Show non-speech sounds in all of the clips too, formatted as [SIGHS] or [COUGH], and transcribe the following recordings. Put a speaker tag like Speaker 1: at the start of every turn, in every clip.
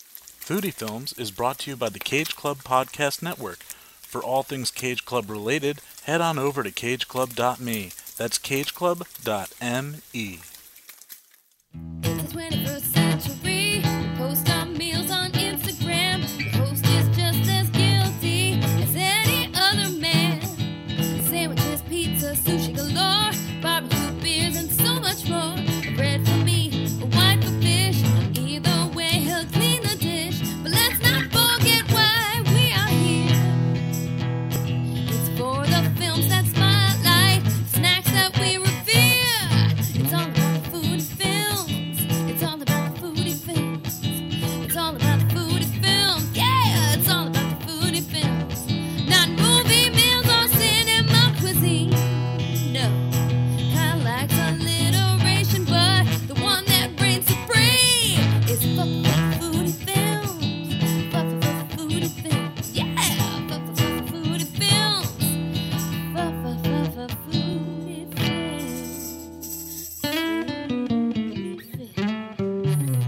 Speaker 1: Foodie Films is brought to you by the Cage Club Podcast Network. For all things Cage Club related, head on over to cageclub.me. That's cageclub.me.
Speaker 2: It's 21st century. Post our meals on Instagram. The host is just as guilty as any other man. Sandwiches, pizza, sushi galore, barbecue, beers, and so much more. Bread for me, a wine for fish. Either way, he'll clean the dish. But let's not forget why we are here. It's for the films that spotlight, snacks that we revere. It's all about foodie films. It's all about foodie films. It's all about foodie films. Yeah, it's all about foodie films. Not movie meals or cinema cuisine. No, I like alliteration, but the one that reigns supreme is fuck fuck foodie films. Fuck fuck foodie films. Yeah, fuck fuck fuck foodie films. Fuck fuck fuck fuck foodie films. Foodie films.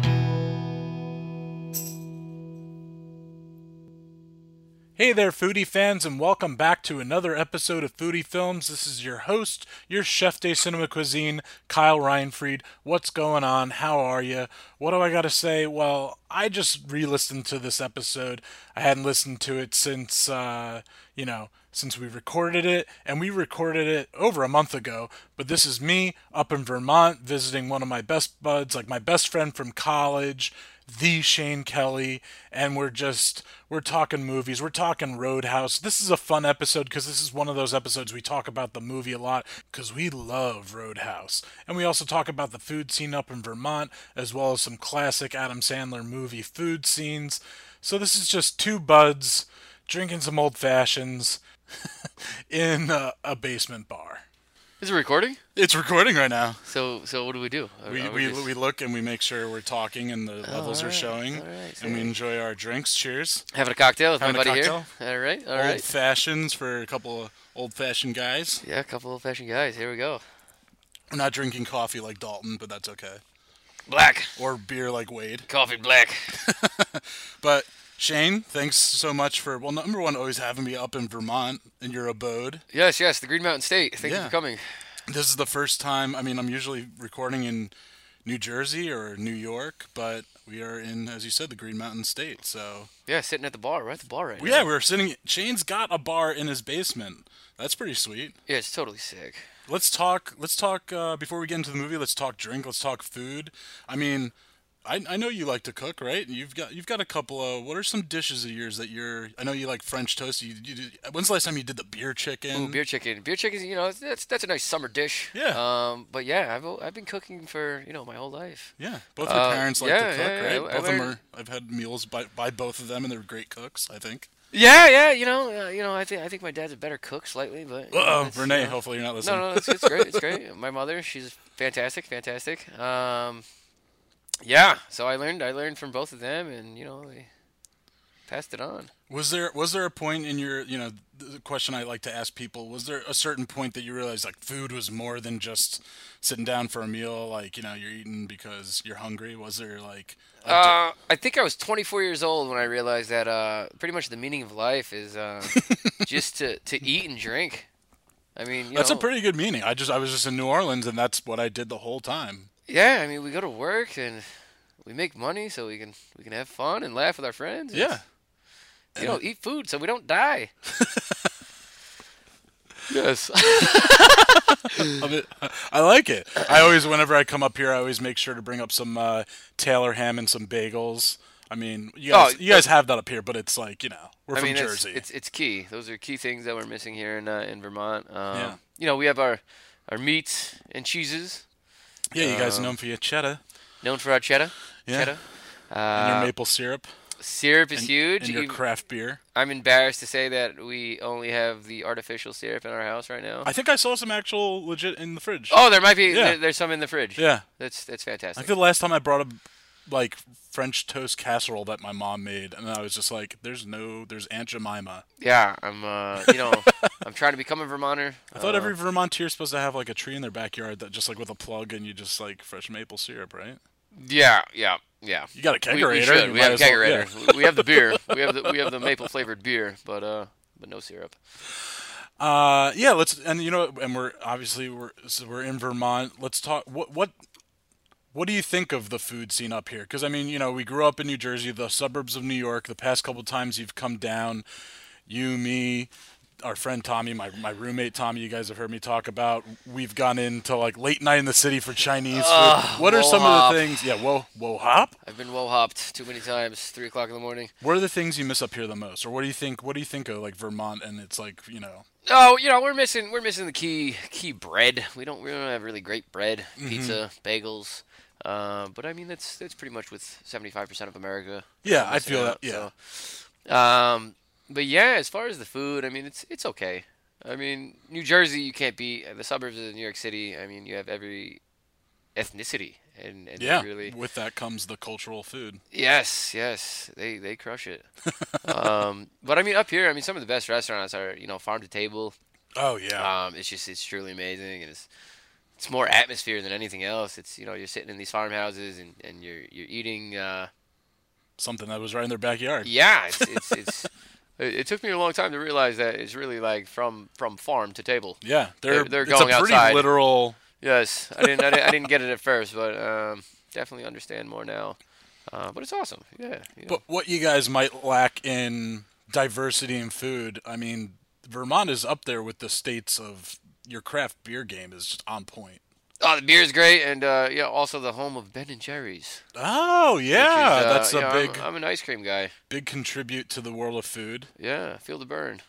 Speaker 1: Hey there, foodie fans, and welcome back to another episode of Foodie Films. This is your host, your chef de cinema cuisine, Kyle Reinfried. What's going on? How are you? What do I got to say? Well, I just re listened to this episode. I hadn't listened to it since, uh, you know, since we recorded it, and we recorded it over a month ago. But this is me up in Vermont visiting one of my best buds, like my best friend from college, the Shane Kelly, and we're just we're talking movies, we're talking Roadhouse. This is a fun episode because this is one of those episodes we talk about the movie a lot because we love Roadhouse, and we also talk about the food scene up in Vermont as well as some classic Adam Sandler movie food scenes. So this is just two buds drinking some old fashions [LAUGHS] in a, a basement bar.
Speaker 3: Is it recording?
Speaker 1: It's recording right now.
Speaker 3: So so what do we do? Are-
Speaker 1: We,
Speaker 3: are
Speaker 1: we,
Speaker 3: just-
Speaker 1: we look and we make sure we're talking and the levels are
Speaker 3: alright,
Speaker 1: showing,
Speaker 3: alright,
Speaker 1: and we enjoy our drinks. Cheers.
Speaker 3: having a cocktail with my
Speaker 1: Having a
Speaker 3: buddy here.
Speaker 1: cocktail?
Speaker 3: All right, all
Speaker 1: old
Speaker 3: right.
Speaker 1: fashions for a couple of old fashioned guys.
Speaker 3: Yeah, a couple old fashioned guys. Here we go.
Speaker 1: We're not drinking coffee like Dalton, but that's okay.
Speaker 3: Black
Speaker 1: Or beer like Wade.
Speaker 3: coffee, black.
Speaker 1: But Shane, thanks so much for well, number one, always having me up in Vermont in your abode.
Speaker 3: Yes, yes. The Green Mountain State. Thank you
Speaker 1: Yeah.
Speaker 3: for coming.
Speaker 1: This is the first time. I mean, I'm usually recording in New Jersey or New York, but we are in, as you said, the Green Mountain State. So
Speaker 3: Yeah, sitting at the bar. We're at the bar right
Speaker 1: yeah,
Speaker 3: now.
Speaker 1: we're sitting. Shane's got a bar in his basement. That's pretty sweet.
Speaker 3: Yeah, it's totally sick.
Speaker 1: let's talk let's talk uh, before we get into the movie let's talk drink let's talk food i mean I, I know you like to cook right you've got you've got a couple of what are some dishes of yours that you're i know you like french toast you, you do, when's the last time you did the beer chicken
Speaker 3: Ooh, beer chicken. Beer chicken. You know, it's- that's that's a nice summer dish.
Speaker 1: Yeah.
Speaker 3: Um, but yeah, I've I've been cooking for you know my whole life.
Speaker 1: yeah both your
Speaker 3: Uh,
Speaker 1: parents like
Speaker 3: yeah,
Speaker 1: to cook
Speaker 3: yeah, yeah,
Speaker 1: right
Speaker 3: I- I
Speaker 1: both of them
Speaker 3: learned-
Speaker 1: are i've had meals by, by both of them and they're great cooks i think
Speaker 3: Yeah, yeah. You know, uh, you know. I think I think my dad's a better cook slightly, but. you know,
Speaker 1: oh
Speaker 3: that's,
Speaker 1: renee
Speaker 3: you know.
Speaker 1: hopefully you're not listening
Speaker 3: No, no, it's, it's great. It's great. My mother, she's fantastic, fantastic. Um, yeah. So I learned, I learned from both of them, and you know, they passed it on.
Speaker 1: was there was there a point in your you know the question i like to ask people was there a certain point that you realized like food was more than just sitting down for a meal like you know you're eating because you're hungry was there like a di-
Speaker 3: Uh, I think I was 24 years old when I realized that uh, pretty much the meaning of life is
Speaker 1: [LAUGHS]
Speaker 3: uh, just to, to eat and drink. I mean, you
Speaker 1: that's
Speaker 3: know,
Speaker 1: a pretty good meaning i just i was just in new orleans and that's what i did the whole time
Speaker 3: yeah. I mean, we go to work and we make money so we can we can have fun and laugh with our friends. and,
Speaker 1: yeah
Speaker 3: you know, eat food so we don't
Speaker 1: [LAUGHS]
Speaker 3: die. yes.
Speaker 1: Love it. [LAUGHS] I like it. I always, whenever I come up here, I always make sure to bring up some uh, Taylor ham and some bagels. I mean, you
Speaker 3: Oh,
Speaker 1: guys, you guys have that up here, but it's like you know, we're
Speaker 3: I
Speaker 1: from
Speaker 3: mean, it's-
Speaker 1: Jersey.
Speaker 3: It's, it's key. Those are key things that we're missing here in uh, in Vermont. Um,
Speaker 1: Yeah.
Speaker 3: You know, we have our our meats and cheeses,
Speaker 1: yeah, you guys know known for your cheddar,
Speaker 3: known for our cheddar.
Speaker 1: Yeah.
Speaker 3: uh, Cheddar.
Speaker 1: and
Speaker 3: Uh,
Speaker 1: your maple syrup,
Speaker 3: syrup is
Speaker 1: and,
Speaker 3: huge.
Speaker 1: and your
Speaker 3: Even-
Speaker 1: craft beer.
Speaker 3: I'm embarrassed to say that we only have the artificial syrup in our house right now.
Speaker 1: I think I saw some actual legit in the fridge.
Speaker 3: oh, there might be.
Speaker 1: Yeah.
Speaker 3: There, there's some in the fridge.
Speaker 1: yeah.
Speaker 3: That's that's
Speaker 1: I
Speaker 3: fantastic.
Speaker 1: think the last time I brought a like French toast casserole that my mom made, and I was just like, "There's no, there's Aunt Jemima."
Speaker 3: yeah, I'm. Uh,
Speaker 1: [LAUGHS]
Speaker 3: you know, I'm trying to become a Vermonter. Um,
Speaker 1: I thought
Speaker 3: Oh.
Speaker 1: every Vermonter's supposed to have like a tree in their backyard that just like with a plug and you just like fresh maple syrup, right?
Speaker 3: Yeah, yeah, Yeah.
Speaker 1: You got a
Speaker 3: We,
Speaker 1: kegerator.
Speaker 3: we
Speaker 1: you
Speaker 3: should. We
Speaker 1: might
Speaker 3: have a
Speaker 1: as well- yeah.
Speaker 3: kegerator. We- We have the beer. We have the we have the maple flavored beer, but uh, but no syrup.
Speaker 1: Uh, yeah, let's and you know, and we're obviously we're so we're in Vermont. Let's talk. What what what do you think of the food scene up here? Because I mean, you know, we grew up in New Jersey, the suburbs of New York. The past couple times you've come down, you, me, our friend Tommy, my my roommate Tommy. You guys have heard me talk about. We've gone into like late night in the city for Chinese food. What are some of
Speaker 3: wohop.
Speaker 1: the things? Yeah, whoa, whoa, hop.
Speaker 3: I've been well hopped too many times. Three o'clock in the morning.
Speaker 1: What are the things you miss up here the most, or what do you think? What do you think of like Vermont and it's like you know?
Speaker 3: Oh, you know we're missing we're missing the key key bread. We don't we don't have really great bread,
Speaker 1: Mm-hmm.
Speaker 3: pizza, bagels. Uh, but I mean that's that's pretty much with seventy five percent of America.
Speaker 1: Yeah, I
Speaker 3: missing
Speaker 1: feel that.
Speaker 3: out,
Speaker 1: Yeah.
Speaker 3: so. Um, but yeah, as far as the food, I mean it's it's okay. I mean New Jersey, you can't be the suburbs of New York City. I mean you have every ethnicity and, and they
Speaker 1: Yeah,
Speaker 3: really
Speaker 1: with that comes the cultural food.
Speaker 3: Yes, yes, they they crush it.
Speaker 1: [LAUGHS]
Speaker 3: um, but I mean, up here, I mean, some of the best restaurants are you know farm to table.
Speaker 1: Oh yeah,
Speaker 3: Um, it's just it's truly amazing, and it's it's more atmosphere than anything else. It's you know you're sitting in these farmhouses and, and you're you're eating. Uh,
Speaker 1: something that was right in their backyard.
Speaker 3: yeah, it's it's, it's [LAUGHS] it, it took me a long time to realize that it's really like from from farm to table.
Speaker 1: Yeah, they're
Speaker 3: They're- they're
Speaker 1: it's
Speaker 3: going
Speaker 1: a pretty
Speaker 3: outside.
Speaker 1: literal.
Speaker 3: Yes, I didn't I didn't, I didn't get it at first, but um, definitely understand more now. Uh, but it's awesome. Yeah. you know.
Speaker 1: But what you guys might lack in diversity in food, I mean, Vermont is up there with the states of your craft beer game is just on point.
Speaker 3: Oh, the beer's great, and uh, yeah, also the home of Ben and Jerry's.
Speaker 1: Oh
Speaker 3: which is,
Speaker 1: yeah,
Speaker 3: uh,
Speaker 1: that's a
Speaker 3: you know, I'm-
Speaker 1: big
Speaker 3: I'm, an ice cream guy.
Speaker 1: big contribute to the world of food.
Speaker 3: Yeah, feel the burn.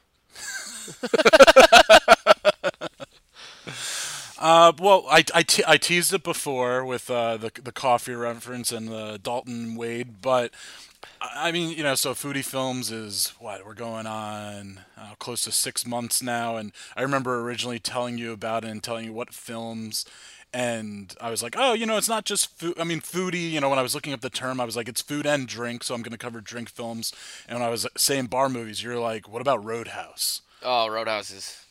Speaker 1: Uh, well, I, I, te- I teased it before with uh, the the coffee reference and the Dalton Wade, but I I mean, you know, so Foodie Films is what we're going on uh, close to six months now, and I remember originally telling you about it and telling you what films. And I was like, oh, you know, it's not just food. I mean, foodie, you know, when I was looking up the term, I was like, it's food and drink, so I'm going to cover drink films. And when I was uh, saying bar movies, you're like, what about Roadhouse?
Speaker 3: Oh, Roadhouse is,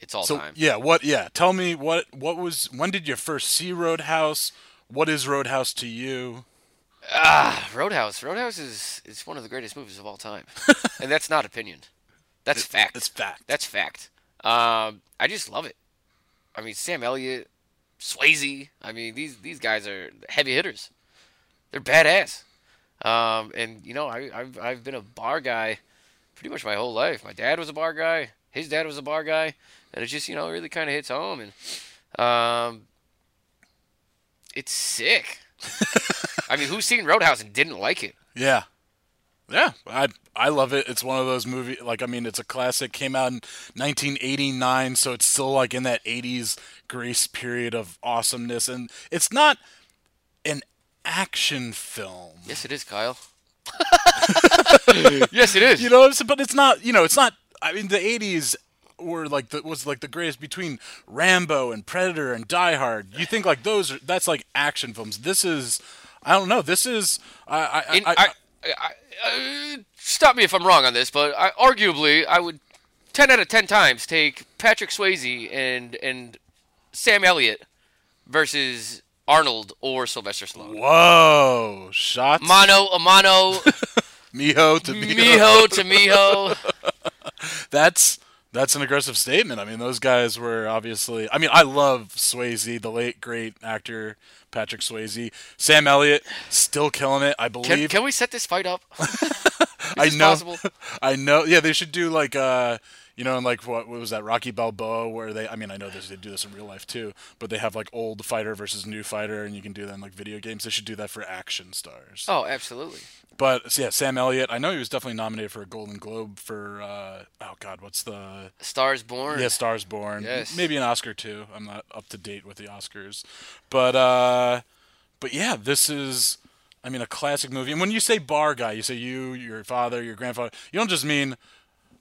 Speaker 3: it's all
Speaker 1: So
Speaker 3: time.
Speaker 1: yeah, what? Yeah, tell me what? What was? When did you first see Roadhouse? What is Roadhouse to you?
Speaker 3: Ah, Roadhouse. Roadhouse is is one of the greatest movies of
Speaker 1: [LAUGHS]
Speaker 3: all time, and that's not opinion. That's fact.
Speaker 1: It's fact.
Speaker 3: That's fact. Um, I just love it. I mean, Sam Elliott, Swayze. I mean, these these guys are heavy hitters. They're badass. Um, and you know, I, I've I've been a bar guy pretty much my whole life. My dad was a bar guy. His dad was a bar guy, and it just you know really kind of hits home. And um, it's sick. I mean, who's seen Roadhouse and didn't like it?
Speaker 1: yeah, yeah. I I love it. It's one of those movie. Like I mean, it's a classic. Came out in 1989, so it's still like in that 80s grace period of awesomeness. And it's not an action film.
Speaker 3: Yes, it
Speaker 1: [LAUGHS]
Speaker 3: is, Kyle. yes, it is.
Speaker 1: You know, what I'm saying? but it's not. You know, it's not. I mean, the '80s were like the was like the greatest between Rambo and Predator and Die Hard. You think like those are that's like action films. This is, I don't know. This is I I,
Speaker 3: In,
Speaker 1: I,
Speaker 3: I, I, I, uh, stop me if I'm wrong on this, but I, arguably, I would ten out of ten times take Patrick Swayze and and Sam Elliott versus Arnold or Sylvester Stallone.
Speaker 1: whoa shots
Speaker 3: Mono, a mono,
Speaker 1: Miho to [LAUGHS] Miho.
Speaker 3: miho to miho.
Speaker 1: That's that's an aggressive statement. I mean, those guys were obviously. I mean, I love Swayze, the late great actor Patrick Swayze. Sam Elliott still killing it. I believe.
Speaker 3: Can, can we set this fight up?
Speaker 1: I
Speaker 3: It's
Speaker 1: know.
Speaker 3: possible.
Speaker 1: I know. Yeah, they should do like uh, you know, in like what, what was that Rocky Balboa, where they? I mean, I know this, they do this in real life too, but they have like old fighter versus new fighter, and you can do that in like video games. They should do that for action stars.
Speaker 3: Oh, absolutely.
Speaker 1: But so yeah, Sam Elliott. I know he was definitely nominated for a Golden Globe for uh, oh god, what's the
Speaker 3: Stars born.
Speaker 1: yeah, Stars Born.
Speaker 3: Yes.
Speaker 1: Maybe an Oscar too. I'm not up to date with the Oscars. But uh but yeah, this is I mean a classic movie. And when you say bar guy, you say you, your father, your grandfather. You don't just mean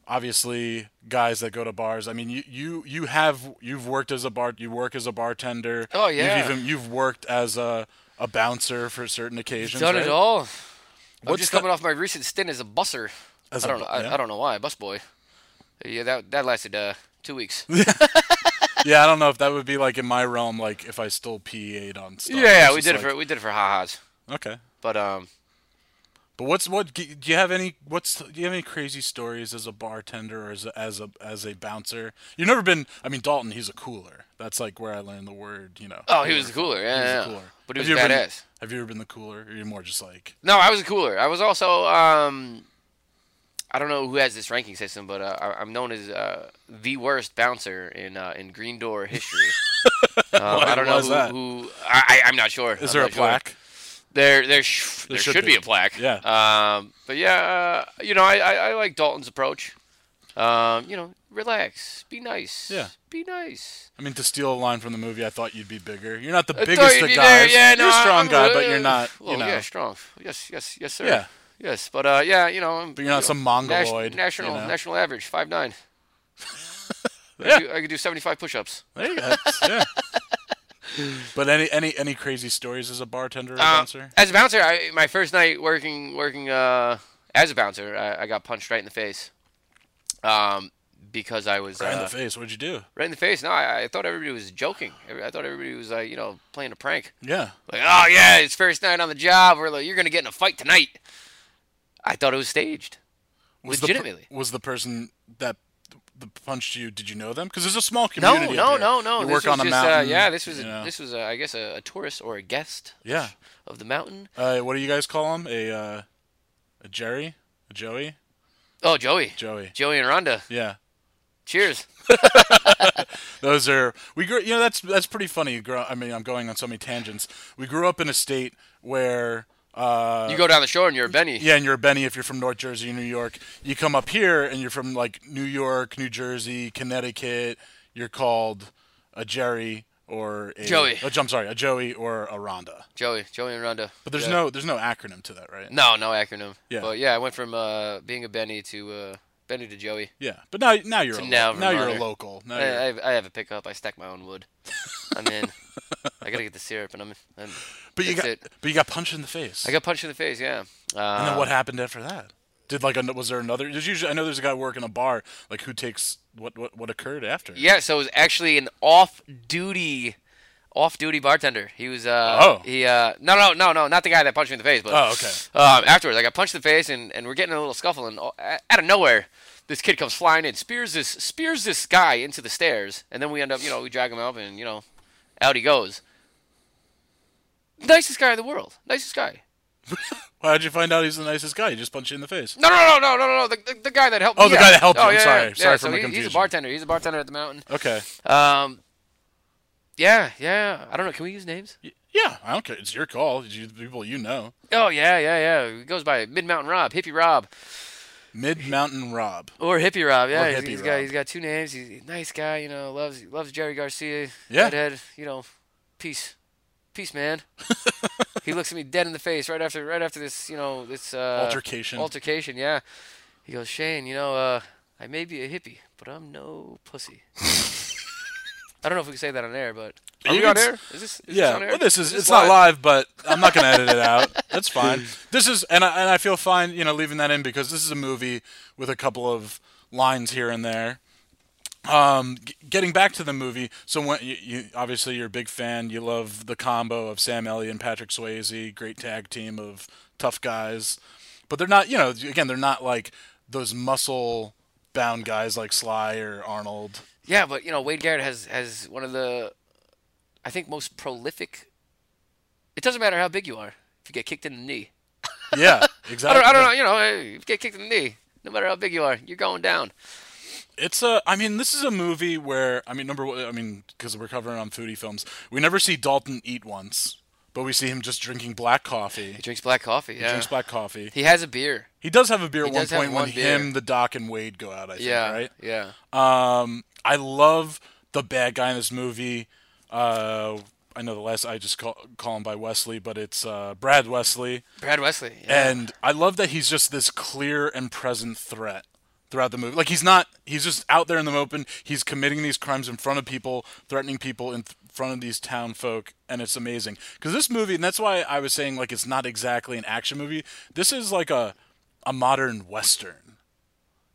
Speaker 1: obviously guys that go to bars. I mean you you you have you've worked as a bar you work as a bartender.
Speaker 3: Oh, yeah.
Speaker 1: You've even you've worked as a a bouncer for certain occasions.
Speaker 3: Done
Speaker 1: right?
Speaker 3: it all. I'm
Speaker 1: What's
Speaker 3: just
Speaker 1: the-
Speaker 3: coming off my recent stint as a busser.
Speaker 1: As
Speaker 3: I
Speaker 1: a
Speaker 3: don't
Speaker 1: bu-
Speaker 3: know. I,
Speaker 1: yeah.
Speaker 3: I don't know why. Bus boy. Yeah, that that lasted uh,
Speaker 1: [LAUGHS]
Speaker 3: two weeks.
Speaker 1: Yeah, I don't know if that would be like in my realm, like if I still PA'd on stuff.
Speaker 3: Yeah,
Speaker 1: It's
Speaker 3: we
Speaker 1: just
Speaker 3: did it
Speaker 1: like-
Speaker 3: for we did it for ha-has.
Speaker 1: Okay.
Speaker 3: But um,
Speaker 1: But what's what? Do you have any? What's do you have any crazy stories as a bartender or as a, as a as a bouncer? You've never been. I mean, Dalton, he's a cooler. That's like where I learned the word. You know.
Speaker 3: oh, he was the cooler. Yeah,
Speaker 1: He was
Speaker 3: yeah,
Speaker 1: the
Speaker 3: yeah.
Speaker 1: cooler.
Speaker 3: But he was
Speaker 1: have you ever been-
Speaker 3: badass.
Speaker 1: have you ever been the cooler? Or you're more just like
Speaker 3: No, I was a cooler. I was also um, I don't know who has this ranking system, but uh, I, I'm known as uh, the worst bouncer in uh, in green
Speaker 1: [LAUGHS]
Speaker 3: door history. Um, I don't
Speaker 1: why
Speaker 3: know
Speaker 1: is
Speaker 3: who.
Speaker 1: that?
Speaker 3: who I, I- I'm not sure.
Speaker 1: is
Speaker 3: I'm
Speaker 1: there a
Speaker 3: not sure.
Speaker 1: plaque?
Speaker 3: There, there, sh- there, should, be. a plaque.
Speaker 1: Yeah.
Speaker 3: Um, but yeah, uh, you know, I, I, I like Dalton's approach. Um, you know, relax, be nice.
Speaker 1: Yeah.
Speaker 3: Be nice.
Speaker 1: I mean, to steal a line from the movie, I thought you'd be bigger. You're not the
Speaker 3: I thought
Speaker 1: biggest
Speaker 3: you'd
Speaker 1: of
Speaker 3: be there.
Speaker 1: guys.
Speaker 3: Yeah, no,
Speaker 1: you're a strong
Speaker 3: I'm-
Speaker 1: guy, but
Speaker 3: uh,
Speaker 1: you're not.
Speaker 3: Well,
Speaker 1: you know.
Speaker 3: yeah, strong. Yes, yes, yes, sir.
Speaker 1: Yeah.
Speaker 3: Yes, but uh, yeah, you know, I'm,
Speaker 1: But you're not some mongoloid, you
Speaker 3: national
Speaker 1: know?
Speaker 3: national average
Speaker 1: [LAUGHS]
Speaker 3: five nine. I,
Speaker 1: Yeah.
Speaker 3: could do, I could do seventy five push ups.
Speaker 1: There you go. yeah. But any any any crazy stories as a bartender or
Speaker 3: Um,
Speaker 1: bouncer?
Speaker 3: Uh, as a bouncer, I, my first night working working uh, as a bouncer, I, I got punched right in the face. Um, because I was
Speaker 1: Right in
Speaker 3: uh,
Speaker 1: the face. What'd you do?
Speaker 3: right in the face. No, I, I thought everybody was joking. Every- I thought everybody was like, you know, playing a prank.
Speaker 1: Yeah.
Speaker 3: Like, oh yeah, it's first night on the job. We're like, you're gonna get in a fight tonight. I thought it was staged.
Speaker 1: Was The
Speaker 3: Legitimately.
Speaker 1: per- was the person that the punched you? Did you know them? Because there's a small community.
Speaker 3: no,
Speaker 1: up
Speaker 3: no, no,
Speaker 1: here.
Speaker 3: no.
Speaker 1: You
Speaker 3: this
Speaker 1: work
Speaker 3: was
Speaker 1: on a
Speaker 3: just,
Speaker 1: mountain.
Speaker 3: Uh, yeah, this was a,
Speaker 1: you know.
Speaker 3: this was, a, I guess, a, a tourist or a guest.
Speaker 1: Yeah.
Speaker 3: Of the mountain.
Speaker 1: Uh, what do you guys call him? A uh, a Jerry, a Joey,
Speaker 3: Oh, Joey.
Speaker 1: Joey.
Speaker 3: Joey and Rhonda.
Speaker 1: Yeah.
Speaker 3: Cheers.
Speaker 1: Those are we grew. You know, that's that's pretty funny. You grow. I mean, I'm going on so many tangents. We grew up in a state where. Uh,
Speaker 3: You go down the shore and you're a Benny.
Speaker 1: yeah, and you're a Benny if you're from North Jersey, New York. You come up here and you're from like New York, New Jersey, Connecticut. You're called a Jerry or a
Speaker 3: Joey.
Speaker 1: A, I'm sorry, a Joey or a Rhonda.
Speaker 3: Joey. Joey and Rhonda.
Speaker 1: But there's
Speaker 3: Yeah.
Speaker 1: no there's no acronym to that, right?
Speaker 3: No, no acronym.
Speaker 1: Yeah.
Speaker 3: But yeah, I went from uh, being a Benny to uh, Benny to Joey.
Speaker 1: Yeah, but now now you're a lo-
Speaker 3: now
Speaker 1: now,
Speaker 3: we're
Speaker 1: you're a
Speaker 3: modern.
Speaker 1: local. Now
Speaker 3: I,
Speaker 1: you're-
Speaker 3: I, have, I have a pickup. I stack my own wood. I'm
Speaker 1: [LAUGHS]
Speaker 3: in. I gotta get the syrup, and I'm. I'm
Speaker 1: but you
Speaker 3: that's
Speaker 1: got
Speaker 3: it.
Speaker 1: but you got punched in the face.
Speaker 3: I got punched in the face. Yeah. Uh,
Speaker 1: and then what happened after that? Did like an- was there another? There's usually I know there's a guy working a bar. Like who takes what what what occurred after?
Speaker 3: Yeah, so it was actually an off-duty, off-duty bartender. He was uh,
Speaker 1: Oh.
Speaker 3: he uh, no, no, no, no, not the guy that punched me in the face, but
Speaker 1: Oh, okay.
Speaker 3: Uh, afterwards, I got punched in the face, and, and we're getting in a little scuffle, and all- a- out of nowhere, this kid comes flying in, spears this spears this guy into the stairs, and then we end up, you know, we drag him up, and you know, out he goes. Nicest guy in the world, nicest guy.
Speaker 1: Well, how'd you find out he's the nicest guy? He just punched you in the face.
Speaker 3: No, no, no, no, no, no, no. The, the, the guy that helped.
Speaker 1: Oh,
Speaker 3: me
Speaker 1: the
Speaker 3: out.
Speaker 1: guy that helped you,
Speaker 3: Oh,
Speaker 1: I'm
Speaker 3: yeah, yeah,
Speaker 1: sorry.
Speaker 3: yeah,
Speaker 1: Sorry
Speaker 3: so
Speaker 1: for my
Speaker 3: he- He's a
Speaker 1: confusion.
Speaker 3: bartender. He's a bartender at the mountain.
Speaker 1: Okay.
Speaker 3: Um, yeah, yeah. I don't know. Can we use names?
Speaker 1: Yeah, I don't care. It's your call. You, people you know.
Speaker 3: Oh yeah, yeah, yeah. He goes by Mid Mountain Rob, Hippie Rob,
Speaker 1: Mid Mountain Rob.
Speaker 3: or Hippie Rob. Yeah,
Speaker 1: Or
Speaker 3: he's-
Speaker 1: Hippie
Speaker 3: he's
Speaker 1: Rob.
Speaker 3: got he's got two names. He's a nice guy, you know. Loves loves Jerry Garcia.
Speaker 1: Yeah.
Speaker 3: Redhead, you know. Peace,
Speaker 1: [LAUGHS]
Speaker 3: peace, man. he looks at me dead in the face right after right after this, you know, this uh,
Speaker 1: Altercation.
Speaker 3: Altercation, yeah. He goes, Shane, you know, uh, I may be a hippie, but I'm no pussy.
Speaker 1: [LAUGHS]
Speaker 3: I don't know if we can say that on air, but
Speaker 1: You
Speaker 3: are we
Speaker 1: can
Speaker 3: on
Speaker 1: s-
Speaker 3: air? Is this, is this
Speaker 1: yeah,
Speaker 3: on air?
Speaker 1: well, this is, it's
Speaker 3: live?
Speaker 1: not live, but I'm not gonna edit it out.
Speaker 3: [LAUGHS]
Speaker 1: That's fine. This is, and I, and I feel fine, you know, leaving that in because this is a movie with a couple of lines here and there. Um, g- getting back to the movie, so when you, you obviously you're a big fan, you love the combo of Sam Elliott and Patrick Swayze, great tag team of tough guys, but they're not, you know, again, they're not like those muscle bound guys like Sly or Arnold.
Speaker 3: Yeah, but you know, Wade Garrett has has one of the, I think, most prolific. It doesn't matter how big you are if you get kicked in the knee.
Speaker 1: Yeah,
Speaker 3: [LAUGHS] I
Speaker 1: exactly.
Speaker 3: don't, I don't know, you know, hey, if you get kicked in the knee, no matter how big you are, you're going down.
Speaker 1: It's a. I mean, this is a movie where I mean, number. one, I mean, because we're covering on foodie films, we never see Dalton eat once, but we see him just drinking black coffee.
Speaker 3: He drinks black coffee. Yeah. He,
Speaker 1: Drinks black coffee.
Speaker 3: has a beer.
Speaker 1: He does have a beer at one
Speaker 3: does have
Speaker 1: point
Speaker 3: one
Speaker 1: when
Speaker 3: beer.
Speaker 1: him, the Doc, and Wade go out. I think.
Speaker 3: Yeah.
Speaker 1: Right.
Speaker 3: Yeah.
Speaker 1: Um, I love the bad guy in this movie. Uh, I know the last I just call call him by Wesley, but it's uh, Brad Wesley.
Speaker 3: Brad Wesley. Yeah.
Speaker 1: And I love that he's just this clear and present threat throughout the movie. Like he's not he's just out there in the open. He's committing these crimes in front of people, threatening people in th- front of these town folk, and it's amazing. Cuz this movie, and that's why I was saying like it's not exactly an action movie. This is like a a modern western.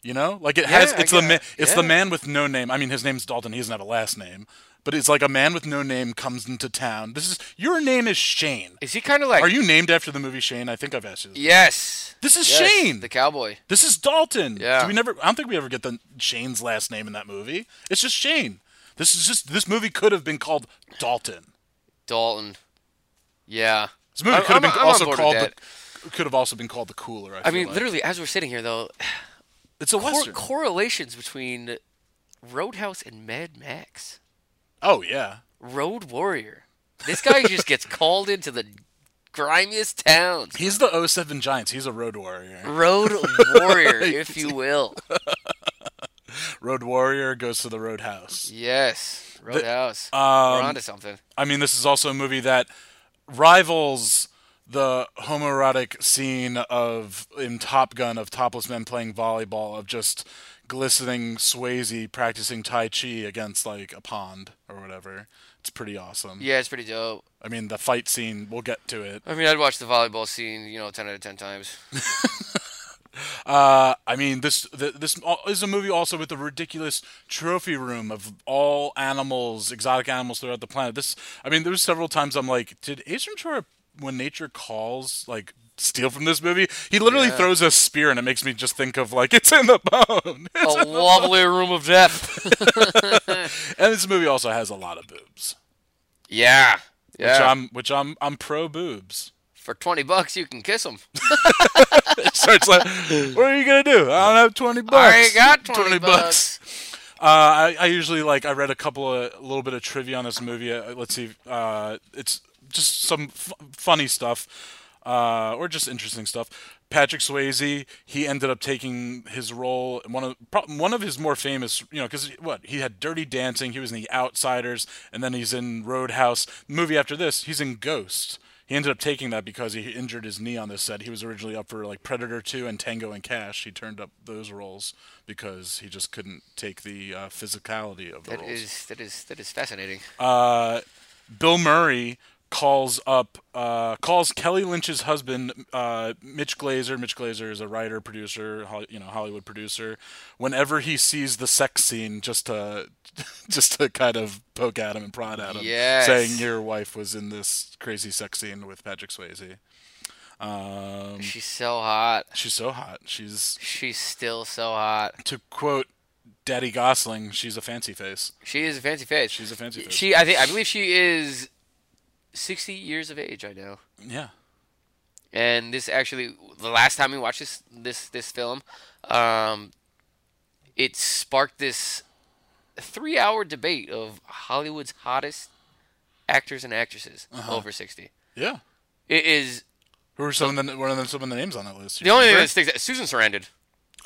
Speaker 1: You know, like it has.
Speaker 3: Yeah, I
Speaker 1: It's the
Speaker 3: get
Speaker 1: ma-
Speaker 3: it.
Speaker 1: it's the
Speaker 3: Yeah.
Speaker 1: man with no name. I mean, his name's Dalton. He doesn't have a last name, but it's like a man with no name comes into town. This is your name is Shane.
Speaker 3: Is he kind of like?
Speaker 1: Are you named after the movie Shane? I think I've asked you. This.
Speaker 3: Yes.
Speaker 1: This is
Speaker 3: Yes,
Speaker 1: Shane.
Speaker 3: the cowboy.
Speaker 1: This is Dalton.
Speaker 3: Yeah.
Speaker 1: Do we never? I don't think we ever get the Shane's last name in that movie. It's just Shane. This is just this movie could have been called Dalton.
Speaker 3: Dalton. Yeah.
Speaker 1: This movie
Speaker 3: I'm-
Speaker 1: could have
Speaker 3: I'm-
Speaker 1: been
Speaker 3: I'm on
Speaker 1: also
Speaker 3: board with
Speaker 1: called the,
Speaker 3: that.
Speaker 1: could have also been called the Cooler. I,
Speaker 3: I
Speaker 1: feel
Speaker 3: mean,
Speaker 1: like.
Speaker 3: literally, as we're sitting here, though,
Speaker 1: it's a
Speaker 3: cor-
Speaker 1: western.
Speaker 3: correlations between Roadhouse and Mad Max,
Speaker 1: oh yeah,
Speaker 3: Road Warrior. This guy just gets called into the grimiest towns.
Speaker 1: he's the 07 Giants. He's a road warrior.
Speaker 3: Road Warrior, if you will.
Speaker 1: Road warrior goes to the roadhouse.
Speaker 3: Yes, Roadhouse. We're onto something.
Speaker 1: I mean, this is also a movie that rivals the homoerotic scene of in Top Gun of topless men playing volleyball of just glistening Swayze practicing Tai Chi against like a pond or whatever. It's pretty awesome.
Speaker 3: Yeah, it's pretty dope.
Speaker 1: I mean, the fight scene, we'll get to it.
Speaker 3: I mean, I'd watch the volleyball scene, you know, ten out of ten times.
Speaker 1: Uh, I mean, this th this al- is a movie also with the ridiculous trophy room of all animals, exotic animals throughout the planet. This, I mean, there was several times I'm like, did Ace Ventura, when nature calls, like steal from this movie? He literally throws a spear, and it makes me just think of like [LAUGHS] it's in the bone. [LAUGHS]
Speaker 3: A lovely room of death.
Speaker 1: and this movie also has a lot of boobs,
Speaker 3: [LAUGHS] Yeah.
Speaker 1: which
Speaker 3: Yeah.
Speaker 1: I'm which I'm I'm pro boobs. [LAUGHS]
Speaker 3: For twenty bucks, you can kiss him.
Speaker 1: So it's
Speaker 3: [LAUGHS]
Speaker 1: like, what are you gonna do? I don't have [LAUGHS] twenty bucks.
Speaker 3: I ain't got twenty,
Speaker 1: Uh, I, I usually like I read a couple of a little bit of trivia on this movie. Uh, Let's see, uh, it's just some f- funny stuff uh, or just interesting stuff. Patrick Swayze, he ended up taking his role one of pro- one of his more famous, you know, because what he had Dirty Dancing, he was in The Outsiders, and then he's in Roadhouse. The movie after this, he's in Ghost. He ended up taking that because he injured his knee on this set. He was originally up for like Predator 2 and Tango and Cash. He turned up those roles because he just couldn't take the uh, physicality of the
Speaker 3: That
Speaker 1: roles.
Speaker 3: is that is that is fascinating.
Speaker 1: Bill Murray calls up uh, calls Kelly Lynch's husband uh, Mitch Glazer. Mitch Glazer is a writer, producer, Hol- you know, Hollywood producer. Whenever he sees the sex scene, just to [LAUGHS] just to kind of poke at him and prod at him,
Speaker 3: Yes.
Speaker 1: saying your wife was in this crazy sex scene with Patrick Swayze. Um,
Speaker 3: She's so hot.
Speaker 1: she's so hot. She's
Speaker 3: She's still so hot.
Speaker 1: to quote Daddy Gosling, she's a fancy face.
Speaker 3: She is a fancy face.
Speaker 1: She's a fancy face.
Speaker 3: She, I think, I believe she is sixty years of age right now.
Speaker 1: yeah.
Speaker 3: And this actually, the last time we watched this this this film, um, it sparked this three hour debate of Hollywood's hottest actors and actresses
Speaker 1: Uh-huh.
Speaker 3: over sixty.
Speaker 1: Yeah.
Speaker 3: It is
Speaker 1: Who are some of the, what are some of the names on that list?
Speaker 3: the only thing
Speaker 1: Remember?
Speaker 3: that sticks. out- Susan Sarandon.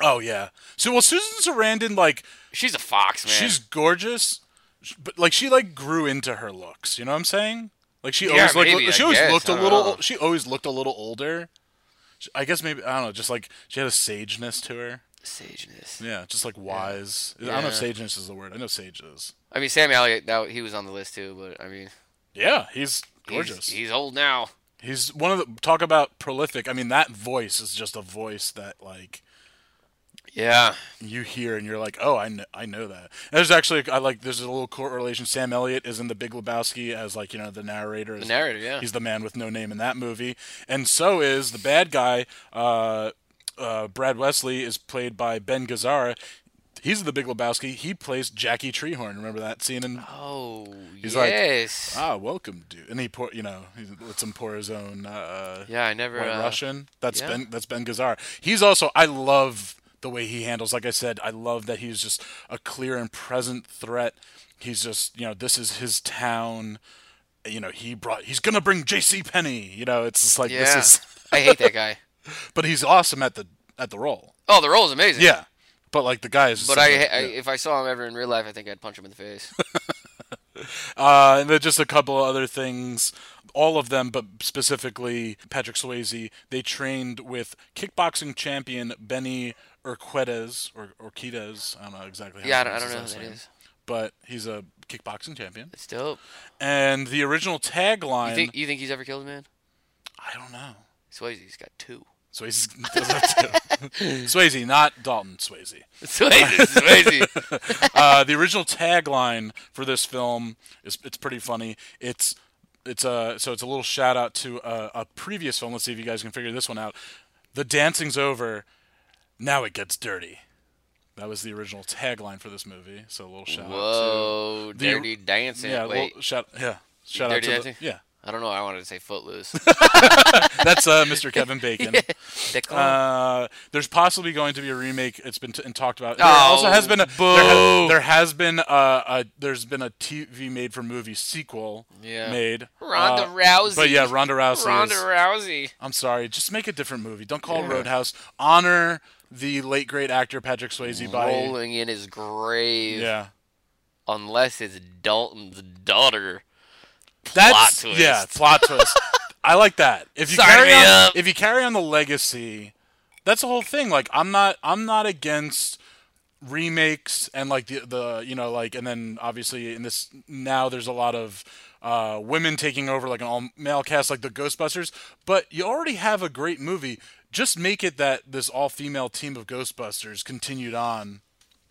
Speaker 1: Oh yeah. So well, Susan Sarandon, like
Speaker 3: She's a fox, man.
Speaker 1: she's gorgeous, sh- but like she like grew into her looks. You know what I'm saying? Like she
Speaker 3: Yeah,
Speaker 1: always like
Speaker 3: maybe, I
Speaker 1: she always
Speaker 3: guess,
Speaker 1: looked
Speaker 3: I
Speaker 1: a
Speaker 3: don't
Speaker 1: little.
Speaker 3: know.
Speaker 1: She always looked a little older. Sh- I guess maybe I don't know. Just like she had a sageness to her.
Speaker 3: sageness.
Speaker 1: Yeah, just like wise. I don't know if
Speaker 3: Yeah.
Speaker 1: sageness is the word. I know sage is.
Speaker 3: I mean, Sam Elliott, that he was on the list too, but I mean,
Speaker 1: Yeah, he's
Speaker 3: he's-
Speaker 1: gorgeous.
Speaker 3: He's, old now.
Speaker 1: He's one of the talk about prolific. I mean, that voice is just a voice that like
Speaker 3: Yeah.
Speaker 1: you hear and you're like, oh, I know, I know that. And there's actually I like there's a little correlation. Sam Elliott is in The Big Lebowski as like you know the narrator.
Speaker 3: The narrator, yeah.
Speaker 1: He's the man with no name in that movie, and so is the bad guy. Uh, uh, Brad Wesley is played by Ben Gazzara. He's in the Big Lebowski. He plays Jackie Treehorn. Remember that scene? And
Speaker 3: Oh,
Speaker 1: like,
Speaker 3: yes.
Speaker 1: ah, welcome, dude. And he pour, you know, he lets him pour his own. Uh,
Speaker 3: yeah, I never.
Speaker 1: White
Speaker 3: uh,
Speaker 1: Russian. That's
Speaker 3: yeah.
Speaker 1: Ben. That's Ben Gazzara. He's also. I love the way he handles. Like I said, I love that he's just a clear and present threat. He's just you know this is his town. You know he brought. He's gonna bring J.C. Penny. You know it's just like
Speaker 3: Yeah.
Speaker 1: this is.
Speaker 3: [LAUGHS] I hate that guy.
Speaker 1: But he's awesome at the at the role.
Speaker 3: Oh, the role is amazing.
Speaker 1: Yeah. But like the guy is. Just
Speaker 3: But I,
Speaker 1: such
Speaker 3: I,
Speaker 1: a- yeah.
Speaker 3: if I saw him ever in real life, I think I'd punch him in
Speaker 1: [LAUGHS]
Speaker 3: the face.
Speaker 1: Uh, and then just a couple of other things. All of them, but specifically Patrick Swayze, they trained with kickboxing champion Benny Urquidez or Urquidez. I don't know exactly. How
Speaker 3: yeah, I
Speaker 1: to
Speaker 3: don't, I don't know who
Speaker 1: pronounce his last
Speaker 3: that
Speaker 1: name,
Speaker 3: is.
Speaker 1: But he's a kickboxing champion.
Speaker 3: It's dope.
Speaker 1: And the original
Speaker 3: You
Speaker 1: tagline.
Speaker 3: think you think he's ever killed a man?
Speaker 1: I don't know.
Speaker 3: Swayze's got two.
Speaker 1: Swayze does that too. Swayze, not Dalton [LAUGHS] Swayze.
Speaker 3: Swayze, Swayze.
Speaker 1: Uh, the original tagline for this film is it's pretty funny. It's it's a so it's a little shout out to a, a previous film. Let's see if you guys can figure this one out. The dancing's over. Now it gets dirty. That was the original tagline for this movie. So a little shout out
Speaker 3: [LAUGHS] Whoa,
Speaker 1: [LAUGHS]
Speaker 3: dirty
Speaker 1: to
Speaker 3: dancing.
Speaker 1: yeah,
Speaker 3: Wait,
Speaker 1: little shout yeah. Shout out
Speaker 3: Dirty
Speaker 1: to the-
Speaker 3: Dancing?
Speaker 1: yeah.
Speaker 3: I don't know. I wanted to
Speaker 1: [LAUGHS]
Speaker 3: say Footloose.
Speaker 1: That's uh, Mr. Kevin
Speaker 3: [LAUGHS]
Speaker 1: Bacon.
Speaker 3: Declan.
Speaker 1: Uh, there's possibly going to be a remake. It's been t- and talked about. There
Speaker 3: Oh,
Speaker 1: also has been a there, ha-
Speaker 3: boo.
Speaker 1: there has been a, a there's been a TV made for movie sequel
Speaker 3: Yeah.
Speaker 1: made.
Speaker 3: Ronda
Speaker 1: Uh,
Speaker 3: Rousey.
Speaker 1: But yeah, Ronda Rousey.
Speaker 3: Ronda
Speaker 1: is-
Speaker 3: Rousey.
Speaker 1: I'm sorry, just make a different movie. Don't call it
Speaker 3: Yeah.
Speaker 1: Roadhouse. Honor the late great actor Patrick Swayze by
Speaker 3: Rolling in his grave.
Speaker 1: yeah.
Speaker 3: Unless it's Dalton's daughter.
Speaker 1: That's
Speaker 3: twist.
Speaker 1: yeah, plot
Speaker 3: [LAUGHS]
Speaker 1: twist. I like that. If you
Speaker 3: Sign
Speaker 1: carry
Speaker 3: me
Speaker 1: on,
Speaker 3: up.
Speaker 1: if you carry on the legacy, that's the whole thing. Like I'm not I'm not against remakes and like the the you know like and then obviously in this now there's a lot of uh, women taking over like an all male cast like the Ghostbusters, but you already have a great movie. Just make it that this all female team of Ghostbusters continued on.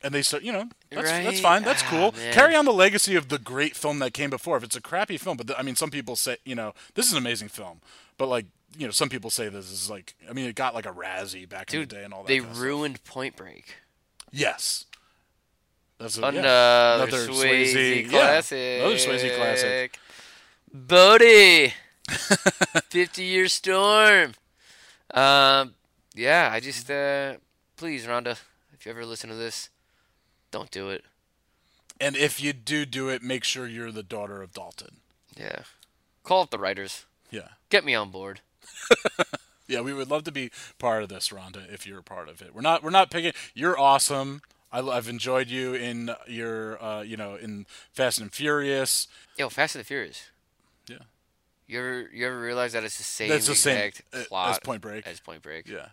Speaker 1: And they start, you know, that's, that's
Speaker 3: Right?
Speaker 1: fine, that's
Speaker 3: Ah,
Speaker 1: cool.
Speaker 3: man.
Speaker 1: Carry on the legacy of the great film that came before. If it's a crappy film, but th- I mean, some people say, you know, this is an amazing film, but like, you know, some people say this is like, I mean, it got like a Razzie back in
Speaker 3: Dude,
Speaker 1: the day and all that.
Speaker 3: they
Speaker 1: kind of stuff.
Speaker 3: ruined Point Break.
Speaker 1: yes, that's a, yeah.
Speaker 3: Another Swayze, classic.
Speaker 1: Yeah, another Swayze classic. [LAUGHS]
Speaker 3: Bodie. 50 Year Storm. Um, yeah, I just, uh, please, Rhonda, if you ever listen to this, don't do it.
Speaker 1: And if you do do it, make sure you're the daughter of Dalton.
Speaker 3: Yeah. Call up the writers.
Speaker 1: Yeah,
Speaker 3: Get me on board.
Speaker 1: yeah, we would love to be part of this, Rhonda. If you're a part of it, we're not. We're not picking. You're awesome. I, have enjoyed you in your, uh, you know, in Fast and Furious.
Speaker 3: Yo, Fast and the Furious.
Speaker 1: Yeah.
Speaker 3: You ever you ever realize that it's the same
Speaker 1: That's the same,
Speaker 3: exact
Speaker 1: uh, as
Speaker 3: plot
Speaker 1: Point Break.
Speaker 3: As Point Break.
Speaker 1: Yeah.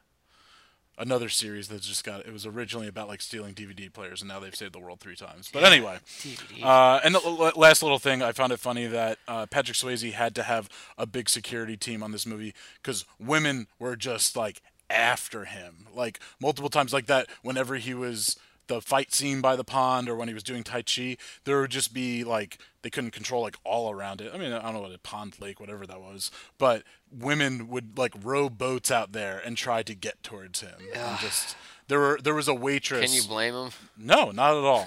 Speaker 1: Another series that just got it was originally about like stealing DVD players, and now they've saved the world three times. But anyway,
Speaker 3: DVD.
Speaker 1: uh, and the l- last little thing, I found it funny that uh, Patrick Swayze had to have a big security team on this movie because women were just like after him, like multiple times, like that. Whenever he was the fight scene by the pond, or when he was doing tai chi, there would just be like they couldn't control like all around it. I mean, I don't know what a pond, lake, whatever that was, but women would like row boats out there and try to get towards him. And just there were there was a waitress.
Speaker 3: Can you blame him?
Speaker 1: No, not at all.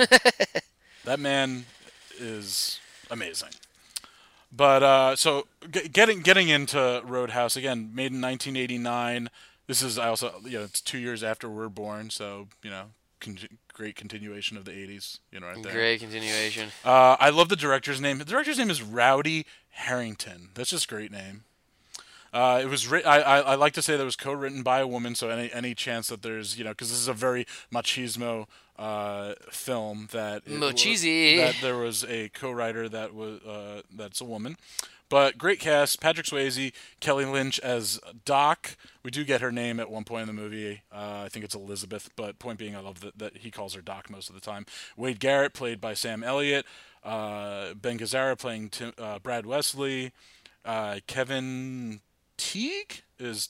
Speaker 1: that man is amazing. But uh, so g- getting getting into Roadhouse again, made in 1989. This is I also you know it's two years after we're born, so you know con- great continuation of the 80s. You know right there.
Speaker 3: Great continuation.
Speaker 1: [LAUGHS] Uh, I love the director's name. The director's name is Rowdy Harrington. That's just a great name. Uh, it was writ- I, I I like to say that it was co-written by a woman. So any any chance that there's you know because this is a very machismo uh, film that it wa-
Speaker 3: Mochizi.
Speaker 1: that there was a co-writer that was uh, that's a woman. But great cast: Patrick Swayze, Kelly Lynch as Doc. We do get her name at one point in the movie. Uh, I think it's Elizabeth, but point being, I love that, that he calls her Doc most of the time. Wade Garrett, played by Sam Elliott. Uh, ben Gazzara playing Tim, uh, Brad Wesley. Uh, Kevin Teague is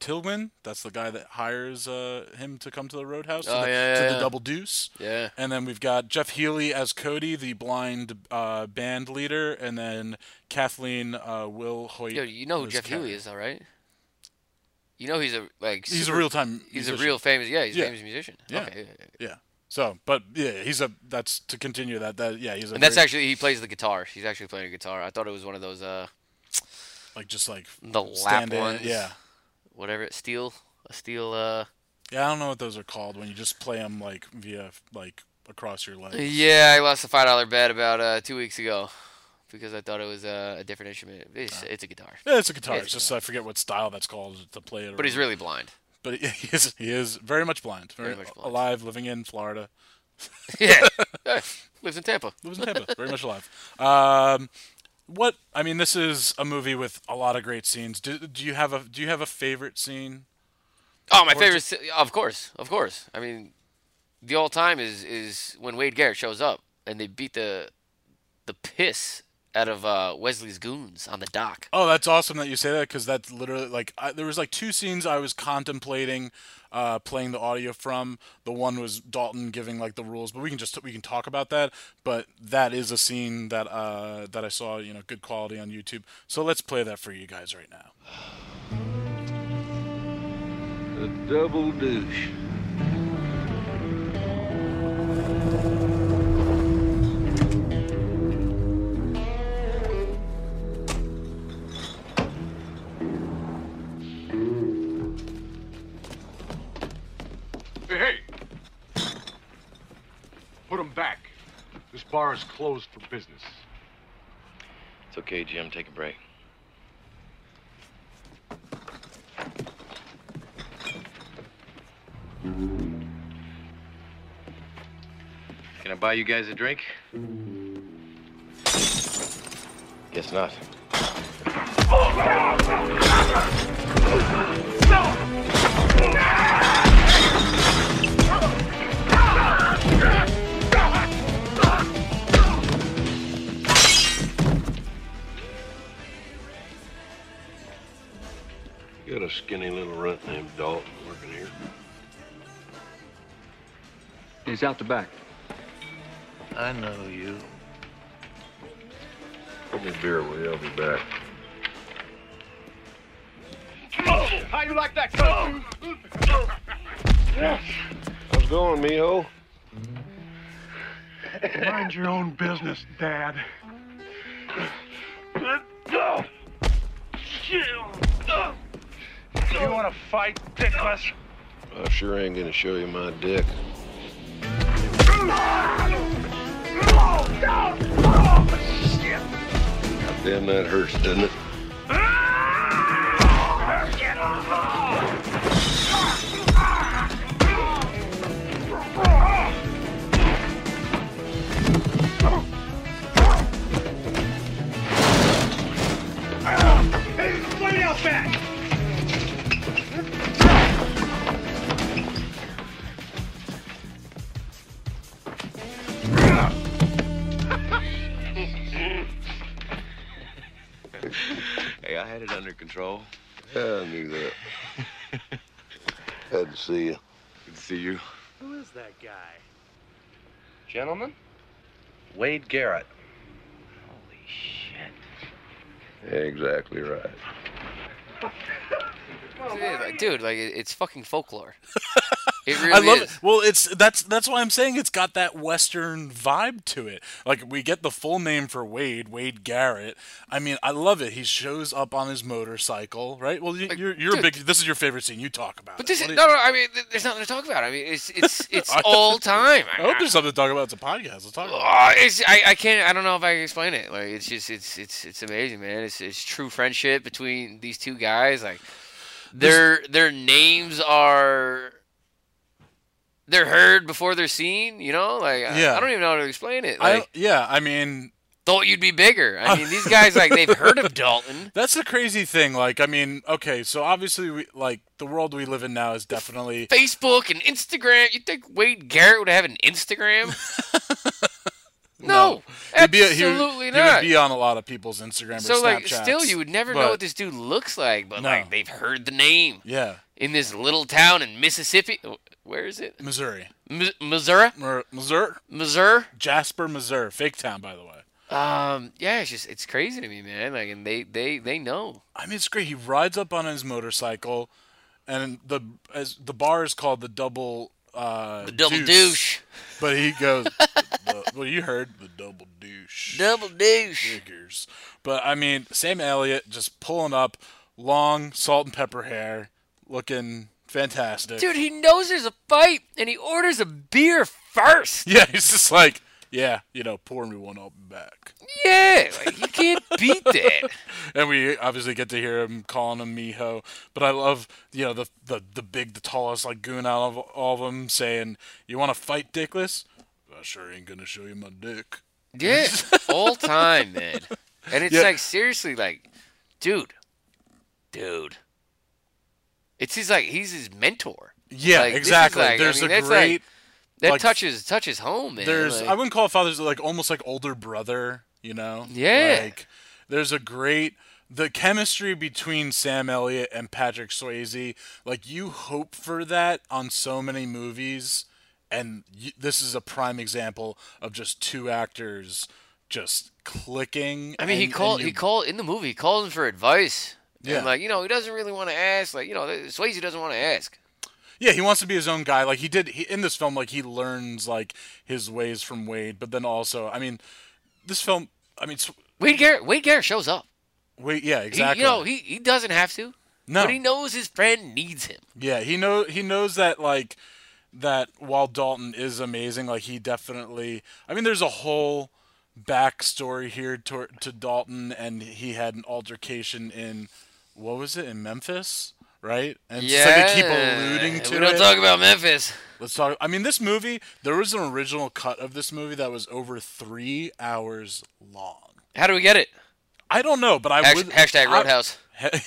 Speaker 1: Tilwyn. That's the guy that hires uh, him to come to the Roadhouse
Speaker 3: Oh,
Speaker 1: to, the,
Speaker 3: yeah,
Speaker 1: to
Speaker 3: yeah,
Speaker 1: the
Speaker 3: yeah.
Speaker 1: Double Deuce.
Speaker 3: Yeah.
Speaker 1: And then we've got Jeff Healy as Cody, the blind uh, band leader, and then Kathleen uh, Will Hoyt.
Speaker 3: Yo, you know who
Speaker 1: as
Speaker 3: Jeff
Speaker 1: Karen.
Speaker 3: Healy is, all right? You know he's a like
Speaker 1: He's
Speaker 3: super-
Speaker 1: a real time.
Speaker 3: he's a real famous yeah he's
Speaker 1: Yeah.
Speaker 3: a famous musician.
Speaker 1: Yeah.
Speaker 3: Okay.
Speaker 1: Yeah. So, but yeah, he's a. That's to continue that. That yeah, he's a.
Speaker 3: And that's
Speaker 1: very,
Speaker 3: actually he plays the guitar. He's actually playing a guitar. I thought it was one of those uh
Speaker 1: like just like
Speaker 3: the lap
Speaker 1: stand in.
Speaker 3: ones.
Speaker 1: Yeah.
Speaker 3: Whatever it steel a steel uh
Speaker 1: Yeah, I don't know what those are called when you just play them like via like across your leg.
Speaker 3: Yeah, I lost a five dollar bet about uh, two weeks ago because I thought it was uh, a different instrument. It's,
Speaker 1: Ah.
Speaker 3: it's a guitar,
Speaker 1: Yeah, it's a guitar.
Speaker 3: Yeah,
Speaker 1: It's just I forget what style that's called to play it.
Speaker 3: but he's really blind.
Speaker 1: But [LAUGHS] he is he is very much blind. Very,
Speaker 3: much blind.
Speaker 1: alive, living in Florida.
Speaker 3: yeah, Yeah. lives in Tampa.
Speaker 1: Lives in Tampa. very much
Speaker 3: [LAUGHS]
Speaker 1: alive. Um, what I mean, this is a movie with a lot of great scenes. Do, do you have a do you have a favorite scene?
Speaker 3: Oh, my favorite, si- of course, of course. I mean, the all time is is when Wade Garrett shows up and they beat the the piss out of uh, Wesley's goons on the dock.
Speaker 1: Oh, that's awesome that you say that because that's literally like I, there was like two scenes I was contemplating uh, playing the audio from. The one was Dalton giving like the rules, but we can just we can talk about that. But that is a scene that uh, that I saw, you know, good quality on YouTube. So let's play that for you guys right now.
Speaker 4: A double douche.
Speaker 5: Hey, hey! Put him back. This bar is closed for business.
Speaker 6: It's okay, Jim. Take a break. Can I buy you guys a drink? Guess not.
Speaker 4: You got a skinny little runt named Dalton working here.
Speaker 7: He's out the back.
Speaker 6: I know you.
Speaker 4: Put me a beer away. I'll be back.
Speaker 5: How you like that, coach?
Speaker 4: How's it going, mijo?
Speaker 5: Mind your own business, Dad. You want to fight, Dickless?
Speaker 4: I sure ain't gonna show you my dick. Damn, that hurts, doesn't it?
Speaker 6: Hey, I had it under control.
Speaker 4: Yeah, I knew
Speaker 6: [LAUGHS]
Speaker 4: that. Had to see you.
Speaker 6: Good to see you.
Speaker 8: Who is that guy?
Speaker 6: Gentlemen? Wade Garrett. Holy shit.
Speaker 4: Exactly right.
Speaker 1: Oh,
Speaker 3: Yeah, like, Dude, like it- it's fucking
Speaker 1: [LAUGHS]
Speaker 3: folklore. It really
Speaker 1: I love
Speaker 3: is.
Speaker 1: it. Well, it's that's that's why I'm saying it's got that western vibe to it. Like we get the full name for Wade, Wade Garrett. I mean, I love it. He shows up on his motorcycle, right? Well, you, you're you're a big.
Speaker 3: dude.
Speaker 1: This is your favorite scene. You talk about.
Speaker 3: But
Speaker 1: it.
Speaker 3: this is,
Speaker 1: What
Speaker 3: no,
Speaker 1: do you-
Speaker 3: no. I mean, th- there's nothing to talk about. I mean, it's it's it's
Speaker 1: [LAUGHS] I-
Speaker 3: all time.
Speaker 1: I hope there's something to talk about. It's a podcast. Let's talk about.
Speaker 3: Oh, it's, I, I can't I don't know if I can explain it. Like it's just it's it's it's amazing, man. It's it's true friendship between these two guys. Like their their names are they're heard before they're seen. You know, like I- I,
Speaker 1: Yeah.
Speaker 3: don't even know how to explain it.
Speaker 1: It. I,
Speaker 3: Like
Speaker 1: yeah, I mean,
Speaker 3: thought you'd be bigger. I mean, these guys like they've heard
Speaker 1: [LAUGHS]
Speaker 3: of Dalton.
Speaker 1: that's the crazy thing. Like, I mean, okay, so obviously, we like the world we live in now is definitely
Speaker 3: Facebook and Instagram. You think Wade Garrett would have an
Speaker 1: [LAUGHS]
Speaker 3: Instagram? no,
Speaker 1: He'd be a- he would-
Speaker 3: absolutely
Speaker 1: he would,
Speaker 3: not.
Speaker 1: be on a lot of people's Instagram or
Speaker 3: so like,
Speaker 1: Snapchats,
Speaker 3: still, you would never
Speaker 1: but-
Speaker 3: know what this dude looks like, but
Speaker 1: No.
Speaker 3: like they've heard the name
Speaker 1: Yeah,
Speaker 3: in this little town in Mississippi. Where is it?
Speaker 1: Missouri,
Speaker 3: Mi- Missouri,
Speaker 1: Mer- Missouri,
Speaker 3: Missouri.
Speaker 1: Jasper, Missouri, fake town, by the way.
Speaker 3: Um, yeah, it's just it's crazy to me, man. Like, and they they they know.
Speaker 1: I mean, it's great. He rides up on his motorcycle, and the as the bar is called the double uh,
Speaker 3: The double douche.
Speaker 1: But he
Speaker 3: [LAUGHS]
Speaker 1: goes, the, well, you heard the double douche.
Speaker 3: Double douche.
Speaker 1: Figures. But I mean, Sam Elliott just pulling up, long salt and pepper hair, looking fantastic.
Speaker 3: Dude, he knows there's a fight, and he orders a beer first.
Speaker 1: Yeah, [LAUGHS] he's just like, yeah, you know, pour me one, I'll be back.
Speaker 3: Yeah, like, you can't beat that.
Speaker 1: And we obviously get to hear him calling him Miho, but I love you know the the, the big, the tallest like goon out of all of them saying, "You want to fight, Dickless? I sure ain't gonna show you my dick." [LAUGHS]
Speaker 3: Yeah, all time, man. And it's
Speaker 1: Yeah.
Speaker 3: like seriously, like, dude, dude. It's his like he's his mentor.
Speaker 1: Yeah,
Speaker 3: Like, this is
Speaker 1: exactly.
Speaker 3: like- I
Speaker 1: there's
Speaker 3: mean,
Speaker 1: a
Speaker 3: that's like-
Speaker 1: great
Speaker 3: That
Speaker 1: Like,
Speaker 3: touches touches home, man.
Speaker 1: there's
Speaker 3: like-
Speaker 1: I wouldn't call it father's like almost like older brother. You You know?
Speaker 3: Yeah.
Speaker 1: Like, there's a great the chemistry between Sam Elliott and Patrick Swayze. Like you hope for that on so many movies, and y this is a prime example of just two actors just clicking.
Speaker 3: I mean, he
Speaker 1: and- and
Speaker 3: called. He
Speaker 1: you-
Speaker 3: called in the movie. He called him for advice.
Speaker 1: Yeah.
Speaker 3: And like you know, he doesn't really want to ask. Like you know, Swayze doesn't want to ask.
Speaker 1: Yeah, he wants to be his own guy. Like he did he, in this film, like he learns like his ways from Wade, but then also, I mean, this film. I mean, Sw-
Speaker 3: Wade Garrett. Wade Garrett shows up.
Speaker 1: Wade. Yeah,
Speaker 3: He-
Speaker 1: exactly.
Speaker 3: you know, he he doesn't have to.
Speaker 1: no,
Speaker 3: But he knows his friend needs him.
Speaker 1: yeah, he know he knows that like that while Dalton is amazing, like he definitely. I mean, there's a whole backstory here to to Dalton, and he had an altercation in what was it in Memphis, right? And it's like they keep alluding to
Speaker 3: We don't
Speaker 1: it.
Speaker 3: talk about Memphis.
Speaker 1: Let's talk. I mean, this movie. There was an original cut of this movie that was over three hours long.
Speaker 3: How do we get it?
Speaker 1: I don't know, but I
Speaker 3: Hash-
Speaker 1: would
Speaker 3: hashtag
Speaker 1: I-
Speaker 3: Roadhouse.
Speaker 1: [LAUGHS]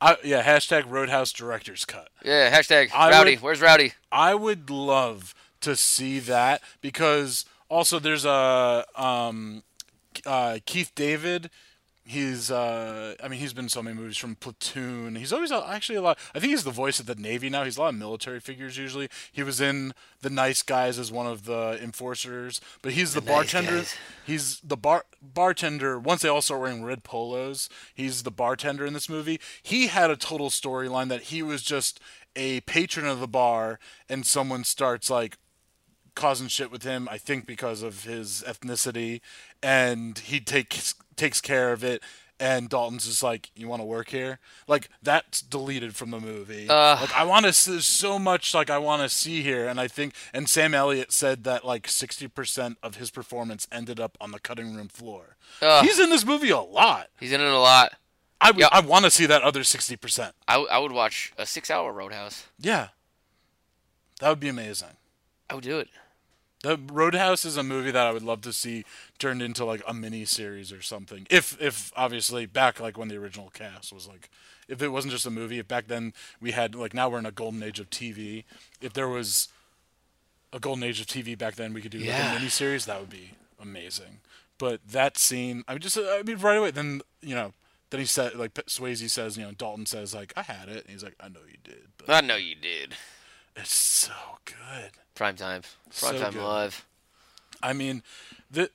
Speaker 1: I- yeah, hashtag Roadhouse director's cut.
Speaker 3: Yeah, hashtag
Speaker 1: I
Speaker 3: Rowdy.
Speaker 1: would-
Speaker 3: Where's Rowdy?
Speaker 1: I would love to see that because also there's a um, uh, Keith David. He's uh, I mean he's been in so many movies from Platoon. He's always a- actually a lot. I think he's the voice of the Navy now. He's a lot of military figures usually. He was in The Nice Guys as one of the enforcers, but he's the,
Speaker 3: Nice
Speaker 1: bartender.
Speaker 3: Guys.
Speaker 1: He's the bar bartender. Once they all start wearing red polos, he's the bartender in this movie. He had a total storyline that he was just a patron of the bar, and someone starts like causing shit with him. I think because of his ethnicity, and he takes takes care of it. And Dalton's just like, you want to work here? Like that's deleted from the movie.
Speaker 3: Ugh.
Speaker 1: like I want to. There's so much like I want to see here, and I think. And Sam Elliott said that like 60% of his performance ended up on the cutting room floor.
Speaker 3: Ugh.
Speaker 1: He's in this movie a lot.
Speaker 3: He's in it a lot.
Speaker 1: I would-
Speaker 3: Yeah.
Speaker 1: I want to see that other 60%.
Speaker 3: I, w- I would watch a six-hour Roadhouse.
Speaker 1: Yeah, that would be amazing.
Speaker 3: I would do it.
Speaker 1: The Roadhouse is a movie that I would love to see turned into like a mini series or something. If if obviously back like when the original cast was like if it wasn't just a movie, if back then we had like now we're in a golden age of TV. If there was a golden age of TV back then, we could do like
Speaker 3: Yeah.
Speaker 1: a mini series. That would be amazing. But that scene, I mean, just uh, I mean, right away. Then you know, then he said like Swayze says, you know, Dalton says like I had it, and he's like I know you did, but
Speaker 3: I know you did.
Speaker 1: it's so good.
Speaker 3: Prime time.
Speaker 1: So
Speaker 3: Prime time
Speaker 1: good.
Speaker 3: live.
Speaker 1: I mean, the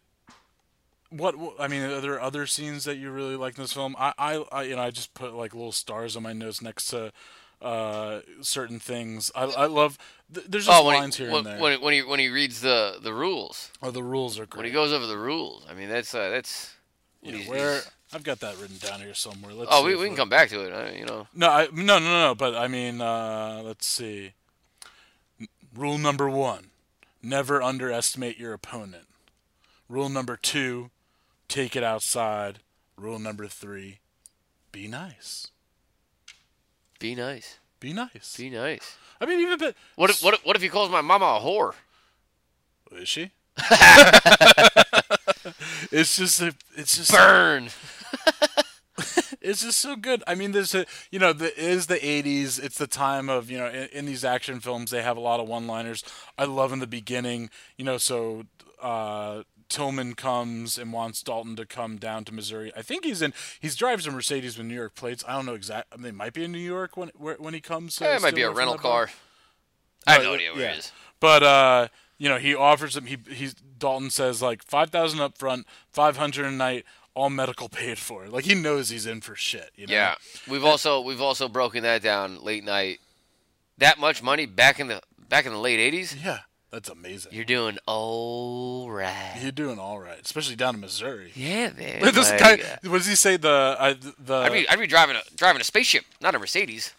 Speaker 1: what what- I mean, are there other scenes that you really like in this film? I, I, I you know, I just put like little stars on my notes next to uh certain things. I, I love th- there's just
Speaker 3: oh, when
Speaker 1: lines
Speaker 3: he,
Speaker 1: here
Speaker 3: when,
Speaker 1: and there.
Speaker 3: when he- when he when he reads the the rules,
Speaker 1: oh, the rules are
Speaker 3: when
Speaker 1: great.
Speaker 3: he goes over the rules. I mean, that's uh, that's.
Speaker 1: You know,
Speaker 3: he's-
Speaker 1: where
Speaker 3: he's-
Speaker 1: I've got that written down here somewhere. Let's
Speaker 3: oh,
Speaker 1: see
Speaker 3: we,
Speaker 1: if
Speaker 3: we can come back to it. I, you know,
Speaker 1: No, I, no, no, no. But I mean, uh, let's see. N- Rule number one: never underestimate your opponent. Rule number two: take it outside. Rule number three: be nice.
Speaker 3: be nice.
Speaker 1: Be nice.
Speaker 3: Be nice.
Speaker 1: I mean, even but
Speaker 3: What if what if, what if he calls my mama a
Speaker 1: [LAUGHS]
Speaker 3: whore?
Speaker 1: is
Speaker 3: [LAUGHS]
Speaker 1: she? it's just a, it's just
Speaker 3: Burn.
Speaker 1: it's just so good. I mean, there's a you know, the, it is the '80s. It's the time of you know, in, in these action films, they have a lot of one-liners. I love in the beginning, you know, so uh, Tillman comes and wants Dalton to come down to Missouri. I think he's in. He drives a Mercedes with New York plates. I don't know exactly. They might be in New York when where, when he comes. uh, to
Speaker 3: Yeah, it might be
Speaker 1: steal
Speaker 3: a
Speaker 1: from
Speaker 3: rental
Speaker 1: that bar.
Speaker 3: car. I have
Speaker 1: No,
Speaker 3: no
Speaker 1: it-
Speaker 3: idea where
Speaker 1: yeah.
Speaker 3: it is.
Speaker 1: But uh, you know, he offers him. He he's Dalton says like five thousand up front, five hundred a night, all medical paid for. Like he knows he's in for shit. You know?
Speaker 3: Yeah, we've also we've also broken that down late night. That much money back in the back in the late '80s,
Speaker 1: Yeah, that's amazing.
Speaker 3: you're doing all right.
Speaker 1: You're doing all right, especially down in Missouri.
Speaker 3: Yeah,
Speaker 1: [LAUGHS]
Speaker 3: man.
Speaker 1: this
Speaker 3: like,
Speaker 1: guy,
Speaker 3: uh,
Speaker 1: what does he say? The I the
Speaker 3: I'd be I'd be driving a driving a spaceship, not a Mercedes.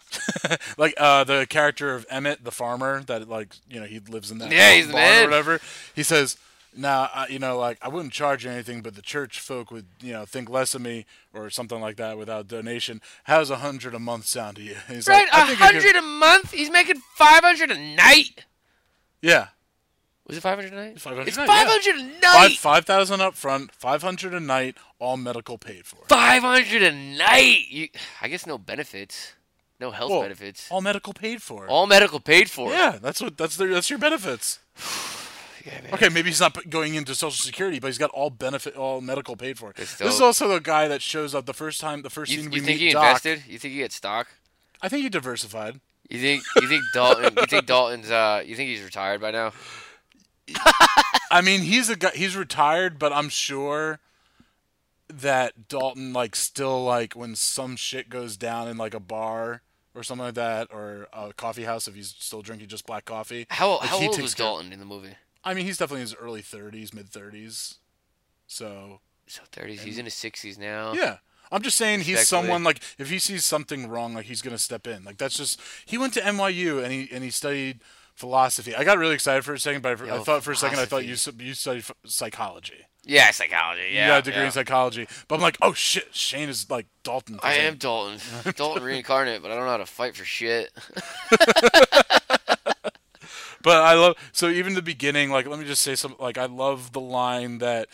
Speaker 1: like uh the character of Emmett, the farmer that like you know he lives in that
Speaker 3: Yeah, he's the
Speaker 1: barn
Speaker 3: man.
Speaker 1: or whatever. He says, "Now I you know like I wouldn't charge you anything, but the church folk would you know think less of me or something like that without donation. How's a hundred a month sound to you?" [LAUGHS] And he's
Speaker 3: Right,
Speaker 1: like, I
Speaker 3: a
Speaker 1: think I could-
Speaker 3: hundred a month. He's making five hundred a night.
Speaker 1: yeah,
Speaker 3: Was it five hundred a night?
Speaker 1: 500
Speaker 3: It's
Speaker 1: a night,
Speaker 3: five
Speaker 1: yeah.
Speaker 3: hundred a
Speaker 1: five
Speaker 3: night.
Speaker 1: five thousand up front, five hundred a night, all medical paid for.
Speaker 3: Five hundred a night. You, I guess no benefits, no health
Speaker 1: Well,
Speaker 3: benefits.
Speaker 1: all medical paid for.
Speaker 3: All medical paid for.
Speaker 1: yeah, that's what that's their that's your benefits.
Speaker 3: [SIGHS] Yeah, man.
Speaker 1: Okay, maybe he's not p- going into Social Security, but he's got all benefit, all medical paid for.
Speaker 3: It's
Speaker 1: This is
Speaker 3: dope.
Speaker 1: also the guy that shows up the first time, the first
Speaker 3: You,
Speaker 1: scene
Speaker 3: you
Speaker 1: we
Speaker 3: think
Speaker 1: meet
Speaker 3: he
Speaker 1: Doc.
Speaker 3: invested? You think he had stock?
Speaker 1: I think he diversified.
Speaker 3: You think you think Dalton? you think Dalton's? Uh, you think he's retired by now?
Speaker 1: I mean, he's a guy. He's retired, but I'm sure that Dalton like still like when some shit goes down in like a bar or something like that, or a coffee house if he's still drinking just black coffee.
Speaker 3: How
Speaker 1: like,
Speaker 3: how
Speaker 1: he
Speaker 3: old
Speaker 1: takes
Speaker 3: was
Speaker 1: care-
Speaker 3: Dalton in the movie?
Speaker 1: I mean, he's definitely in his early 30s, mid 30s. So
Speaker 3: So thirties. He's in his sixties now.
Speaker 1: yeah. I'm just saying he's
Speaker 3: Respectfully.
Speaker 1: someone like if he sees something wrong, like he's gonna step in. Like that's just he went to NYU and he and he studied philosophy. I got really excited for a second, but I, I
Speaker 3: Yo,
Speaker 1: thought for a second I thought you
Speaker 3: philosophy.
Speaker 1: s- you studied ph- psychology.
Speaker 3: Yeah, psychology. Yeah,
Speaker 1: you got a degree
Speaker 3: yeah.
Speaker 1: in psychology. But I'm like, oh shit, Shane is like Dalton.
Speaker 3: I am Dalton. [LAUGHS] Dalton reincarnate, but I don't know how to fight for shit. [LAUGHS]
Speaker 1: But I love so even the beginning. Like, let me just say something. Like, I love the line that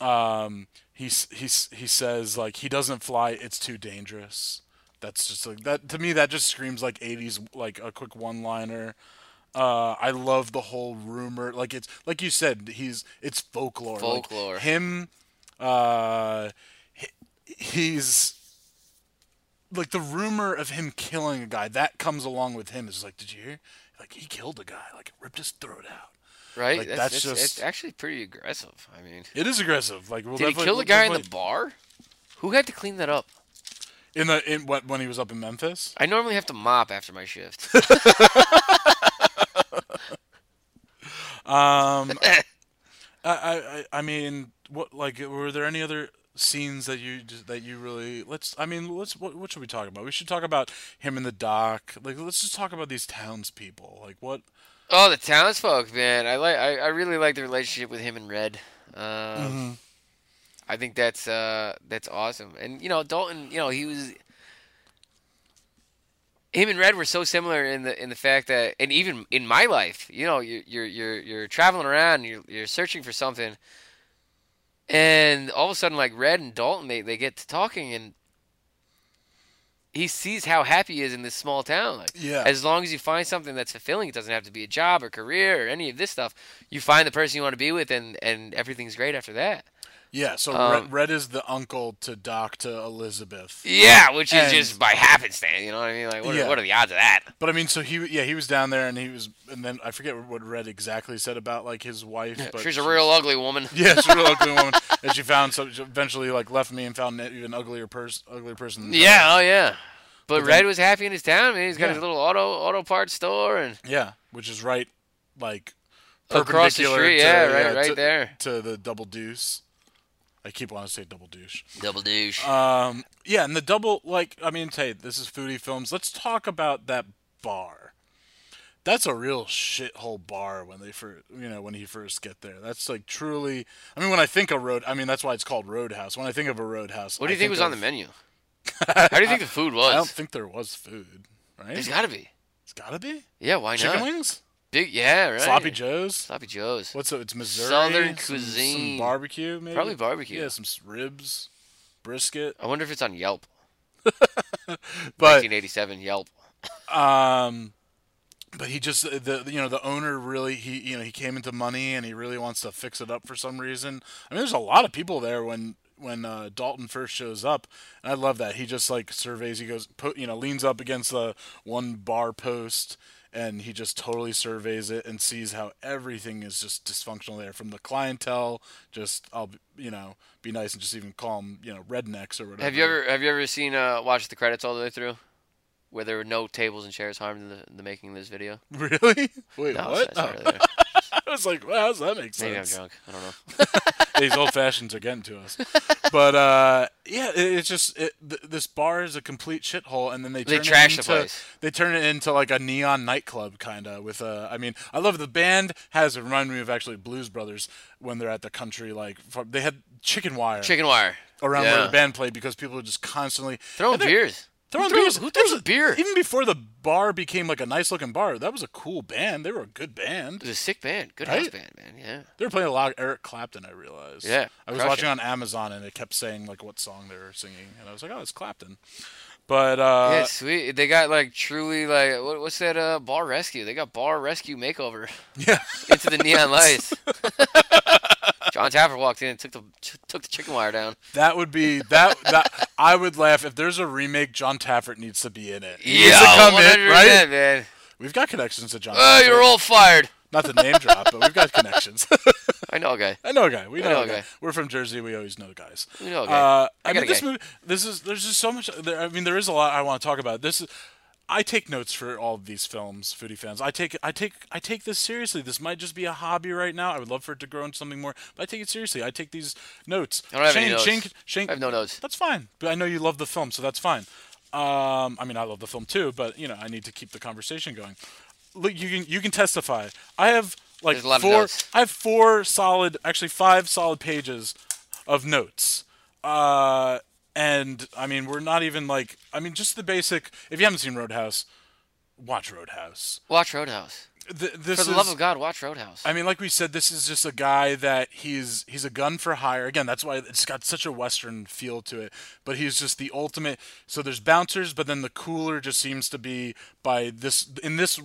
Speaker 1: um he s- he s- he says like he doesn't fly. It's too dangerous. That's just like that to me. That just screams like '80s, like a quick one-liner. Uh, I love the whole rumor. Like it's like you said, he's it's folklore. Like,
Speaker 3: Folklore.
Speaker 1: him, uh, he- he's like the rumor of him killing a guy that comes along with him is like, did you hear? Like he killed a guy, like ripped his throat out.
Speaker 3: Right?
Speaker 1: Like,
Speaker 3: that's,
Speaker 1: that's
Speaker 3: that's-
Speaker 1: just-
Speaker 3: it's actually pretty aggressive. I mean,
Speaker 1: It is aggressive. Like we'll
Speaker 3: did he
Speaker 1: definitely-
Speaker 3: kill the
Speaker 1: we'll
Speaker 3: guy in the
Speaker 1: definitely-
Speaker 3: bar? Who had to clean that up?
Speaker 1: in the in what when he was up in Memphis?
Speaker 3: I normally have to mop after
Speaker 1: [LAUGHS]
Speaker 3: my shift.
Speaker 1: Um, I, I I I mean, what like were there any other scenes that you just- that you really let's I mean let's what what should we talk about? We should talk about him and the doc. Like let's just talk about these townspeople. Like what
Speaker 3: oh, the townsfolk, man. I like. I, I really like the relationship with him and Red. Um,
Speaker 1: Mm-hmm.
Speaker 3: I think that's uh, that's awesome. And you know, Dalton. You know, he was. Him and Red were so similar in the in the fact that, and even in my life, you know, you're you're you're, you're traveling around, you're you're searching for something, and all of a sudden, like Red and Dalton, they, they get to talking, and he sees how happy he is in this small town. Like,
Speaker 1: Yeah.
Speaker 3: as long as you find something that's fulfilling, it doesn't have to be a job or career or any of this stuff. You find the person you want to be with, and and everything's great after that.
Speaker 1: Yeah, so
Speaker 3: Um,
Speaker 1: Red, Red is the uncle to Doc to Elizabeth.
Speaker 3: Yeah, which is
Speaker 1: And-
Speaker 3: just by happenstance. You know what I mean? Like, what,
Speaker 1: Yeah.
Speaker 3: are, what are the odds of that?
Speaker 1: But I mean, so he yeah he was down there and he was and then I forget what Red exactly said about like his wife. but
Speaker 3: She's
Speaker 1: she
Speaker 3: a
Speaker 1: was-
Speaker 3: real
Speaker 1: [LAUGHS]
Speaker 3: ugly woman. [LAUGHS]
Speaker 1: Yeah, she's a real ugly woman, and she found some. She eventually, like left me and found an even uglier person, uglier person. than her.
Speaker 3: Yeah, oh yeah. But,
Speaker 1: But
Speaker 3: Red
Speaker 1: then-
Speaker 3: was happy in his town, man. He's got his
Speaker 1: Yeah.
Speaker 3: little auto auto parts store and
Speaker 1: Yeah, which is right, like
Speaker 3: Across the
Speaker 1: perpendicular
Speaker 3: street,
Speaker 1: to-
Speaker 3: yeah, right- right
Speaker 1: to-
Speaker 3: there.
Speaker 1: to the double deuce. I keep wanting to say double douche.
Speaker 3: double douche.
Speaker 1: Um, yeah, and the double like I mean, hey, this is foodie films. Let's talk about that bar. That's a real shithole bar when they first, you know, when he first get there. That's like truly. I mean, when I think of road, I mean that's why it's called Roadhouse. When I think of a Roadhouse,
Speaker 3: what do you
Speaker 1: I
Speaker 3: think was on
Speaker 1: of-
Speaker 3: the menu? How do you think the food
Speaker 1: [LAUGHS]
Speaker 3: was?
Speaker 1: I don't think there was food, right?
Speaker 3: There's got to be.
Speaker 1: it's gotta be
Speaker 3: Yeah, why
Speaker 1: chicken
Speaker 3: not?
Speaker 1: wings,
Speaker 3: Big, yeah, right.
Speaker 1: sloppy joes.
Speaker 3: Sloppy Joe's.
Speaker 1: What's it? It's Missouri.
Speaker 3: Southern
Speaker 1: some- Some
Speaker 3: cuisine.
Speaker 1: barbecue, maybe.
Speaker 3: Probably barbecue.
Speaker 1: Yeah, some s- ribs, brisket.
Speaker 3: I wonder if it's on Yelp.
Speaker 1: But
Speaker 3: 1987 Yelp.
Speaker 1: um, but he just the you know the owner really he you know he came into money and he really wants to fix it up for some reason. I mean, there's a lot of people there when when uh, Dalton first shows up, and I love that he just like surveys. He goes put you know leans up against the one bar post. And he just totally surveys it and sees how everything is just dysfunctional there, from the clientele. Just I'll, be- you know, be nice and just even call them, you know, rednecks or whatever.
Speaker 3: Have you ever have you ever seen uh watch the credits all the way through, where there were no tables and chairs harmed in the, the making of this video?
Speaker 1: [LAUGHS] really? Wait,
Speaker 3: No,
Speaker 1: what?
Speaker 3: It's not
Speaker 1: Oh.
Speaker 3: earlier.
Speaker 1: [LAUGHS] I was like, well, how does that make sense?
Speaker 3: Maybe I'm drunk. I don't know.
Speaker 1: These old fashions are getting to us. But uh, yeah, it, it's just it, th- this bar is a complete shithole, and then they
Speaker 3: They
Speaker 1: turn
Speaker 3: trash
Speaker 1: it
Speaker 3: the
Speaker 1: into
Speaker 3: place.
Speaker 1: they turn it into like a neon nightclub kind of. With uh, I mean, I love the band has it reminded me of actually Blues Brothers when they're at the country like farm- they had chicken wire
Speaker 3: Chicken wire.
Speaker 1: around
Speaker 3: yeah.
Speaker 1: where the band played because people were just constantly
Speaker 3: Throwing
Speaker 1: and they're-
Speaker 3: beers.
Speaker 1: Throwing
Speaker 3: who throws,
Speaker 1: beers.
Speaker 3: Who
Speaker 1: There
Speaker 3: throws
Speaker 1: was
Speaker 3: a beer? It
Speaker 1: Even before the bar became like a nice looking bar, that was a cool band. They were a good band.
Speaker 3: was a sick band. Good house
Speaker 1: Right?
Speaker 3: band, man. Yeah.
Speaker 1: They were playing a lot of Eric Clapton, I realized.
Speaker 3: Yeah,
Speaker 1: I was
Speaker 3: crush
Speaker 1: watching
Speaker 3: it.
Speaker 1: on Amazon and it kept saying like what song they were singing and I was like, Oh, it's Clapton. But uh,
Speaker 3: yeah, sweet. They got like truly like what, what's that? Uh, bar rescue. They got bar rescue makeover.
Speaker 1: [LAUGHS]
Speaker 3: [LAUGHS]
Speaker 1: Yeah.
Speaker 3: Into the
Speaker 1: [LAUGHS]
Speaker 3: neon lights. John Taffer walked in and took the took the chicken wire down.
Speaker 1: That would be that, that. I would laugh if there's a remake. John Taffert needs to be in it. He needs to come in, right?
Speaker 3: man.
Speaker 1: We've got connections to John.
Speaker 3: Oh,
Speaker 1: Taffert.
Speaker 3: you're all fired.
Speaker 1: Not to name drop, but we've got connections. [LAUGHS]
Speaker 3: I know a guy.
Speaker 1: I know a guy. We know,
Speaker 3: know
Speaker 1: a
Speaker 3: a
Speaker 1: guy.
Speaker 3: guy.
Speaker 1: We're from Jersey. We always know guys.
Speaker 3: We know a guy.
Speaker 1: Uh,
Speaker 3: I
Speaker 1: I,
Speaker 3: got
Speaker 1: mean,
Speaker 3: a
Speaker 1: this
Speaker 3: guy.
Speaker 1: movie. This is. There's just so much. There, I mean, there is a lot I want to talk about. This is. I take notes for all of these films, foodie fans. I take I take I take this seriously. This might just be a hobby right now. I would love for it to grow into something more, but I take it seriously. I take these notes.
Speaker 3: I don't have
Speaker 1: Shane,
Speaker 3: any notes.
Speaker 1: Shane, Shane,
Speaker 3: I have no notes.
Speaker 1: That's fine. But I know you love the film, so that's fine. Um, I mean, I love the film too, but you know, I need to keep the conversation going. Look, you can you can testify. I have like
Speaker 3: There's a lot of
Speaker 1: four.
Speaker 3: notes.
Speaker 1: I have four solid, actually five solid pages of notes. Uh, and I mean, we're not even like, I mean, just the basic. If you haven't seen Roadhouse, watch Roadhouse.
Speaker 3: Watch Roadhouse.
Speaker 1: Th- this
Speaker 3: For the
Speaker 1: is,
Speaker 3: love of God, watch Roadhouse.
Speaker 1: I mean, like we said, this is just a guy that he's he's a gun for hire. Again, that's why it's got such a western feel to it. But he's just the ultimate. So there's bouncers, but then the cooler just seems to be by this in this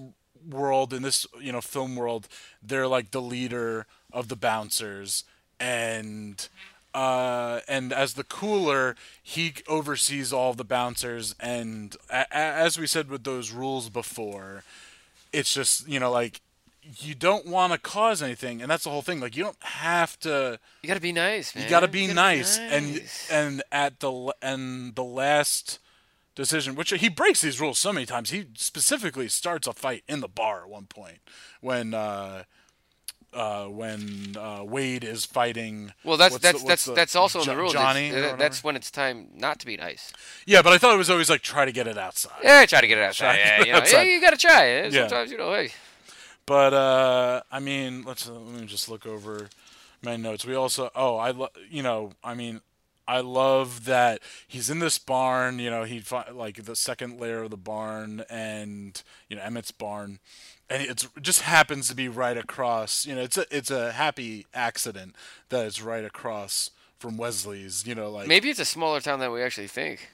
Speaker 1: world in this you know film world, they're like the leader of the bouncers, and uh, and as the cooler, he oversees all the bouncers. And a- a- as we said with those rules before, it's just you know like you don't want to cause anything and that's the whole thing like you don't have to
Speaker 3: you gotta be nice, man.
Speaker 1: you got to be nice. and
Speaker 3: nice.
Speaker 1: and at the l- and the last decision which he breaks these rules so many times he specifically starts a fight in the bar at one point when uh uh, when uh, Wade is fighting,
Speaker 3: well, that's
Speaker 1: what's the-
Speaker 3: that's
Speaker 1: what's
Speaker 3: that's
Speaker 1: the-
Speaker 3: that's also in the
Speaker 1: Jo-
Speaker 3: rules.
Speaker 1: Johnny,
Speaker 3: It's-
Speaker 1: or
Speaker 3: uh,
Speaker 1: whatever?
Speaker 3: that's when it's time not to be nice.
Speaker 1: yeah, but I thought it was always like try to get it outside.
Speaker 3: Yeah, try to get it
Speaker 1: Try
Speaker 3: outside.
Speaker 1: to
Speaker 3: yeah,
Speaker 1: get
Speaker 3: you know,
Speaker 1: outside.
Speaker 3: yeah, you gotta try. eh,
Speaker 1: Yeah.
Speaker 3: Sometimes you know, hey,
Speaker 1: But uh, I mean, let's uh, let me just look over my notes. We also, oh, I lo- you know, I mean, I love that he's in this barn. You know, he fi- like the second layer of the barn, and you know Emmett's barn, and it's it just happens to be right across. You know, it's a it's a happy accident that it's right across from Wesley's. You know, like
Speaker 3: maybe it's a smaller town than we actually think.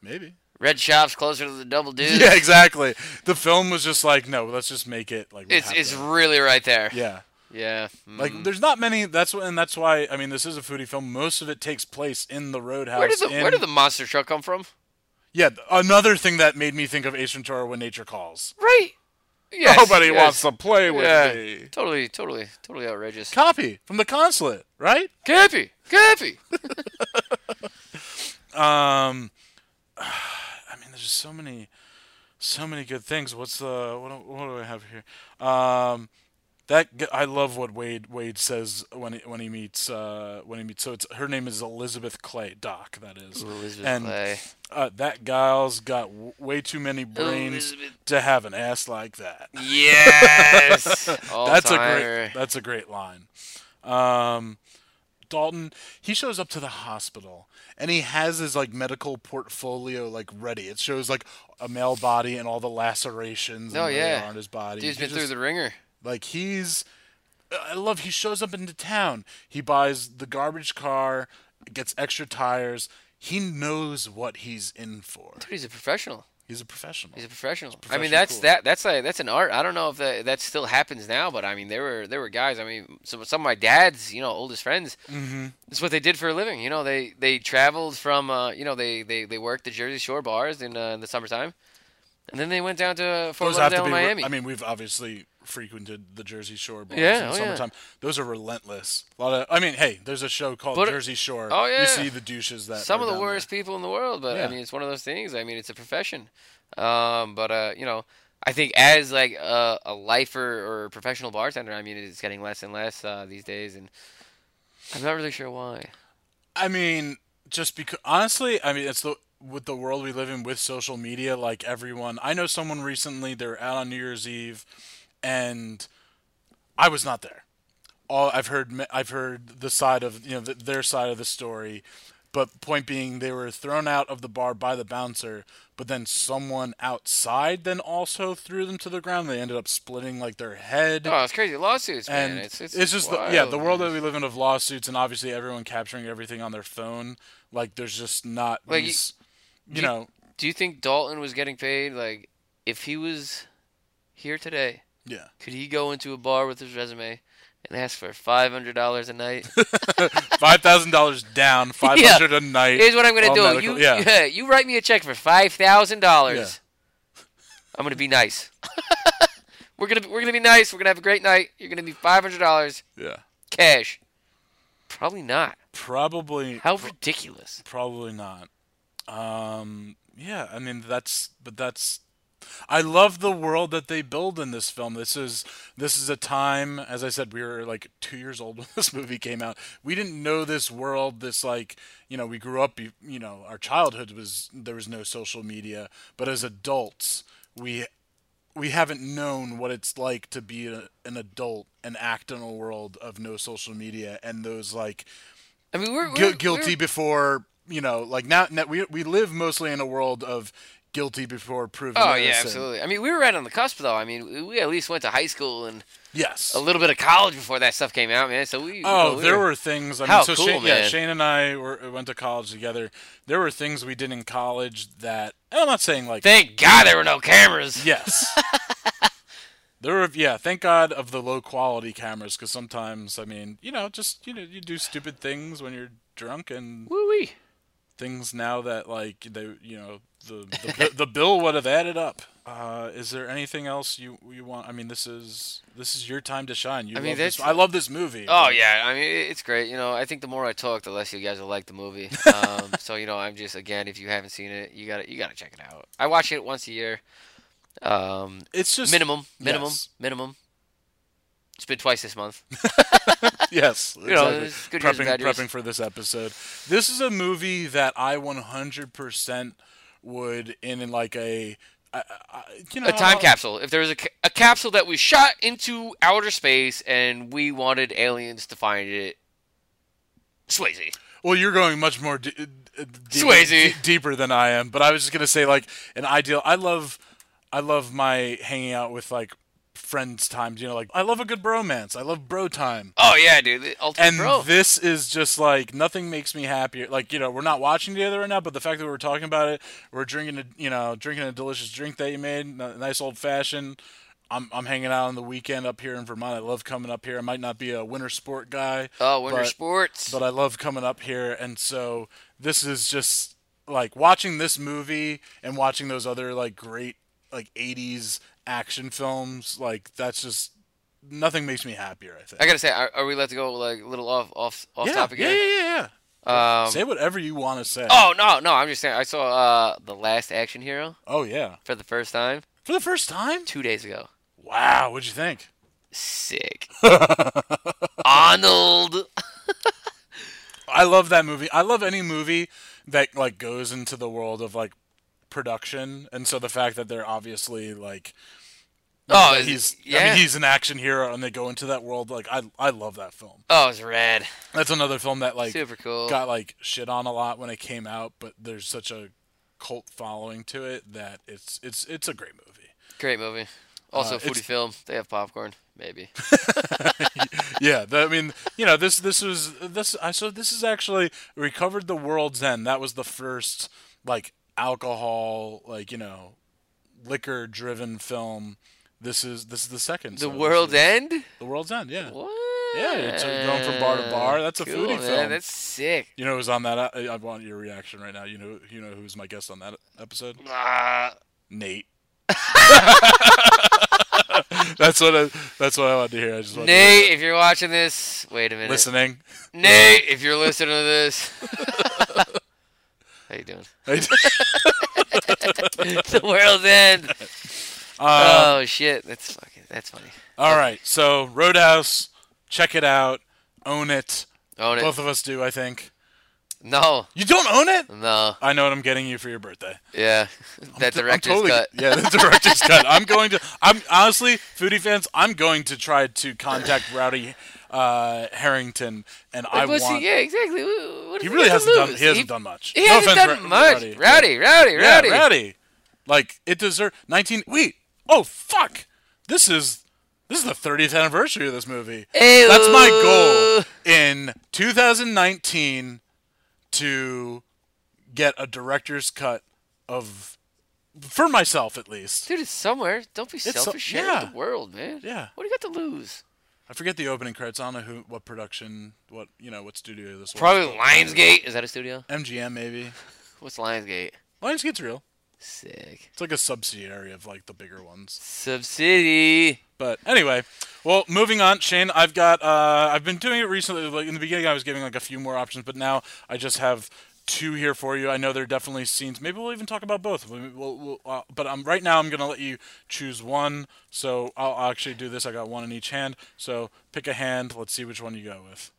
Speaker 1: maybe. [LAUGHS]
Speaker 3: Red Shop's closer to the Double Dude.
Speaker 1: Yeah, exactly. The film was just like, no, let's just make it like we
Speaker 3: It's
Speaker 1: have
Speaker 3: it's
Speaker 1: to-
Speaker 3: really right there.
Speaker 1: yeah.
Speaker 3: Yeah.
Speaker 1: Like,
Speaker 3: mm.
Speaker 1: there's not many. That's wh- and that's why. I mean, this is a foodie film. Most of it takes place in the roadhouse.
Speaker 3: where did the
Speaker 1: in-
Speaker 3: where did the monster truck come from?
Speaker 1: yeah? th- Another thing that made me think of Ace Ventura: When Nature Calls.
Speaker 3: Right. [LAUGHS] Yes,
Speaker 1: Nobody
Speaker 3: yes.
Speaker 1: wants to play with
Speaker 3: Yeah.
Speaker 1: me.
Speaker 3: Totally, totally, totally outrageous.
Speaker 1: Copy from the consulate, right?
Speaker 3: Cappy,
Speaker 1: [LAUGHS]
Speaker 3: Cappy.
Speaker 1: Um, I mean, there's just so many, so many good things. What's the what? do- What do I have here? Um, that g- I love what Wade Wade says when he, when he meets uh, when he meets. So it's her name is Elizabeth Clay Doc. That is
Speaker 3: Elizabeth
Speaker 1: and [LAUGHS]
Speaker 3: Clay.
Speaker 1: Uh, that gal's got w- way too many brains
Speaker 3: Elizabeth.
Speaker 1: to have an ass like that.
Speaker 3: Yes.
Speaker 1: That's a
Speaker 3: All-timer.
Speaker 1: great. That's a great line. Um, Dalton, he shows up to the hospital and he has his like medical portfolio like ready. It shows like a male body and all the lacerations
Speaker 3: Oh,
Speaker 1: and where they
Speaker 3: yeah.
Speaker 1: are on his body.
Speaker 3: Dude's
Speaker 1: He
Speaker 3: been through
Speaker 1: just-
Speaker 3: the ringer.
Speaker 1: like he's I love he shows up into town. He buys the garbage car, gets extra tires. He knows what he's in for.
Speaker 3: Dude, he's a professional.
Speaker 1: He's a professional.
Speaker 3: He's a professional. I
Speaker 1: professional
Speaker 3: mean, that's
Speaker 1: cool.
Speaker 3: that. That's a that's an art. I don't know if that that still happens now, but I mean, there were there were guys. I mean, some some of my dad's you know oldest friends. Mm-hmm. It's what they did for a living. You know, they they traveled from uh, you know they they they worked the Jersey Shore bars in uh, in the summertime, and then they went down to uh, Fort
Speaker 1: Those have to
Speaker 3: Lauderdale,
Speaker 1: be.
Speaker 3: and
Speaker 1: re-
Speaker 3: Miami.
Speaker 1: I mean, we've obviously frequented the Jersey Shore bars
Speaker 3: Yeah,
Speaker 1: in the
Speaker 3: oh, yeah.
Speaker 1: summertime. Those are relentless. A lot of. I mean, hey, there's a show called
Speaker 3: But-
Speaker 1: Jersey Shore.
Speaker 3: oh, yeah.
Speaker 1: You see the douches that.
Speaker 3: some
Speaker 1: are
Speaker 3: of the
Speaker 1: down there.
Speaker 3: worst people in the world but
Speaker 1: Yeah.
Speaker 3: i mean it's one of those things i mean it's a profession um, but uh, you know i think as like a, a lifer or a professional bartender i mean it's getting less and less uh, these days and i'm not really sure why
Speaker 1: I mean, just because honestly, I mean, it's the with the world we live in with social media, like everyone. I know someone recently. They were out on New Year's Eve, and I was not there. All I've heard, I've heard the side of you know th their side of the story, but point being, they were thrown out of the bar by the bouncer. But then someone outside then also threw them to the ground. They ended up splitting like their head
Speaker 3: oh it's crazy lawsuits
Speaker 1: and
Speaker 3: man it's, it's,
Speaker 1: just the, yeah
Speaker 3: wild,
Speaker 1: the world
Speaker 3: man.
Speaker 1: that we live in of lawsuits and obviously everyone capturing everything on their phone like there's just not
Speaker 3: Like,
Speaker 1: these you,
Speaker 3: you-
Speaker 1: know
Speaker 3: Do you think Dalton was getting paid? Like, if he was here today,
Speaker 1: Yeah.
Speaker 3: could he go into a bar with his resume and ask for five hundred dollars a night?
Speaker 1: [LAUGHS] Five thousand dollars
Speaker 3: [LAUGHS]
Speaker 1: down, five hundred a night.
Speaker 3: Here's what I'm gonna
Speaker 1: all
Speaker 3: do.
Speaker 1: medical-
Speaker 3: You,
Speaker 1: yeah.
Speaker 3: [LAUGHS] you write me a check for five thousand dollars. I'm gonna be nice. [LAUGHS] we're gonna be, we're gonna be nice. We're gonna have a great night. You're gonna be five hundred dollars
Speaker 1: yeah.
Speaker 3: cash. Probably not.
Speaker 1: Probably
Speaker 3: How ridiculous.
Speaker 1: Probably not. Um, yeah, I mean that's but that's I love the world that they build in this film. This is this is a time, as I said, we were like two years old [LAUGHS] when this movie came out. We didn't know this world. This like you know we grew up. You, you know our childhood was there was no social media, but as adults we we haven't known what it's like to be a, an adult and act in a world of no social media and those like
Speaker 3: I mean, we're,
Speaker 1: Gu-
Speaker 3: we're
Speaker 1: guilty
Speaker 3: we're-
Speaker 1: before you know like now, now we, we live mostly in a world of guilty before proven
Speaker 3: Oh yeah,
Speaker 1: innocent.
Speaker 3: absolutely. I mean, we were right on the cusp, though. I mean, we at least went to high school and
Speaker 1: yes
Speaker 3: a little bit of college before that stuff came out, man. So we. you
Speaker 1: oh
Speaker 3: know, we
Speaker 1: there were things i mean
Speaker 3: How
Speaker 1: so
Speaker 3: cool,
Speaker 1: shane, yeah
Speaker 3: man.
Speaker 1: shane and i were, went to college together there were things we did in college that and i'm not saying like
Speaker 3: Thank God there were no cameras. [LAUGHS]
Speaker 1: yes there were yeah thank god of the low quality cameras because sometimes i mean you know just you know you do stupid things when you're drunk and
Speaker 3: Woo wee.
Speaker 1: things now that like they you know the the, bi- the bill would have added up. Uh, is there anything else you you want? I mean, this is this is your time to shine. You
Speaker 3: I mean,
Speaker 1: love this.
Speaker 3: that's-
Speaker 1: I love this movie.
Speaker 3: Oh yeah, I mean it- it's great. You know, I think the more I talk, the less you guys will like
Speaker 1: [LAUGHS]
Speaker 3: the movie. Um, so you know, I'm just again, if you haven't seen it, you gotta you gotta check it out. I watch it once a year, um,
Speaker 1: it's just
Speaker 3: minimum, minimum,
Speaker 1: yes.
Speaker 3: minimum. It's been twice this month.
Speaker 1: Yes,
Speaker 3: You know,
Speaker 1: exactly.
Speaker 3: it's good years and
Speaker 1: prepping
Speaker 3: bad years.
Speaker 1: prepping for this episode. This is a movie that I 100% would in like a I, I, you know
Speaker 3: A time
Speaker 1: I-
Speaker 3: capsule. If there was a, ca- a capsule that was shot into outer space and we wanted aliens to find it, Swayze.
Speaker 1: Well, you're going much more d- d- deeper,
Speaker 3: Swayze.
Speaker 1: d- deeper than I am, but I was just gonna say like an ideal. I love, I love my hanging out with like friends times. You know, like I love a good bromance. I love bro time.
Speaker 3: Oh yeah, dude, the ultimate
Speaker 1: And
Speaker 3: bro.
Speaker 1: this is just like nothing makes me happier. Like you know, we're not watching together right now, but the fact that we're talking about it, we're drinking a you know drinking a delicious drink that you made, a nice old fashioned. I'm I'm hanging out on the weekend up here in Vermont. I love coming up here. I might not be a winter sport guy
Speaker 3: oh, winter
Speaker 1: but-
Speaker 3: sports.
Speaker 1: but I love coming up here, and so this is just like watching this movie and watching those other like great like '80s action films. Like that's just nothing makes me happier. I think.
Speaker 3: I gotta say, are, are we allowed to go like a little off off off
Speaker 1: yeah,
Speaker 3: topic?
Speaker 1: yeah,
Speaker 3: here?
Speaker 1: yeah, yeah, yeah.
Speaker 3: Um,
Speaker 1: say whatever you want to say.
Speaker 3: Oh no, no, I'm just saying. I saw uh, the Last Action Hero
Speaker 1: Oh, yeah,
Speaker 3: for the first time
Speaker 1: for the first time.
Speaker 3: two days ago.
Speaker 1: Wow, what'd you think? [LAUGHS]
Speaker 3: Sick. Arnold.
Speaker 1: I love that movie. I love any movie that like goes into the world of like production, and so the fact that they're obviously like
Speaker 3: Oh,
Speaker 1: that
Speaker 3: is-
Speaker 1: he's I
Speaker 3: yeah.
Speaker 1: mean he's an action hero and they go into that world like I I love that film.
Speaker 3: Oh, it's rad.
Speaker 1: That's another film that like
Speaker 3: Super cool.
Speaker 1: got like shit on a lot when it came out, but there's such a cult following to it that it's it's it's a great movie.
Speaker 3: Great movie. Also,
Speaker 1: Uh,
Speaker 3: foodie
Speaker 1: it's-
Speaker 3: film. They have popcorn,
Speaker 1: [LAUGHS]
Speaker 3: maybe.
Speaker 1: yeah, the, I mean, you know, this this was this I so this is actually we covered the world's end. That was the first like alcohol like, you know, liquor driven film. This is this is the second.
Speaker 3: the
Speaker 1: so this
Speaker 3: World's
Speaker 1: is-
Speaker 3: End.
Speaker 1: The world's end, yeah.
Speaker 3: What?
Speaker 1: Yeah, it's, uh, going from bar to bar. That's a
Speaker 3: Cool,
Speaker 1: foodie
Speaker 3: man.
Speaker 1: film.
Speaker 3: That's sick.
Speaker 1: You know who's on that? uh, I, I want your reaction right now. You know, you know who's my guest on that episode?
Speaker 3: Ah, [LAUGHS]
Speaker 1: Nate. that's what I, that's what I wanted to hear. I just wanted
Speaker 3: Nate, if you're watching this, wait a
Speaker 1: to
Speaker 3: minute.
Speaker 1: listening. [LAUGHS]
Speaker 3: Nate, if you're listening to this, how you doing? [LAUGHS] the world's end.
Speaker 1: Uh,
Speaker 3: Oh shit, that's fucking that's funny.
Speaker 1: all right, so Roadhouse, check it out, own it.
Speaker 3: Own it.
Speaker 1: Both of us do, I think.
Speaker 3: Oh, No,
Speaker 1: You don't own it?
Speaker 3: no,
Speaker 1: I know what I'm getting you for your birthday.
Speaker 3: yeah, [LAUGHS]
Speaker 1: [LAUGHS]
Speaker 3: that
Speaker 1: I'm
Speaker 3: director's
Speaker 1: totally-
Speaker 3: cut.
Speaker 1: Yeah, the
Speaker 3: [LAUGHS]
Speaker 1: director's cut. I'm going to. I'm honestly, foodie fans. I'm going to try to contact Rowdy uh, Harrington, and I
Speaker 3: What's
Speaker 1: want.
Speaker 3: he, yeah, exactly. What, what
Speaker 1: He
Speaker 3: does
Speaker 1: really
Speaker 3: have to
Speaker 1: hasn't done.
Speaker 3: lose?
Speaker 1: He hasn't done much.
Speaker 3: He
Speaker 1: No
Speaker 3: hasn't
Speaker 1: offense,
Speaker 3: done
Speaker 1: Ra-
Speaker 3: much.
Speaker 1: Rowdy.
Speaker 3: Rowdy, rowdy, rowdy.
Speaker 1: Yeah, Rowdy. Like it deserves. Nineteen. Wait. Oh fuck. This is this is the 30th anniversary of this movie.
Speaker 3: Ew.
Speaker 1: That's my goal in 2019 to get a director's cut of for myself at least.
Speaker 3: Dude, it's somewhere. Don't be
Speaker 1: so-
Speaker 3: selfish. Share it with
Speaker 1: yeah.
Speaker 3: the world, man.
Speaker 1: Yeah.
Speaker 3: What do you got to lose?
Speaker 1: I forget the opening credits. I don't know who, what production, what you know, what studio this was.
Speaker 3: Probably Lionsgate. Is that a studio?
Speaker 1: MGM maybe.
Speaker 3: What's Lionsgate?
Speaker 1: Lionsgate's real.
Speaker 3: Sick.
Speaker 1: It's like a subsidiary of like the bigger ones.
Speaker 3: Subsidy.
Speaker 1: But anyway, well, moving on, Shane. I've got. Uh, I've been doing it recently. Like in the beginning, I was giving like a few more options, but now I just have two here for you. I know there are definitely scenes. Maybe we'll even talk about both. We- We'll, we'll, uh, but um, right now, I'm gonna let you choose one. So I'll, I'll actually do this. I got one in each hand. So pick a hand. Let's see which one you go with.